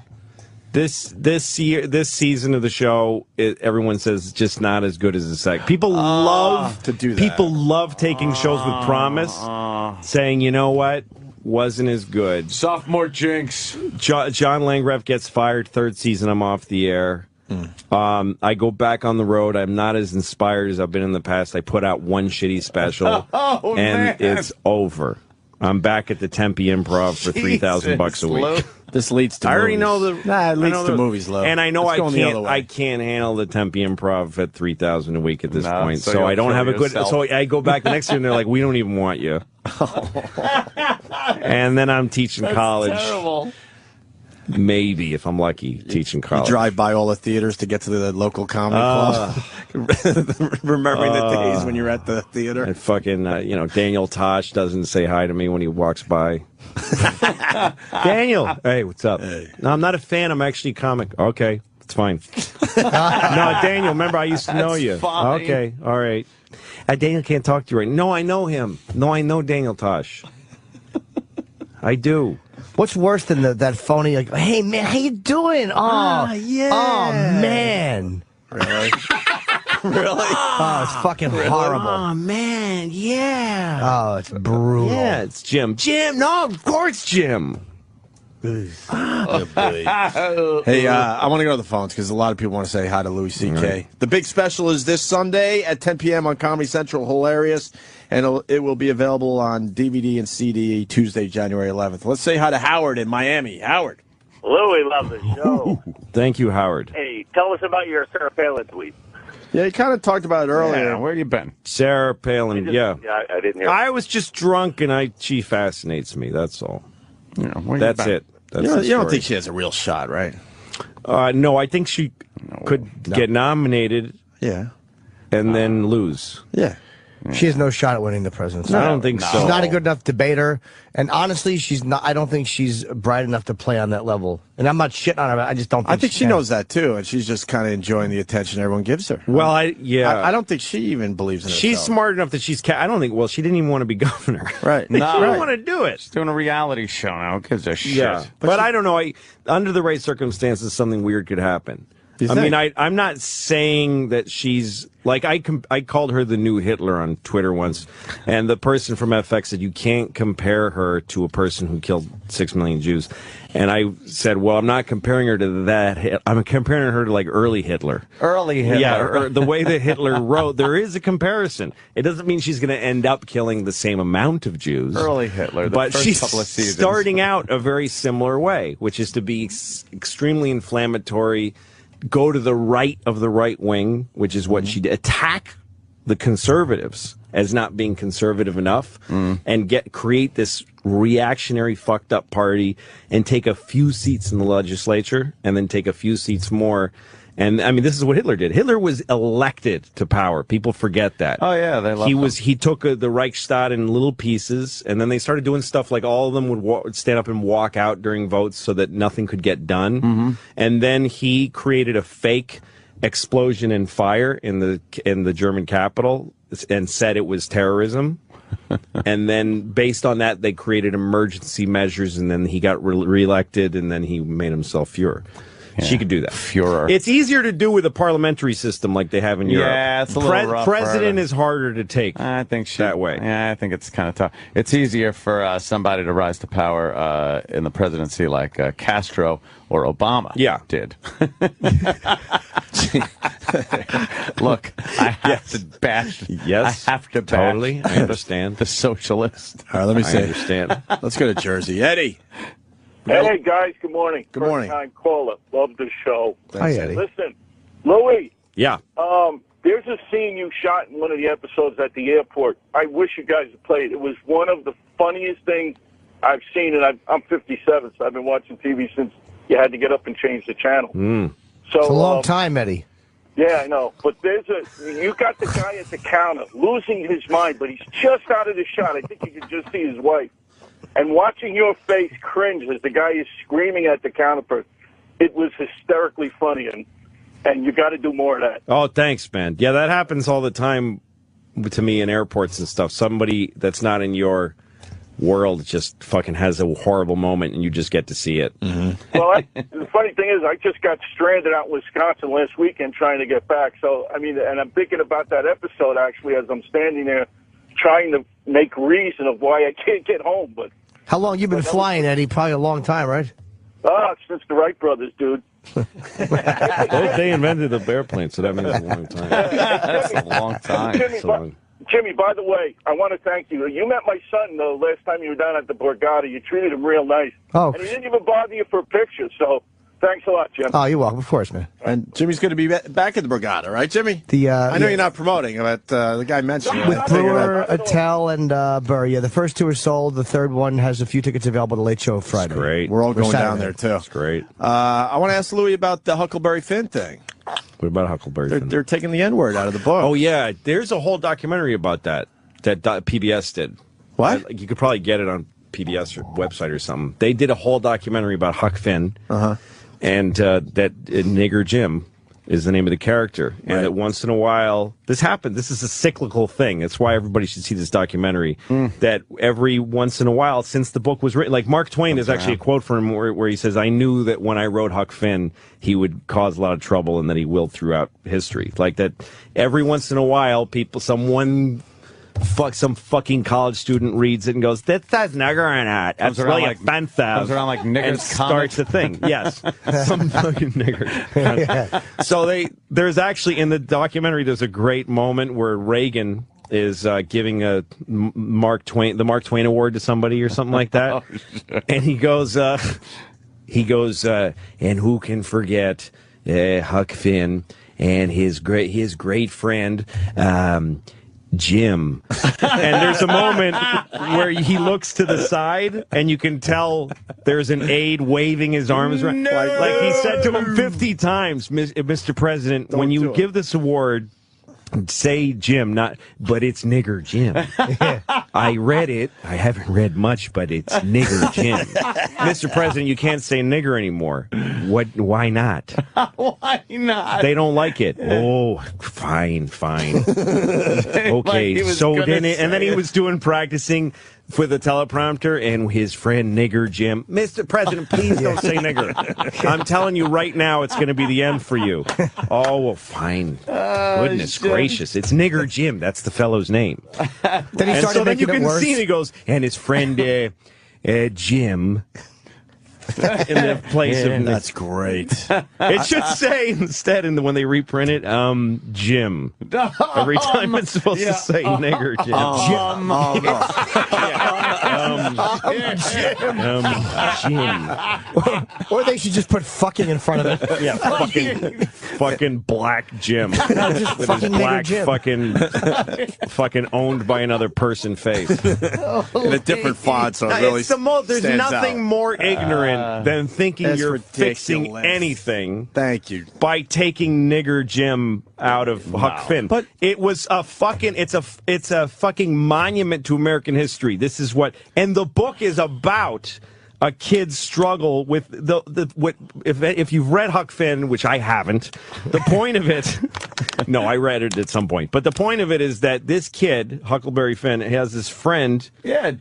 This this year, this season of the show, it, everyone says it's just not as good as the second. People love Ah. to do that. Ah. People love taking shows with Uh, promise, saying, you know what, wasn't as good. Sophomore jinx. Jo- John Langreff gets fired third season. I'm off the air. Hmm. Um, I go back on the road. I'm not as inspired as I've been in the past. I put out one shitty special, Oh, man. and it's over. I'm back at the Tempe Improv for three thousand bucks a week. This leads to. I already know the. Nah, I it leads know to the- movies, Lou. And I know It's I going the other can't. way. I can't handle the Tempe Improv at three thousand a week at this No, point. so So, you'll I don't kill have a yourself. good. So I go back the next year, and they're like, "We don't even want you." and then I'm teaching college. Terrible. Maybe if I'm lucky, teaching college. Ah. drive by all the theaters to get to the local comedy club. Ah. Remembering the days when you were at the theater. Uh, And fucking, uh, you know, Daniel Tosh doesn't say hi to me when he walks by. Daniel, hey, what's up? No, I'm not a fan. I'm actually a comic. Okay, it's fine. no, Daniel, remember I used to know you. fine. Okay, all right. Uh, Daniel can't talk to you right. No, I know him. No, I know Daniel Tosh. I do. What's worse than the, that phony, like, hey, man, how you doing? Oh, yeah. Oh, man. Really? really? Oh, it's fucking horrible. Oh man, yeah. Oh, it's brutal. Yeah, it's Jim. Jim, no, of course, Jim. Ah. Hey, uh, I want to go to the phones because a lot of people want to say hi to Louis C.K. The big special is this Sunday at 10 p.m. on Comedy Central. Hilarious. And it'll, it will be available on DVD and CD Tuesday, January 11th. Let's say hi to Howard in Miami. Howard. Louie loves the show. Thank you, Howard. hey, tell us about your Sarah Palin tweet. Yeah, you kind of talked about it earlier. Yeah, where you been? Sarah Palin. Yeah. yeah I, I didn't hear. I was just drunk, and I she fascinates me. That's all. You know, where you That's been? it. That's You, don't, the you don't story. think she has a real shot, right? Uh, no, I think she could get nominated Yeah. and then lose. Yeah. She has no shot at winning the presidency. I don't think so. She's not a good enough debater, and honestly, she's not. I don't think she's bright enough to play on that level. And I'm not shitting on her. I just don't. think I think she can. knows that too, and she's just kind of enjoying the attention everyone gives her. Well, I yeah. I, I don't think she even believes in herself. She's smart enough that she's. Ca- I don't think. Well, she didn't even want to be governor. Right. she No. didn't want to do it. Doing a reality show now. Who gives a shit? Yeah, but, I don't know. I under the right circumstances, something weird could happen. I think? mean, I I'm not saying that she's like I com- I called her the new Hitler on Twitter once, and the person from FX said you can't compare her to a person who killed six million Jews, and I said, well, I'm not comparing her to that. Hit- I'm comparing her to like early Hitler. Early Hitler. Yeah, or the way that Hitler wrote, there is a comparison. It doesn't mean she's going to end up killing the same amount of Jews. Early Hitler, the but first she's couple of seasons. starting out a very similar way, which is to be ex- extremely inflammatory, go to the right of the right wing, which is what she did, attack the conservatives as not being conservative enough, Mm. Mm-hmm. and get create this reactionary fucked up party, and take a few seats in the legislature, and then take a few seats more. And I mean, this is what Hitler did. Hitler was elected to power. People forget that. Oh, yeah, they love he was he took uh, the Reichstag in little pieces, and then they started doing stuff like all of them would, wa- would stand up and walk out during votes so that nothing could get done. Mm-hmm. And then he created a fake explosion and fire in the in the German capital and said it was terrorism. and then based on that, they created emergency measures, and then he got re- reelected, and then he made himself Fuhrer. She could do that. Fuhrer. It's easier to do with a parliamentary system like they have in Europe. Yeah, it's a little rougher. President is harder to take. I think she, that way. Yeah, I think it's kind of tough. It's easier for uh, somebody to rise to power uh, in the presidency like uh, Castro or Obama. Yeah. did. Look, I have to bash. Yes, I have to bash totally. I understand. the socialist. All right, let me I see. understand. Let's go to Jersey. Eddie. Hey guys, good morning. Good morning. First time caller. Love the show. Hi, Eddie. Listen, Louis, yeah. um, there's a scene you shot in one of the episodes at the airport. I wish you guys had played. It was one of the funniest things I've seen, and I've, I'm 57, so I've been watching TV since you had to get up and change the channel. So It's a long um, time, Eddie. Yeah, I know. But there's a you got the guy at the counter losing his mind, but he's just out of the shot. I think you can just see his wife. And watching your face cringe as the guy is screaming at the counter person, it was hysterically funny and and you gotta do more of that. Oh, thanks, man. Yeah, that happens all the time to me in airports and stuff. Somebody that's not in your world just fucking has a horrible moment, and you just get to see it. Mm-hmm. Well I, the funny thing is I just got stranded out in Wisconsin last weekend trying to get back. So I mean and I'm thinking about that episode actually as I'm standing there trying to make reason of why I can't get home, but How long you been flying, Eddie? Probably a long time, right? ah, since the Wright brothers, dude. they invented the airplane, so that means a long time. That's a long time. Jimmy, so by, long. Jimmy, by the way, I want to thank you. You met my son the last time you were down at the Borgata. You treated him real nice. Oh. And he didn't even bother you for a picture, so thanks a lot, Jim. Oh, you're welcome. Of course, man. And Jimmy's going to be ba- back at the Brigada, right, Jimmy? The, uh, I know yeah. you're not promoting, but uh, the guy mentioned it. With I figured Brewer, I'd- Attell, and uh, Burr. Yeah, the first two are sold. The third one has a few tickets available to Late Show Friday. Great. We're all going Saturday. down there too. That's great. Uh, I want to ask Louis about the Huckleberry Finn thing. What about Huckleberry? They're, Finn? they're taking the N word out of the book. Oh yeah, there's a whole documentary about that that do- PBS did. What? I- you could probably get it on PBS or website or something. They did a whole documentary about Huck Finn, uh-huh. and uh, that uh, Nigger Jim is the name of the character. And that once in a while, this happened. This is a cyclical thing. That's why everybody should see this documentary. That every once in a while, since the book was written, like Mark Twain, there's actually a quote from him where, where he says, "I knew that when I wrote Huck Finn, he would cause a lot of trouble, and that he will throughout history." Like that, every once in a while, people, someone fuck some fucking college student reads it and goes, "That says nigger on it. That's Comes around really like- offensive." comes around like nigger's and starts a thing. Yes, some fucking nigger. so they there's actually in the documentary there's a great moment where Reagan is uh, giving a M- Mark Twain the Mark Twain Award to somebody or something like Oh, that, and he goes. Uh, he goes, uh, and who can forget uh, Huck Finn and his great his great friend um, Jim? and there's a moment where he looks to the side, and you can tell there's an aide waving his arms around, like, like he said to him 50 times, "Mis- uh, Mr. President, when you give this award. Say Jim, not, but it's nigger Jim. I read it. I haven't read much, but it's nigger Jim. Mr. President, you can't say nigger anymore. What? Why not? Why not? They don't like it. Oh, fine, fine. Like he Okay, was so gonna then, it, and then he say it. was doing practicing for the teleprompter and his friend nigger Jim. Mr. President, please don't say nigger. I'm telling you right now, it's going to be the end for you. Oh, well, fine. Uh, Goodness Jim. gracious, it's nigger Jim. That's the fellow's name Then he and started so then you making can it worse. see, and he goes, and his friend uh, uh, Jim. in the place of That's great. it should say instead, and when they reprint it, um, Jim. Every time it's supposed to say nigger Jim. Um, Jim. uh, Um, Or they should just put fucking in front of it. Jim. Yeah, fucking, fucking black Jim. just With his fucking nigger black, Jim. fucking, fucking owned by another person face. in a different font, so it No, really it's the mo- there's stands out. Uh, nothing more ignorant than thinking that's you're fixing ridiculous. anything Thank you. by taking nigger Jim out of Huck Finn. But it was a fucking it's a f- it's a fucking monument to American history. This is what and the book is about a kid's struggle with the the what if if you've read Huck Finn, which I haven't. The point of it, no, I read it at some point. But the point of it is that this kid, Huckleberry Finn, has this friend Yeah.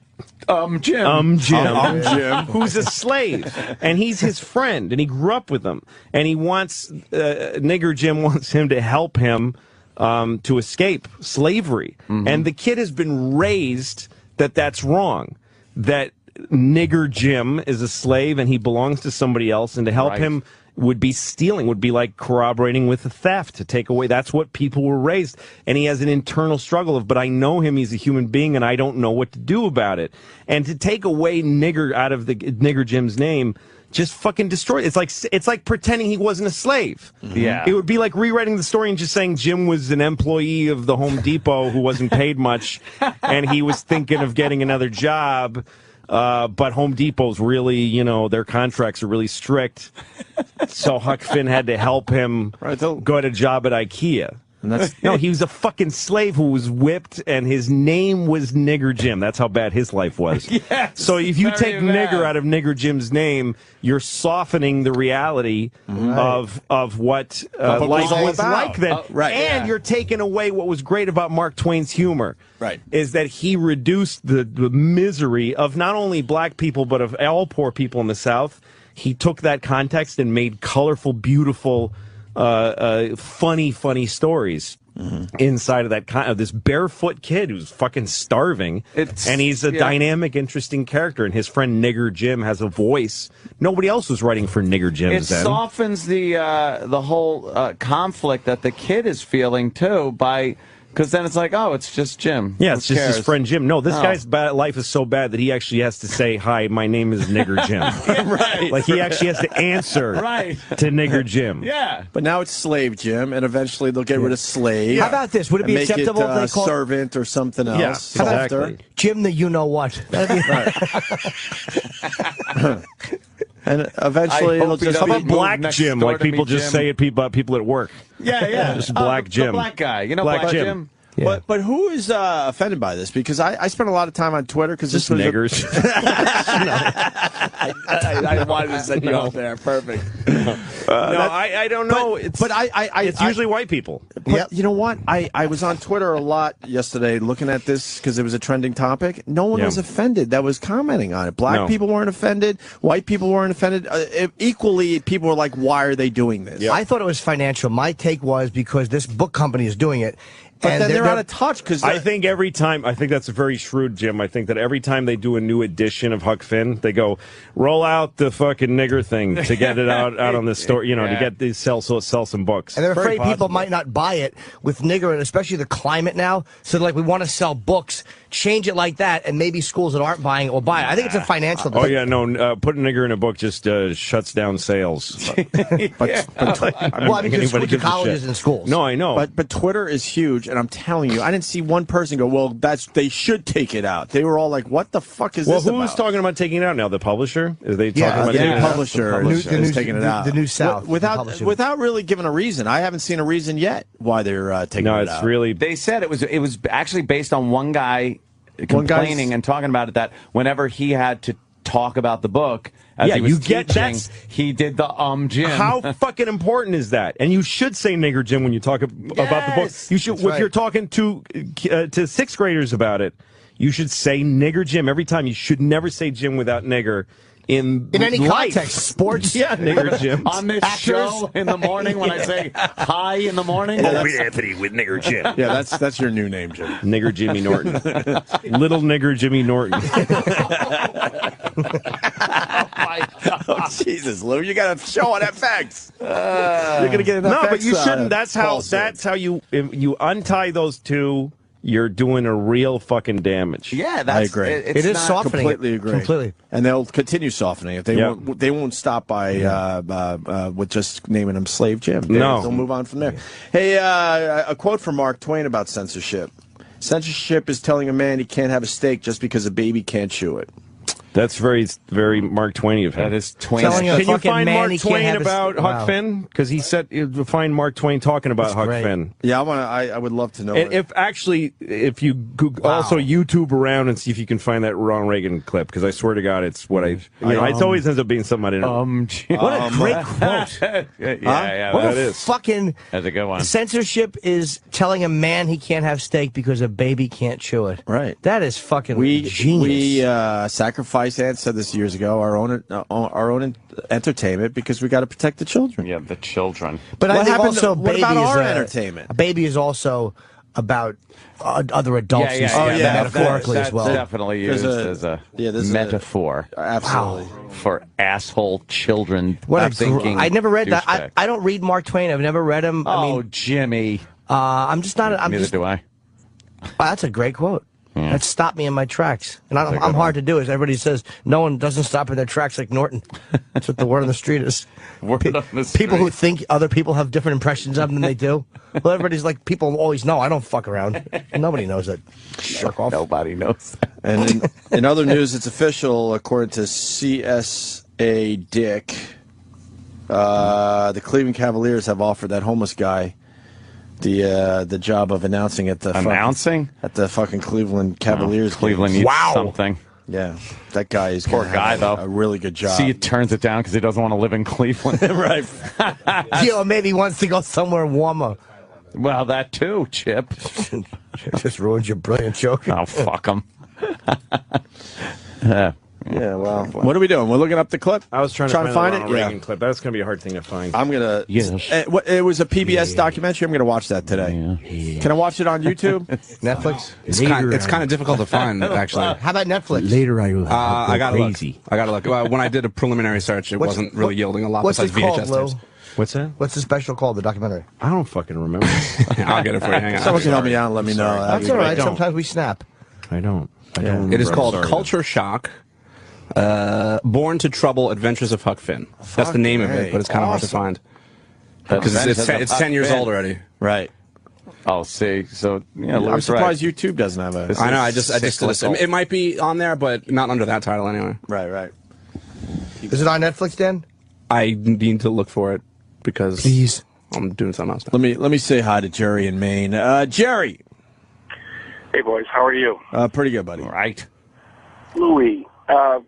Um, Jim. um Jim, Um, Jim. who's a slave, and he's his friend, and he grew up with him, and he wants uh, Nigger Jim wants him to help him um, to escape slavery, and the kid has been raised that that's wrong, that Nigger Jim is a slave and he belongs to somebody else, and to help him would be stealing, would be like corroborating with a theft to take away. That's what people were raised. And he has an internal struggle of, but I know him, he's a human being, and I don't know what to do about it. And to take away nigger out of the nigger Jim's name just fucking destroyed. It's like it's like pretending he wasn't a slave. Yeah. It would be like rewriting the story and just saying Jim was an employee of the Home Depot who wasn't paid much and he was thinking of getting another job. Uh, but Home Depot's really, you know, their contracts are really strict. So Huck Finn had to help him Right, so- go get a job at IKEA. And that's No, he was a fucking slave who was whipped, and his name was Nigger Jim. That's how bad his life was. Yes, so if you very take bad. nigger out of Nigger Jim's name, you're softening the reality of of what uh, Of what life it was all was about. like then. Uh, right. And Yeah. you're taking away what was great about Mark Twain's humor. Right. Is that he reduced the, the misery of not only black people, but of all poor people in the South. He took that context and made colorful, beautiful, uh, uh, funny, funny stories. Mm-hmm. Inside of that kind of this barefoot kid who's fucking starving, It's- and he's a yeah. dynamic, interesting character. And his friend Nigger Jim has a voice. Nobody else was writing for Nigger Jim. it then. softens the uh, the whole uh, conflict that the kid is feeling too by because then it's like oh it's just Jim Yeah, Who it's just cares? his friend Jim. No, this Oh. guy's bad life is so bad that he actually has to say, "Hi, my name is Nigger Jim." right. Like he actually has to answer Right. to Nigger Jim. yeah But now it's slave Jim, and eventually they'll get rid of slave. How about this? Would it be and make acceptable it, if they uh, call- servant or something else? Yeah, Softer. exactly. Jim the you know what. That'd be- And I eventually it'll hope he just How doesn't- Moved about be Black next Jim? door Like to be people just Jim. say it pe- about people at work. yeah, yeah. Just Oh, Black the Jim. black guy you know Black Black, Jim. Jim. But but who is uh, offended by this? Because I, I spent a lot of time on Twitter because this Just was a- niggers. I, I wanted to send you out there. Perfect. Uh, no, I, I don't know. it's But I I, I it's I- usually white people. But you know what? I, I was on Twitter a lot yesterday looking at this because it was a trending topic. No one Yeah. was offended that was commenting on it. Black No. people weren't offended. White people weren't offended. Uh, it- equally, people were like, why are they doing this? I thought it was financial. My take was because this book company is doing it. but and then they're, out of touch because I think every time, I think that's very shrewd, Jim. I think that every time they do a new edition of Huck Finn, they go roll out the fucking nigger thing to get it out out on the store, you know, to Yeah. get these sell so sell some books. And they're afraid Very people possible. might not buy it with nigger, and especially the climate now. So, like, we want to sell books, change it like that, and maybe schools that aren't buying it will buy it. I think it's a financial. Oh thing. yeah, no. n- Uh, putting nigger in a book just uh, shuts down sales. Well, I mean, Anybody because schools- gives a colleges shit. and schools. No, I know. But but Twitter is huge, and I'm telling you, I didn't see one person go, "Well, that's they should take it out." They were all like, "What the fuck is well, this who's about?" talking about taking it out now? The publisher? Are they talking Yeah, about the taking new it out? publisher, The is, publisher. The new- is taking it the- out. the new South, Wi- the without publisher. without really giving a reason. I haven't seen a reason yet why they're uh, taking No, it it's out. really. they said it was it was actually based on one guy One guy's- complaining and talking about it that whenever he had to talk about the book as Yeah, he was you get- teaching, that's- he did the um Jim How fucking important is that? And you should say nigger Jim when you talk ab- about the book. Yes! You should, That's if right. you're talking to uh, to sixth graders about it, you should say nigger Jim every time. You should never say Jim without nigger in In any life. context, sports. Yeah, nigger Jim. on this Actors? show in the morning when I say hi in the morning Anthony with nigger Jim. yeah. That's that's your new name, Jim. Nigger Jimmy Norton. Little nigger Jimmy Norton. oh, Jesus, Lou, you got to show on FX. You're gonna get an no, FX, but you uh, shouldn't. That's how. call soon. That's how you. If you untie those two, you're doing a real fucking damage. yeah that's agree. it- It it's is not- soft. softening it. completely agree. Completely. and they'll continue softening it. They Yeah. won't. They won't stop by uh, uh, uh, with just naming him Slave Jim. They, No. they'll move on from there. Hey, uh, a quote from Mark Twain about censorship. Censorship is telling a man he can't have a steak just because a baby can't chew it. That's very very Mark Twain of him. That is Twain. Telling you, a Can you fucking find man, Mark he can't Twain have his- about Huck Wow. Finn? Because he said you'll find Mark Twain talking about Huck great. Finn. Yeah, I want to. I, I would love to know. And it. if actually, if you Google, also YouTube around and see if you can find that Ron Reagan clip, because I swear to God, it's what I. You know, Um, it always ends up being something I didn't. Um, What a great quote. yeah, yeah, what that a is. fucking That's a good one. censorship is telling a man he can't have steak because a baby can't chew it. Right. That is fucking we genius. we uh, sacrifice and said this years ago our own uh, our own entertainment because we got to protect the children. Yeah, the children. But What I think happened to- also what baby about is our a- entertainment? A baby is also about uh, other adults. and stuff, yeah, that- Oh, metaphorically that's, as well. That's definitely There's used a- as a yeah, there's a- metaphor Absolutely. for asshole children. what a gr- thinking. I never read that. I, douchebag. I don't read Mark Twain. I've never read him. I oh, mean, Jimmy. uh, I'm just not. I'm Neither just. do I. Wow, that's a great quote. That stopped me in my tracks, and I, a I'm good hard to do. Is everybody says no one doesn't stop in their tracks like Norton? That's what the word on the street is. Word Pe- on the People who street. think other people have different impressions of them than they do. Well, everybody's like people always know. I don't fuck around. Nobody knows that. Jerk off. Nobody knows. And in, in other news, it's official according to CSA Dick. Uh, the Cleveland Cavaliers have offered that homeless guy the uh, the job of announcing at the fucking- Announcing? at the fucking Cleveland Cavaliers. games. Cleveland needs Wow. something. Yeah, that guy is poor guy, a, though. A really good job. See, he turns it down because he doesn't want to live in Cleveland. right. You know, maybe he wants to go somewhere warmer. well, that too, Chip. Just ruined your brilliant joke. Oh, fuck him. Yeah. Well, what are we doing? We're looking up the clip. I was trying, trying to find, the Ronald it. Reagan clip. That's going to be a hard thing to find. Yeah. I'm gonna. Yes. Eh, what- It was a PBS documentary. I'm gonna watch that today. Can I watch it on YouTube? Netflix. It's kind, it's kind of difficult to find, actually. How about Netflix? I will. Uh, I gotta look. I gotta look. Uh, when I did a preliminary search, it What's- wasn't really what- yielding a lot What's it besides called, VHS Lou? tapes. What's that? What's the special called? The documentary. I don't fucking remember. I'll get it for you. Hang on. Someone can help me out and let me know. That'd That's be all great. right. Sometimes we snap. I don't. I don't remember. It is I'm called sorry. Culture Shock. Uh, Born to Trouble: Adventures of Huck Finn. That's the name of hey, it, but it's kind of hard to find because it's, it's, ten, it's ten years old already. Right. Oh, see, so yeah, I'm surprised YouTube doesn't have a. I know. I just, I just, Sick listened. little- it might be on there, but not under that title anyway. Right. Right. Is it on Netflix, Dan? I need to look for it because Please. I'm doing something else. Now. Let me let me say hi to Jerry in Maine. Uh, Jerry, Hey, boys, how are you? uh, pretty good buddy. right. Louie, uh,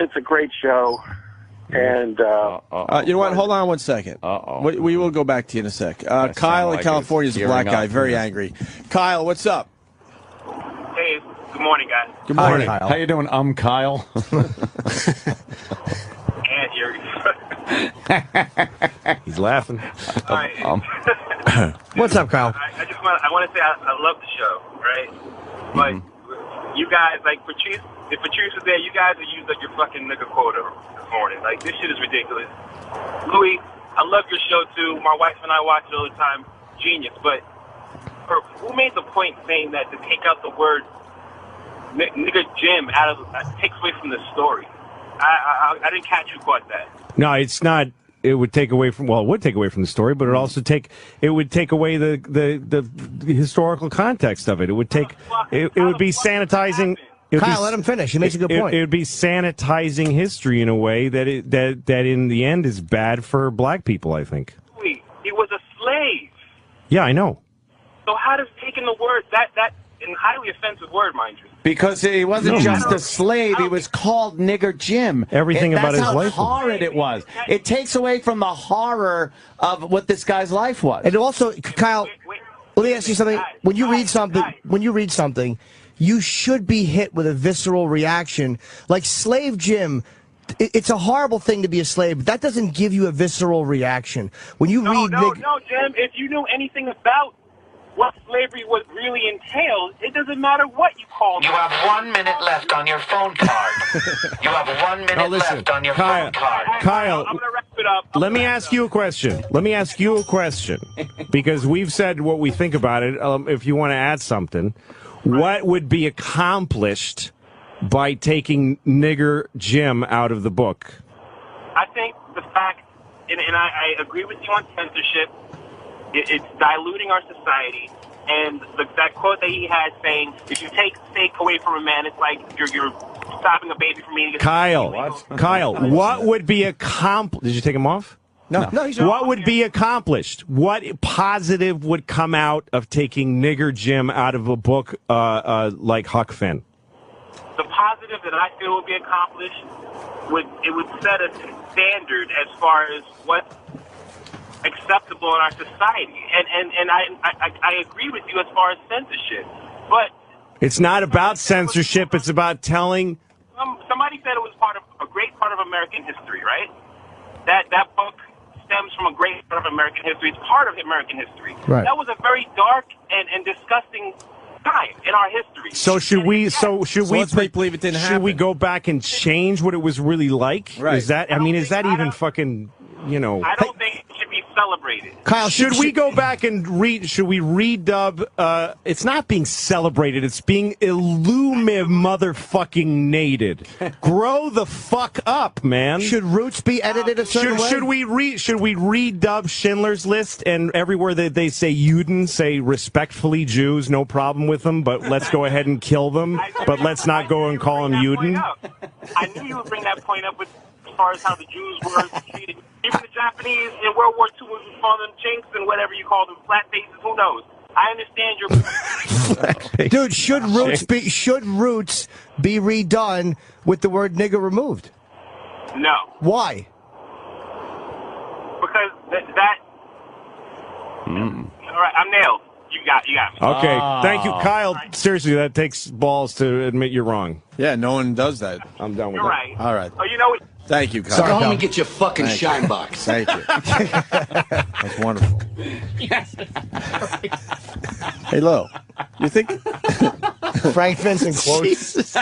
it's a great show, and uh, Uh, you know what? Hold on one second. Uh-oh. We, we will go back to you in a sec. Uh, Kyle sound in like California is it's a black gearing guy, up. very angry. Kyle, what's up? Hey, good morning, guys. Good Hi, morning. Kyle. How you doing, um, Kyle? And you're He's laughing. I, Oh, um, What's up, Kyle? I, I just want I want to say I, I love the show, right? But Mm-hmm. you guys, like Patrice, if Patrice was there, you guys would use like your fucking nigga quota this morning. Like this shit is ridiculous. Louis, I love your show too. My wife and I watch it all the time. Genius, but for, who made the point saying that to take out the word ni- nigga Jim out of uh, takes away from the story? I, I I- I didn't catch who caught that. No, it's not. It would take away from well, it would take away from the story, but it also take it would take away the the, the historical context of it. It would take it, it would be sanitizing. it would be- Kyle, let him finish. He makes a good it- point. It would be sanitizing history in a way that it, that that in the end is bad for black people. I think. Louis, he was a slave. Yeah, I know. So how does taking the word that that and highly offensive word, mind you? because he wasn't just a slave; he was called Nigger Jim. Everything It- about that's his how life was- horrid it was. It takes away from the horror of what this guy's life was. And also, Kyle, Wait, wait. let me ask you something. Guys, When you read guys, something, guys. when you read something, you should be hit with a visceral reaction. Like Slave Jim, i- it's a horrible thing to be a slave, but that doesn't give you a visceral reaction. When you No, read, no, nigg- no, Jim. If you knew anything about what slavery was really entailed, it doesn't matter what you called You it. have one minute left on your phone card. you have one minute listen, left on your Kyle. phone card. Kyle, I'm gonna wrap it up. I'm Let gonna me wrap it ask up. you a question. Let me ask you a question because we've said what we think about it. Um, if you want to add something, what would be accomplished by taking nigger Jim out of the book? I think the fact, and, and I, I agree with you on censorship. It, it's diluting our society. And the, that quote that he had saying, "If you take steak away from a man, it's like you're you're stopping a baby from eating. Kyle, Kyle, what would be accomplished? Did you take him off? No, no, he's What would be accomplished? What positive would come out of taking Nigger Jim out of a book uh, uh, like Huck Finn? The positive that I feel would be accomplished would it would set a standard as far as what's acceptable in our society, and and and I I, I agree with you as far as censorship, but It's not about censorship. It's about telling. um, somebody said it was part of a great part of American history, right? That that book stems from a great part of American history. It's part of American history. Right. That was a very dark and, and disgusting time in our history. So should we? So should So we? let's make believe it didn't should happen. we go back and change what it was really like? Right. Is that? I mean, is that even fucking? You know. I don't think it should be celebrated. Kyle, Should we go back and read? Should we redub? Uh, it's not being celebrated. It's being illumib motherfucking nated. Grow the fuck up, man. Should Roots be edited a certain should, way? should we re should we redub Schindler's List and everywhere that they say Juden say respectfully Jews, no problem with them, but let's go ahead and kill them, I- but let's I not knew go you and would call them bring that point Juden. up. I knew you would bring that point up with, as far as how the Jews were treated. Even the Japanese in World War II was calling them chinks and whatever you call them, flat faces, who knows? I understand your Dude, should Roots be should Roots be redone with the word nigger removed? no. Why? Because th- that. Hmm. All right, I'm nailed. You got, you got me. Okay, thank you, Kyle. Seriously, that takes balls to admit you're wrong. Yeah, no one does that. I'm done with You're that. right. All right. Oh, you know what? Thank you, Kyle. Go home and get your fucking shine box. Thank you. That's wonderful. hey, Lou. You think Frank Vincent Oh, quotes.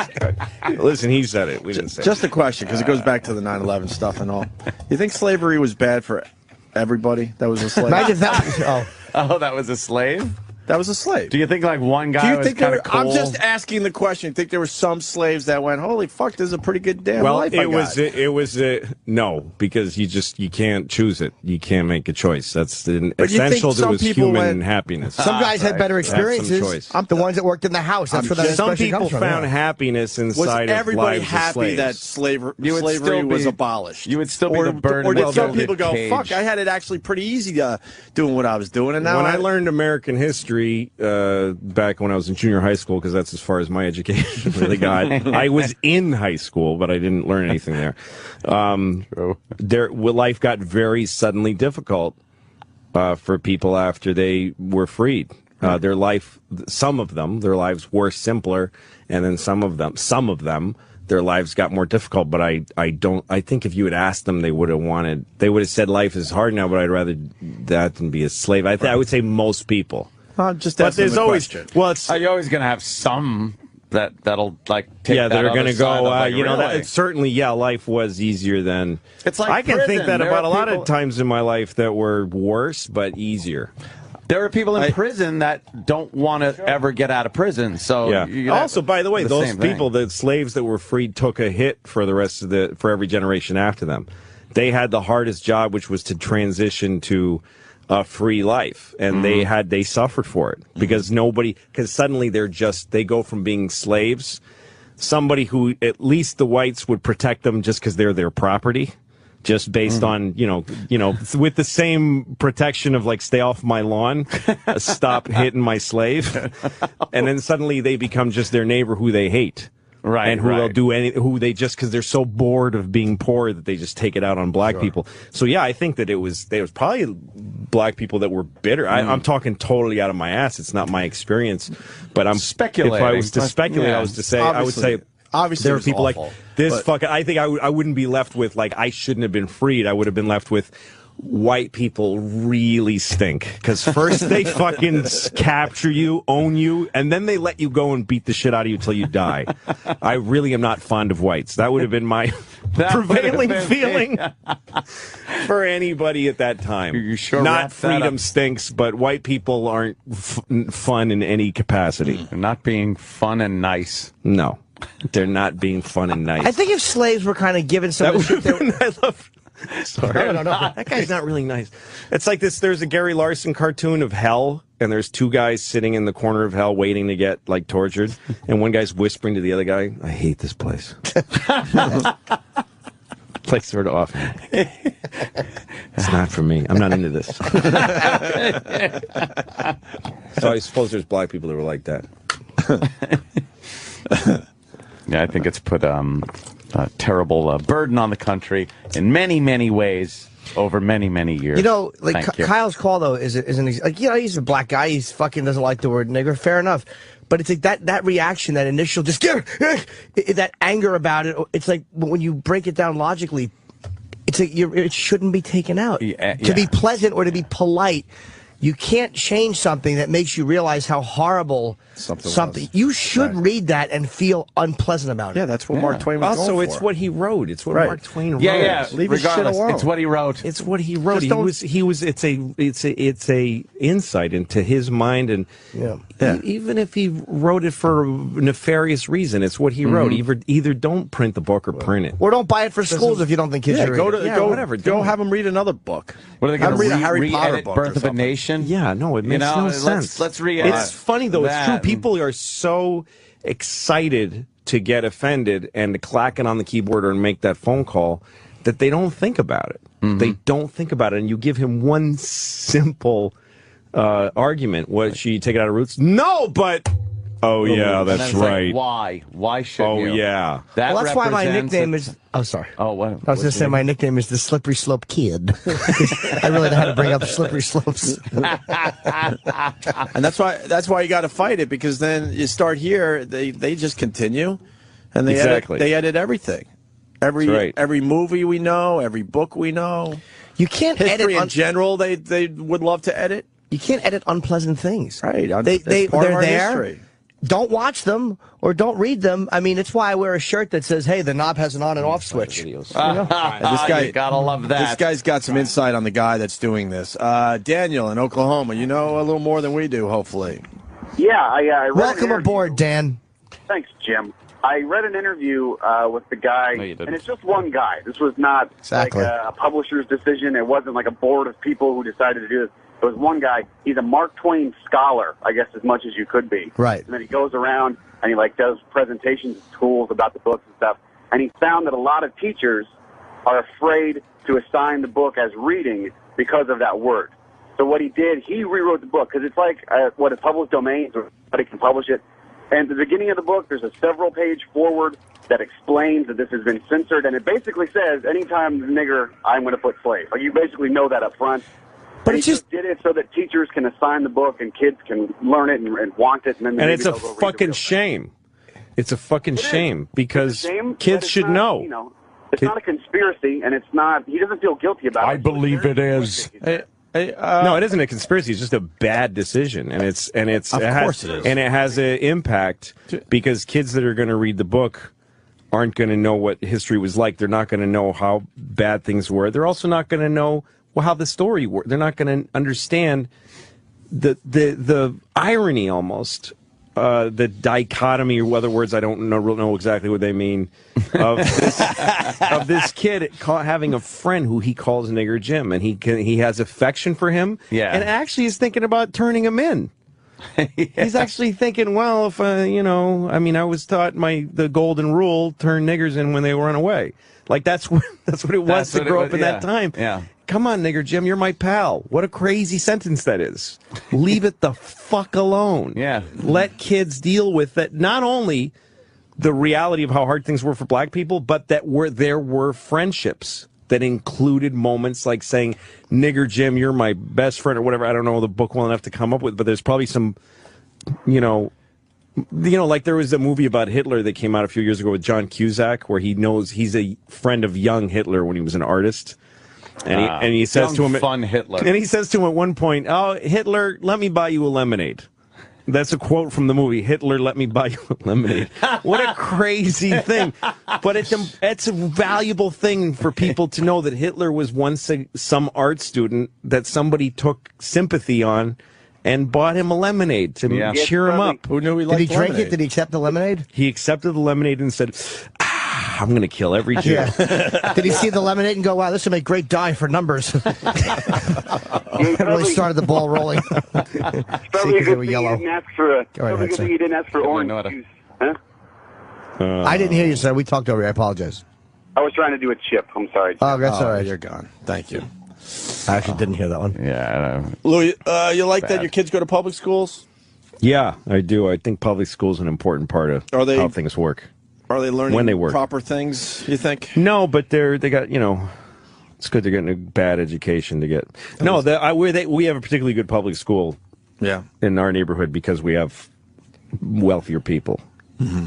Listen, he said it. We didn't say just a question because it goes back to the 9/11 stuff and all. You think slavery was bad for everybody that was a slave? Imagine if that was oh. Oh, that was a slave? that was a slave. Do you think like one guy Do you was think there kind were, of cool? I'm just asking the question. You think there were some slaves that went, "Holy fuck, this is a pretty good damn well, life." I it was got. a, it was a, no because you just you can't choose it. You can't make a choice. That's an But you think essential to some his people human went- happiness. Ah, Some guys Ah, had better That's some experiences. choice. I'm the ones that worked in the house. That's where that Some expression people comes from, found yeah. happiness Was inside of everybody lives of happy slaves. that slavery You would slavery still was be- abolished? you would still be or, the bird Or in did the some people velvet go, cage. "Fuck, I had it actually pretty easy uh, doing what I was doing," and now when I, learned American history uh, back when I was in junior high school, because that's as far as my education really got. I was in high school, but I didn't learn anything there. Um, there, well, life got very suddenly difficult uh, for people after they were freed. Uh, their life, some of them, their lives were simpler, and then some of them, some of them, their lives got more difficult. But I, I don't. I think if you had asked them, they would have wanted. They would have said life is hard now, but I'd rather that than be a slave. I, th- I would say most people. I'm just But asking there's the always question. well, it's Are you always going to have some that that'll like take yeah, that that are other going to side go. of, Uh, like, you know, that, really? it's certainly, yeah, life was easier than. It's like I can think prison. that There about a are lot of people- times in my life that were worse but easier. there are people in I- prison that don't want to ever get out of prison. So Yeah. you- you know, also, by the way, those same thing. people, the slaves that were freed, took a hit for the rest of the for every generation after them. They had the hardest job, which was to transition to a free life, and they had they suffered for it because nobody because suddenly they're just they go from being slaves. Somebody who at least the whites would protect them just because they're their property, just based Mm-hmm. on you know you know with the same protection of like stay off my lawn, uh, stop hitting my slave, and then suddenly they become just their neighbor who they hate. Right, And who right. they'll do any, who they just because they're so bored of being poor that they just take it out on black people. So yeah, I think that it was there was probably black people that were bitter. I, Mm. I'm talking totally out of my ass. It's not my experience, but I'm If I Speculating. was to speculate, I Yeah. was to say I Obviously- would say obviously it there are was people awful, like this but- fucking. I think I would I wouldn't be left with like I shouldn't have been freed. I would have been left with. White people really stink because first they fucking s- capture you, own you, and then they let you go and beat the shit out of you till you die. I really am not fond of whites. That would have been my That would have prevailing been- feeling for anybody at that time. You sure not wrapped that up. freedom stinks, but white people aren't f- fun in any capacity. not being fun and nice. No, they're not being fun and nice. I think if slaves were kind of given some that of the would shit they have been, I love. Sorry. No, no, no. That guy's not really nice. It's like this there's a Gary Larson cartoon of hell, and there's two guys sitting in the corner of hell waiting to get like tortured, and one guy's whispering to the other guy, I hate this place. Like sort of off. it's not for me. I'm not into this. so I suppose there's black people that were like that. Yeah, I think it's put um, a terrible uh, burden on the country in many, many ways over many, many years. You know, like Thank Ky- you. Kyle's call though is is an ex- like you know he's a black guy. He's fucking doesn't like the word nigger. Fair enough, but it's like that that reaction, that initial just "Grr, grr," i- i- that anger about it. It's like when you break it down logically, it's like you're, it shouldn't be taken out. Yeah, To be yeah. pleasant or to be polite, you can't change something that makes you realize how horrible Something was. You should read that and feel unpleasant about it. Yeah, that's what Mark Twain was Also, going it's for. what he wrote. It's what Right. Mark Twain wrote. yeah, yeah. Leave his shit regardless, alone. it's what he wrote. It's what he wrote. Just He don't- was he was it's a it's a it's a insight into his mind and Yeah. Yeah. e- even if he wrote it for a nefarious reason, it's what he wrote. Mm-hmm. Either either don't print the book or print it. Or don't buy it for schools if you don't think kids Yeah, should go read it. to Yeah, go whatever, Go do it. have him read another book. What are they Have going him to read a re- Harry Potter re-edit book? or Birth of a something. Nation? Yeah, no, it You makes know, no let's- sense. let's re-edit It's funny though. It's true. that. People are so excited to get offended and to clack it on the keyboard or make that phone call that they don't think about it. Mm-hmm. They don't think about it, and you give him one simple uh, argument. What should you take it out of roots? No, but oh yeah, And then that's it's like, right. why? Why should Oh you? yeah. That Well, that's why my represents nickname a- is. Oh, sorry. Oh, what? I was going to say my nickname is the Slippery Slope Kid. I really know how to bring up slippery slopes. And that's why that's why you got to fight it because then you start here. They they just continue, and they Exactly. edit, they edit everything. Every That's right. every movie we know, every book we know, You can't edit. history in un- general. They they would love to edit. you can't edit unpleasant things. Right, un- They it's they part of they're our there. history. Don't watch them or don't read them. I mean, it's why I wear a shirt that says, "Hey, the knob has an on and off switch." this guy- you gotta love that. This guy's got some insight on the guy that's doing this. Uh, Daniel in Oklahoma, you know a little more than we do, hopefully. Yeah, uh, I, I read Welcome an aboard, interview- Dan. Thanks, Jim. I read an interview uh, with the guy, No, you didn't. and it's just one guy. This was not Exactly. like a, a publisher's decision. It wasn't like a board of people who decided to do this. It was one guy. He's a Mark Twain scholar, I guess, as much as you could be. Right. And then he goes around and he like does presentations at schools about the books and stuff. And he found that a lot of teachers are afraid to assign the book as reading because of that word. So what he did, he rewrote the book because it's like uh, what a public domain, so somebody can publish it. And at the beginning of the book, there's a several-page forward that explains that this has been censored, and it basically says, anytime nigger, I'm going to put slave. Like you basically know that up front. But And it's he just- did it so that teachers can assign the book and kids can learn it and, and want it, and then and maybe it's a they'll go read the fucking real thing. shame. It's a fucking is. shame because Shame, but kids it's should not, know. You know, it's not a conspiracy, and it's not. He doesn't feel guilty about it. I believe it is. uh, no, it isn't a conspiracy. It's just a bad decision, and it's and it's Of it has, course it is. and it has an impact because kids that are going to read the book aren't going to know what history was like. They're not going to know how bad things were. They're also not going to know well, how the story worked. They're not going to understand the the the irony almost. Uh, the dichotomy, or other words I don't know, really know exactly what they mean, of this, of this kid ca- having a friend who he calls Nigger Jim, and he can, he has affection for him, Yeah. and actually is thinking about turning him in. He's actually thinking, well, if uh, you know, I mean, I was taught my the golden rule: turn niggers in when they run away. Like that's what that's what it was That's to what it grow was- up in that yeah, time. yeah. Come on, nigger Jim, you're my pal. What a crazy sentence that is. Leave it the fuck alone. Yeah. Let kids deal with it. Not only the reality of how hard things were for black people, but that were there were friendships that included moments like saying, "Nigger Jim, you're my best friend," or whatever. I don't know the book well enough to come up with, but there's probably some, you know, you know, like there was a movie about Hitler that came out a few years ago with John Cusack, where he knows he's a friend of young Hitler when he was an artist. And he, Ah. and he says Young to him, fun Hitler. And he says to him at one point, "Oh, Hitler, let me buy you a lemonade." That's a quote from the movie Hitler let me buy you a lemonade. Ah! What a crazy thing. But it's a, it's a valuable thing for people to know that Hitler was once a, some art student that somebody took sympathy on and bought him a lemonade to Yeah. cheer him Yes, up. Who knew he Did liked he drink lemonade? it? Did he accept the lemonade? He accepted the lemonade and said, "Ah, I'm going to kill every Jew. Yeah. Did he see the lemonade and go, wow, this would make great dye for numbers? it really started the ball rolling. See, Probably a because they good were thing yellow. you didn't ask for. A, ahead, probably good sir. thing you didn't ask for orange Nora. juice. Huh? I didn't hear you, sir. We talked over you. I apologize. I was trying to do a chip. I'm sorry. Oh, that's Oh, all right. You're gone. Thank you. I Oh. actually didn't hear that one. Yeah. I know. Louis, uh, you like that Bad. your kids go to public schools? Yeah, I do. I think public school's an important part of Are they- how things work. Are they learning When they work. proper things, you think? No, but they're they got you know. It's good they're getting a bad education to get. No, the, I, we they, we have a particularly good public school Yeah. in our neighborhood because we have wealthier people Mm-hmm.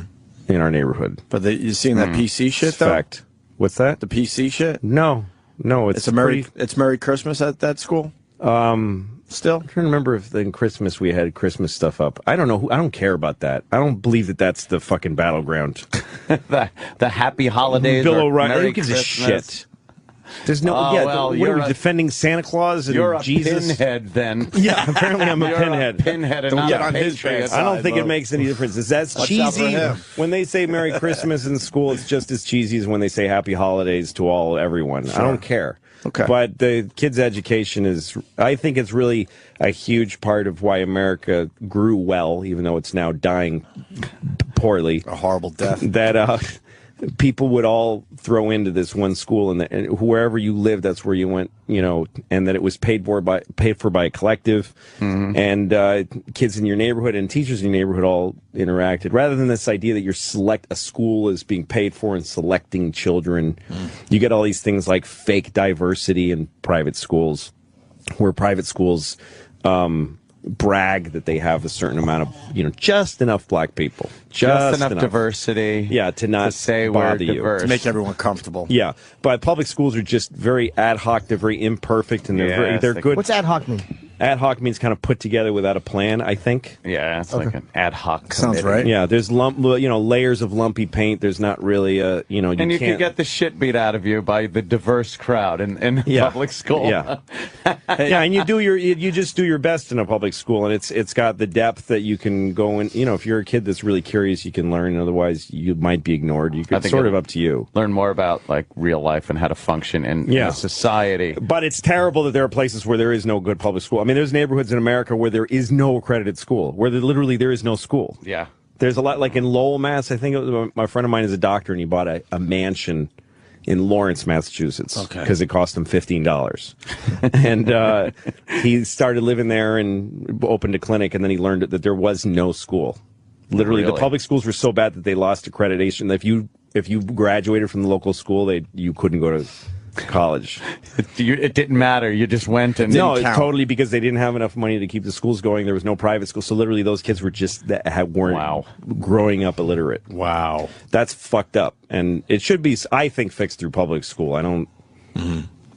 in our neighborhood. But they, you seen that PC shit, It's though? fact. What's that? The PC shit? No, no. It's, It's a Merry, pretty- it's Merry Christmas at that school? Um, Still? I'm trying to remember if in Christmas we had Christmas stuff up. I don't know. Who, I don't care about that. I don't believe that that's the fucking battleground. the, the happy holidays. Bill or O'Reilly. Merry Who gives a Christmas. shit? There's no. Oh, yeah. well, what you're are we a- defending Santa Claus and You're a Jesus? pinhead then. Yeah, apparently I'm a You're pinhead. A pinhead and Don't not get a on his patriot. bad I don't side, think though. it makes any difference. Is that's out for cheesy? him. When they say Merry Christmas in school, it's just as cheesy as when they say Happy Holidays to all everyone. I don't care. Okay. But the kids' education is, I think, it's really a huge part of why America grew well, even though it's now dying poorly. A horrible death. That uh, people would all throw into this one school, and, the, and wherever you lived, that's where you went. You know, and that it was paid for by paid for by a collective, Mm-hmm. and uh, kids in your neighborhood and teachers in your neighborhood all interacted. Rather than this idea that you're select a school is being paid for and selecting children, Mm. you get all these things like fake diversity in private schools where private schools um, brag that they have a certain amount of, you know, just enough black people, Just enough diversity. yeah, to not to say we're bother you. diverse. To make everyone comfortable. Yeah, but public schools are just very ad hoc. They're very imperfect, and they're very, Yes, they're they- good. What's ad hoc mean? ad hoc means kind of put together without a plan. I think. Yeah, it's like an ad hoc. Sounds committee. right. Yeah, there's lump, you know, layers of lumpy paint. There's not really a, you know, you and you can't can get the shit beat out of you by the diverse crowd in, in Yeah. public school. Yeah. yeah, and you do your you you just do your best in a public school, and it's it's got the depth that you can go in. You know, if you're a kid that's really curious, you can learn. Otherwise, you might be ignored. You I could think sort it- of up to you. Learn more about like real life and how to function in, in Yeah. a society. But it's terrible that there are places where there is no good public school. I mean, there's neighborhoods in America where there is no accredited school, where there, literally there is no school. Yeah. There's a lot, like in Lowell, Mass. I think it was, my friend of mine is a doctor, and he bought a, a mansion in Lawrence, Massachusetts, Okay. because it cost him fifteen dollars. and uh, he started living there and opened a clinic, and then he learned that there was no school. Literally, the Really? public schools were so bad that they lost accreditation. If you if you graduated from the local school, they you couldn't go to college. It, you, it didn't matter. You just went and No, it's count. totally because they didn't have enough money to keep the schools going. There was no private school, so literally those kids were just that had weren't Wow. growing up illiterate. Wow. That's fucked up, and it should be, I think, fixed through public school. I don't Mm-hmm.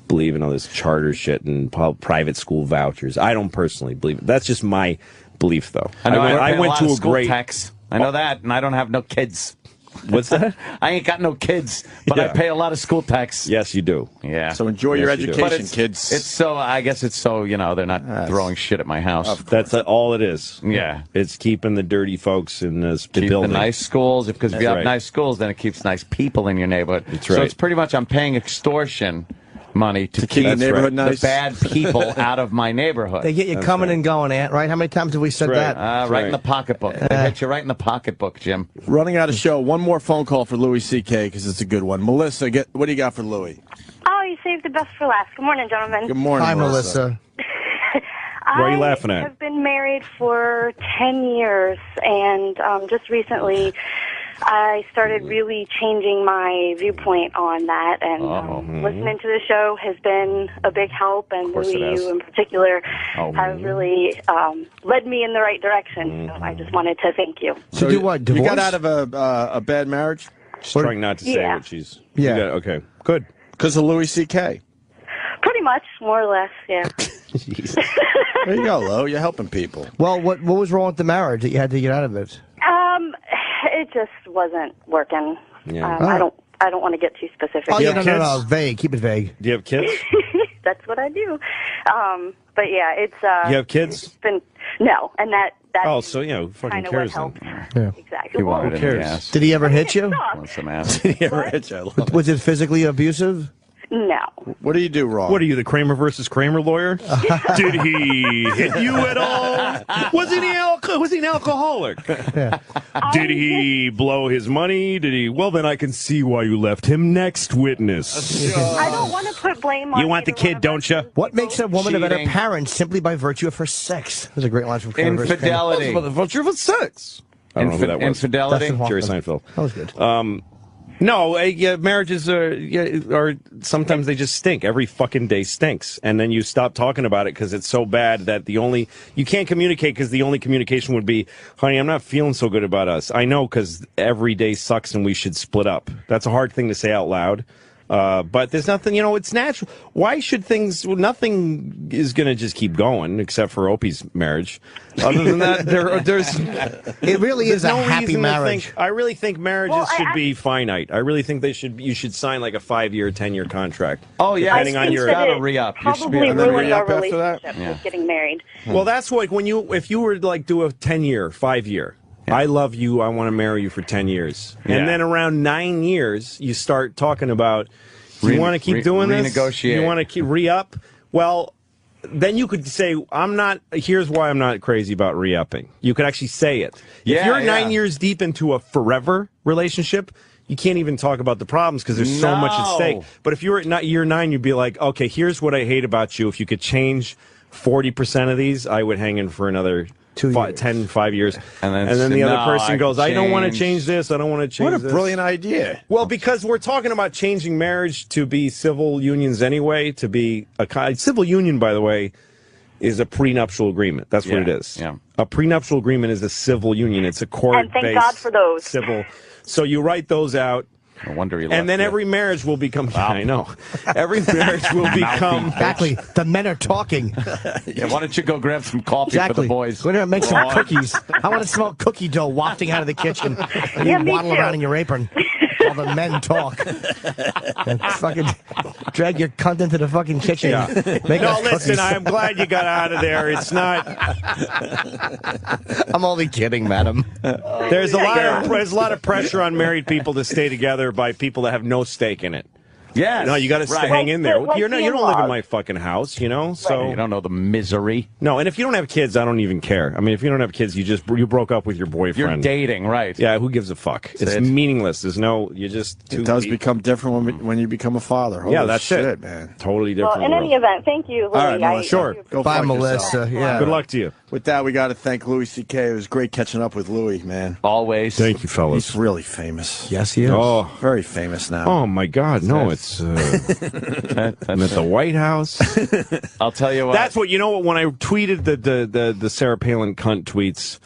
believe in all this charter shit and pub- private school vouchers. I don't personally believe it. That's just my belief, though. I, know went, I, I pay went lot to of a school great. tax. I know that, and I don't have no kids. What's that? I ain't got no kids, but I Yeah. pay a lot of school tax. yes, you do. Yeah. So enjoy your Yes, you do. But education, it's, kids. it's so I guess it's so you know they're not throwing shit at my house. That's all it is. Yeah. it's keeping the dirty folks in this Keep the building. nice schools because if you That's have right. nice schools, then it keeps nice people in your neighborhood. So right. it's pretty much I'm paying extortion money to, keep the neighborhood nice. the bad people out of my neighborhood. They get you coming and going, Aunt, right? How many times have we said That's right. that? Uh, right, in the pocketbook. They hit you right in the pocketbook, Jim. Running out of show. One more phone call for Louis C.K. because it's a good one. Melissa, get what do you got for Louis? Oh, you saved the best for last. Good morning, gentlemen. Good morning, Hi, Melissa. Melissa. Why are you I laughing at? have been married for 10 years, and um, just recently I started really changing my viewpoint on that. And um, listening to the show has been a big help, and course it Louis, has. you in particular, Oh. have really um, led me in the right direction. So I just wanted to thank you. To do what? You Divorce? got out of a uh, a bad marriage She's trying not to say Yeah. what she's. Yeah. You got- okay. Good. because of Louis C.K. Pretty much, more or less, yeah. There you go, Lo. You're helping people. well, what what was wrong with the marriage that you had to get out of it? um, it just wasn't working. Yeah. Um, I don't. I don't want to get too specific. Oh, you yeah, no, have no, no, kids? vague. Keep it vague. Do you have kids? that's what I do. Um, but yeah, it's uh, You have kids? it's been No, and that that Oh, so, you know, who fucking kind of what cares helped. then? Exactly. He Well, wanted Who an cares? ass. Did he ever hit you? Want some ass? Yeah, Rich, I love Was it physically abusive? No. What do you do wrong? What are you, the Kramer versus Kramer lawyer? Did he hit you at all? Was he, al- was he an alcoholic? Did he blow his money? Did he? Well, then I can see why you left him. Next witness. I don't want to put blame on You want the either one kid, of don't us. you? What makes a woman a better Cheating. parent simply by virtue of her sex? That was a great line from Kramer versus Kramer. Infidelity. Vulture with sex. I don't know who Infi- that was. infidelity. Dustin Hoffman. Jerry Seinfeld. That was good. Um, no, uh, yeah, marriages are yeah, are sometimes they just stink. Every fucking day stinks, and then you stop talking about it because it's so bad that the only you can't communicate because the only communication would be, "Honey, I'm not feeling so good about us. I know because every day sucks and we should split up." That's a hard thing to say out loud. Uh, but there's nothing, you know, it's natural. Why should things, well, nothing is going to just keep going except for Opie's marriage. Other than that, there, there's, It really is there's a happy reason to marriage. Think, I really think marriages Well, I- should I- be finite. I really think they should. You should sign like a five-year, ten-year contract. Oh, yeah. depending I on think your. that gotta it re-up. You should be- Probably and then ruined our re-up after that? relationship Yeah. with getting married. Well, that's like when you if you were to like do a ten-year, five-year. I love you. I want to marry you for ten years, Yeah. and then around nine years, you start talking about. Do you Rene- want to keep re- doing this? renegotiate. You want to keep re-up? Well, then you could say, "I'm not." Here's why I'm not crazy about re-upping. You could actually say it. if Yeah, you're yeah. nine years deep into a forever relationship, you can't even talk about the problems because there's so much at No. stake. But if you were at ni- year nine, you'd be like, okay, here's what I hate about you. If you could change 40% of these, I would hang in for another Two fi- years. 10, five years. And And then, then the say, other no, person I goes, I don't want to changed. change this. I don't want to change What a this." brilliant idea. Well, because we're talking about changing marriage to be civil unions anyway, to be a ki- civil union, by the way, is a prenuptial agreement. That's what it Yeah, is. yeah. A prenuptial agreement is a civil union. It's a court. thank God for those. Civil. So you write those out, No wonder he left. and then you. every marriage will become. I know. Every marriage will become. Exactly. The men are talking. Yeah, why don't you go grab some coffee for Exactly. the boys? We're gonna make some Ron. cookies. I want to smell cookie dough wafting out of the kitchen. And Yeah, you me waddle too. around in your apron while the men talk. And fucking drag your cunt into the fucking kitchen. Yeah. Make No, us listen. cookies. I'm glad you got out of there. It's not. I'm only kidding, madam. There's a lot of there's a lot of pressure on married people to stay together by people that have no stake in it. Yes. No, you got to Right. hang in there. Like- like you're not. the You don't live in in-laws. my fucking house, you know. So you don't know the misery. no. And if you don't have kids, I don't even care. I mean, if you don't have kids, you just you broke up with your You're boyfriend. dating, right? yeah, who gives a fuck? it's it. meaningless. There's no. You're just. Two It does people. become different when, when you become a father. Holy Yeah, that's shit, it, man. Totally Well, different. in any world. event, thank you, Louis. All right, I- Melissa, sure. I do Go Bye, fuck yourself. Melissa. Yeah. Good luck to you. With that, we got to thank Louis C.K. It was great catching up with Louis, man. Always. Thank you, He's fellas. really famous. Yes, he is. Oh, Very famous now. oh my God! No, it's uh, That- that's I'm at the it. White House. I'll tell you what. That's what you know. What when I tweeted the the the, the Sarah Palin cunt tweets,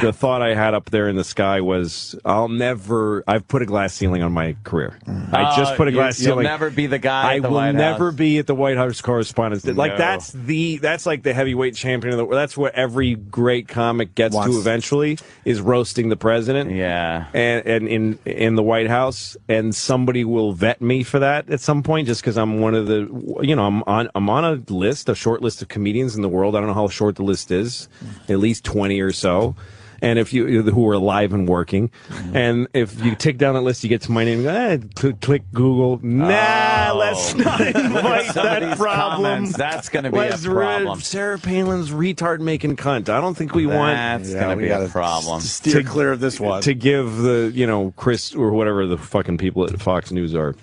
the thought I had up there in the sky was, I'll never. I've put a glass ceiling on my career. I just Oh, put a you- glass you'll ceiling. never be the guy I at the will White never House. be at the White House correspondence. Like No. that's the that's like the heavyweight champion of the world. That's what every great comic gets Wants- to eventually is roasting the president Yeah. and, and in in the White House, and somebody will vet me for that at some point, just because I'm one of the you know I'm on I'm on a list, a short list of comedians in the world. I don't know how short the list is, at least twenty or so. And if you who are alive and working, Mm-hmm. and if you tick down that list, you get to my name. eh, click, click Google. Nah, Oh. let's not invite Some of that these problem. comments, that's going to be Let's a re- problem. Sarah Palin's retard making cunt. I don't think we want That's Yeah, going we to be a gotta problem. s- Steer clear of this one. to give the you know Chris or whatever the fucking people at Fox News are.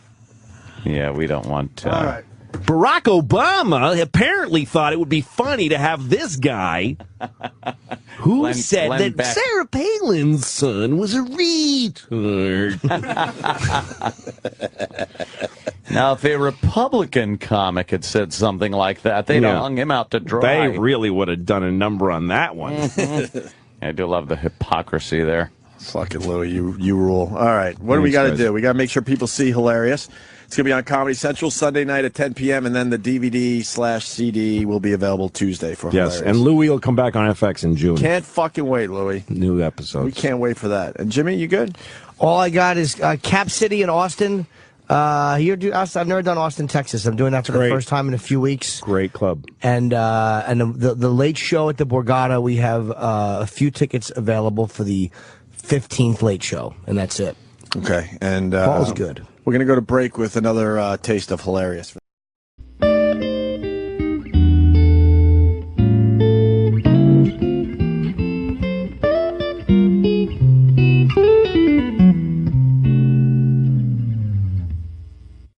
Yeah, we don't want. Uh, Barack Obama apparently thought it would be funny to have this guy who Glenn- said Glenn that Beck. Sarah Palin's son was a retard. Now, if a Republican comic had said something like that, they'd Yeah. have hung him out to dry. they really would have done a number on that one. I do love the hypocrisy there. Fucking Louis, you you rule. All right, what do we Thanks, got to guys. do? We got to make sure people see hilarious. It's gonna be on Comedy Central Sunday night at 10 p.m. and then the DVD slash CD will be available Tuesday for yes, hilarious. and Louis will come back on FX in June. can't fucking wait, Louis. New We episodes. can't wait for that. And Jimmy, you good? All I got is uh, Cap City in Austin. Uh, you're do, I've never done Austin, Texas. I'm doing that for Great. the first time in a few weeks. Great club. And uh, and the, the the late show at the Borgata, we have uh, a few tickets available for the 15th late show, and that's it. Okay, and uh, Paul's good. We're gonna go to break with another uh, taste of hilarious. Oh,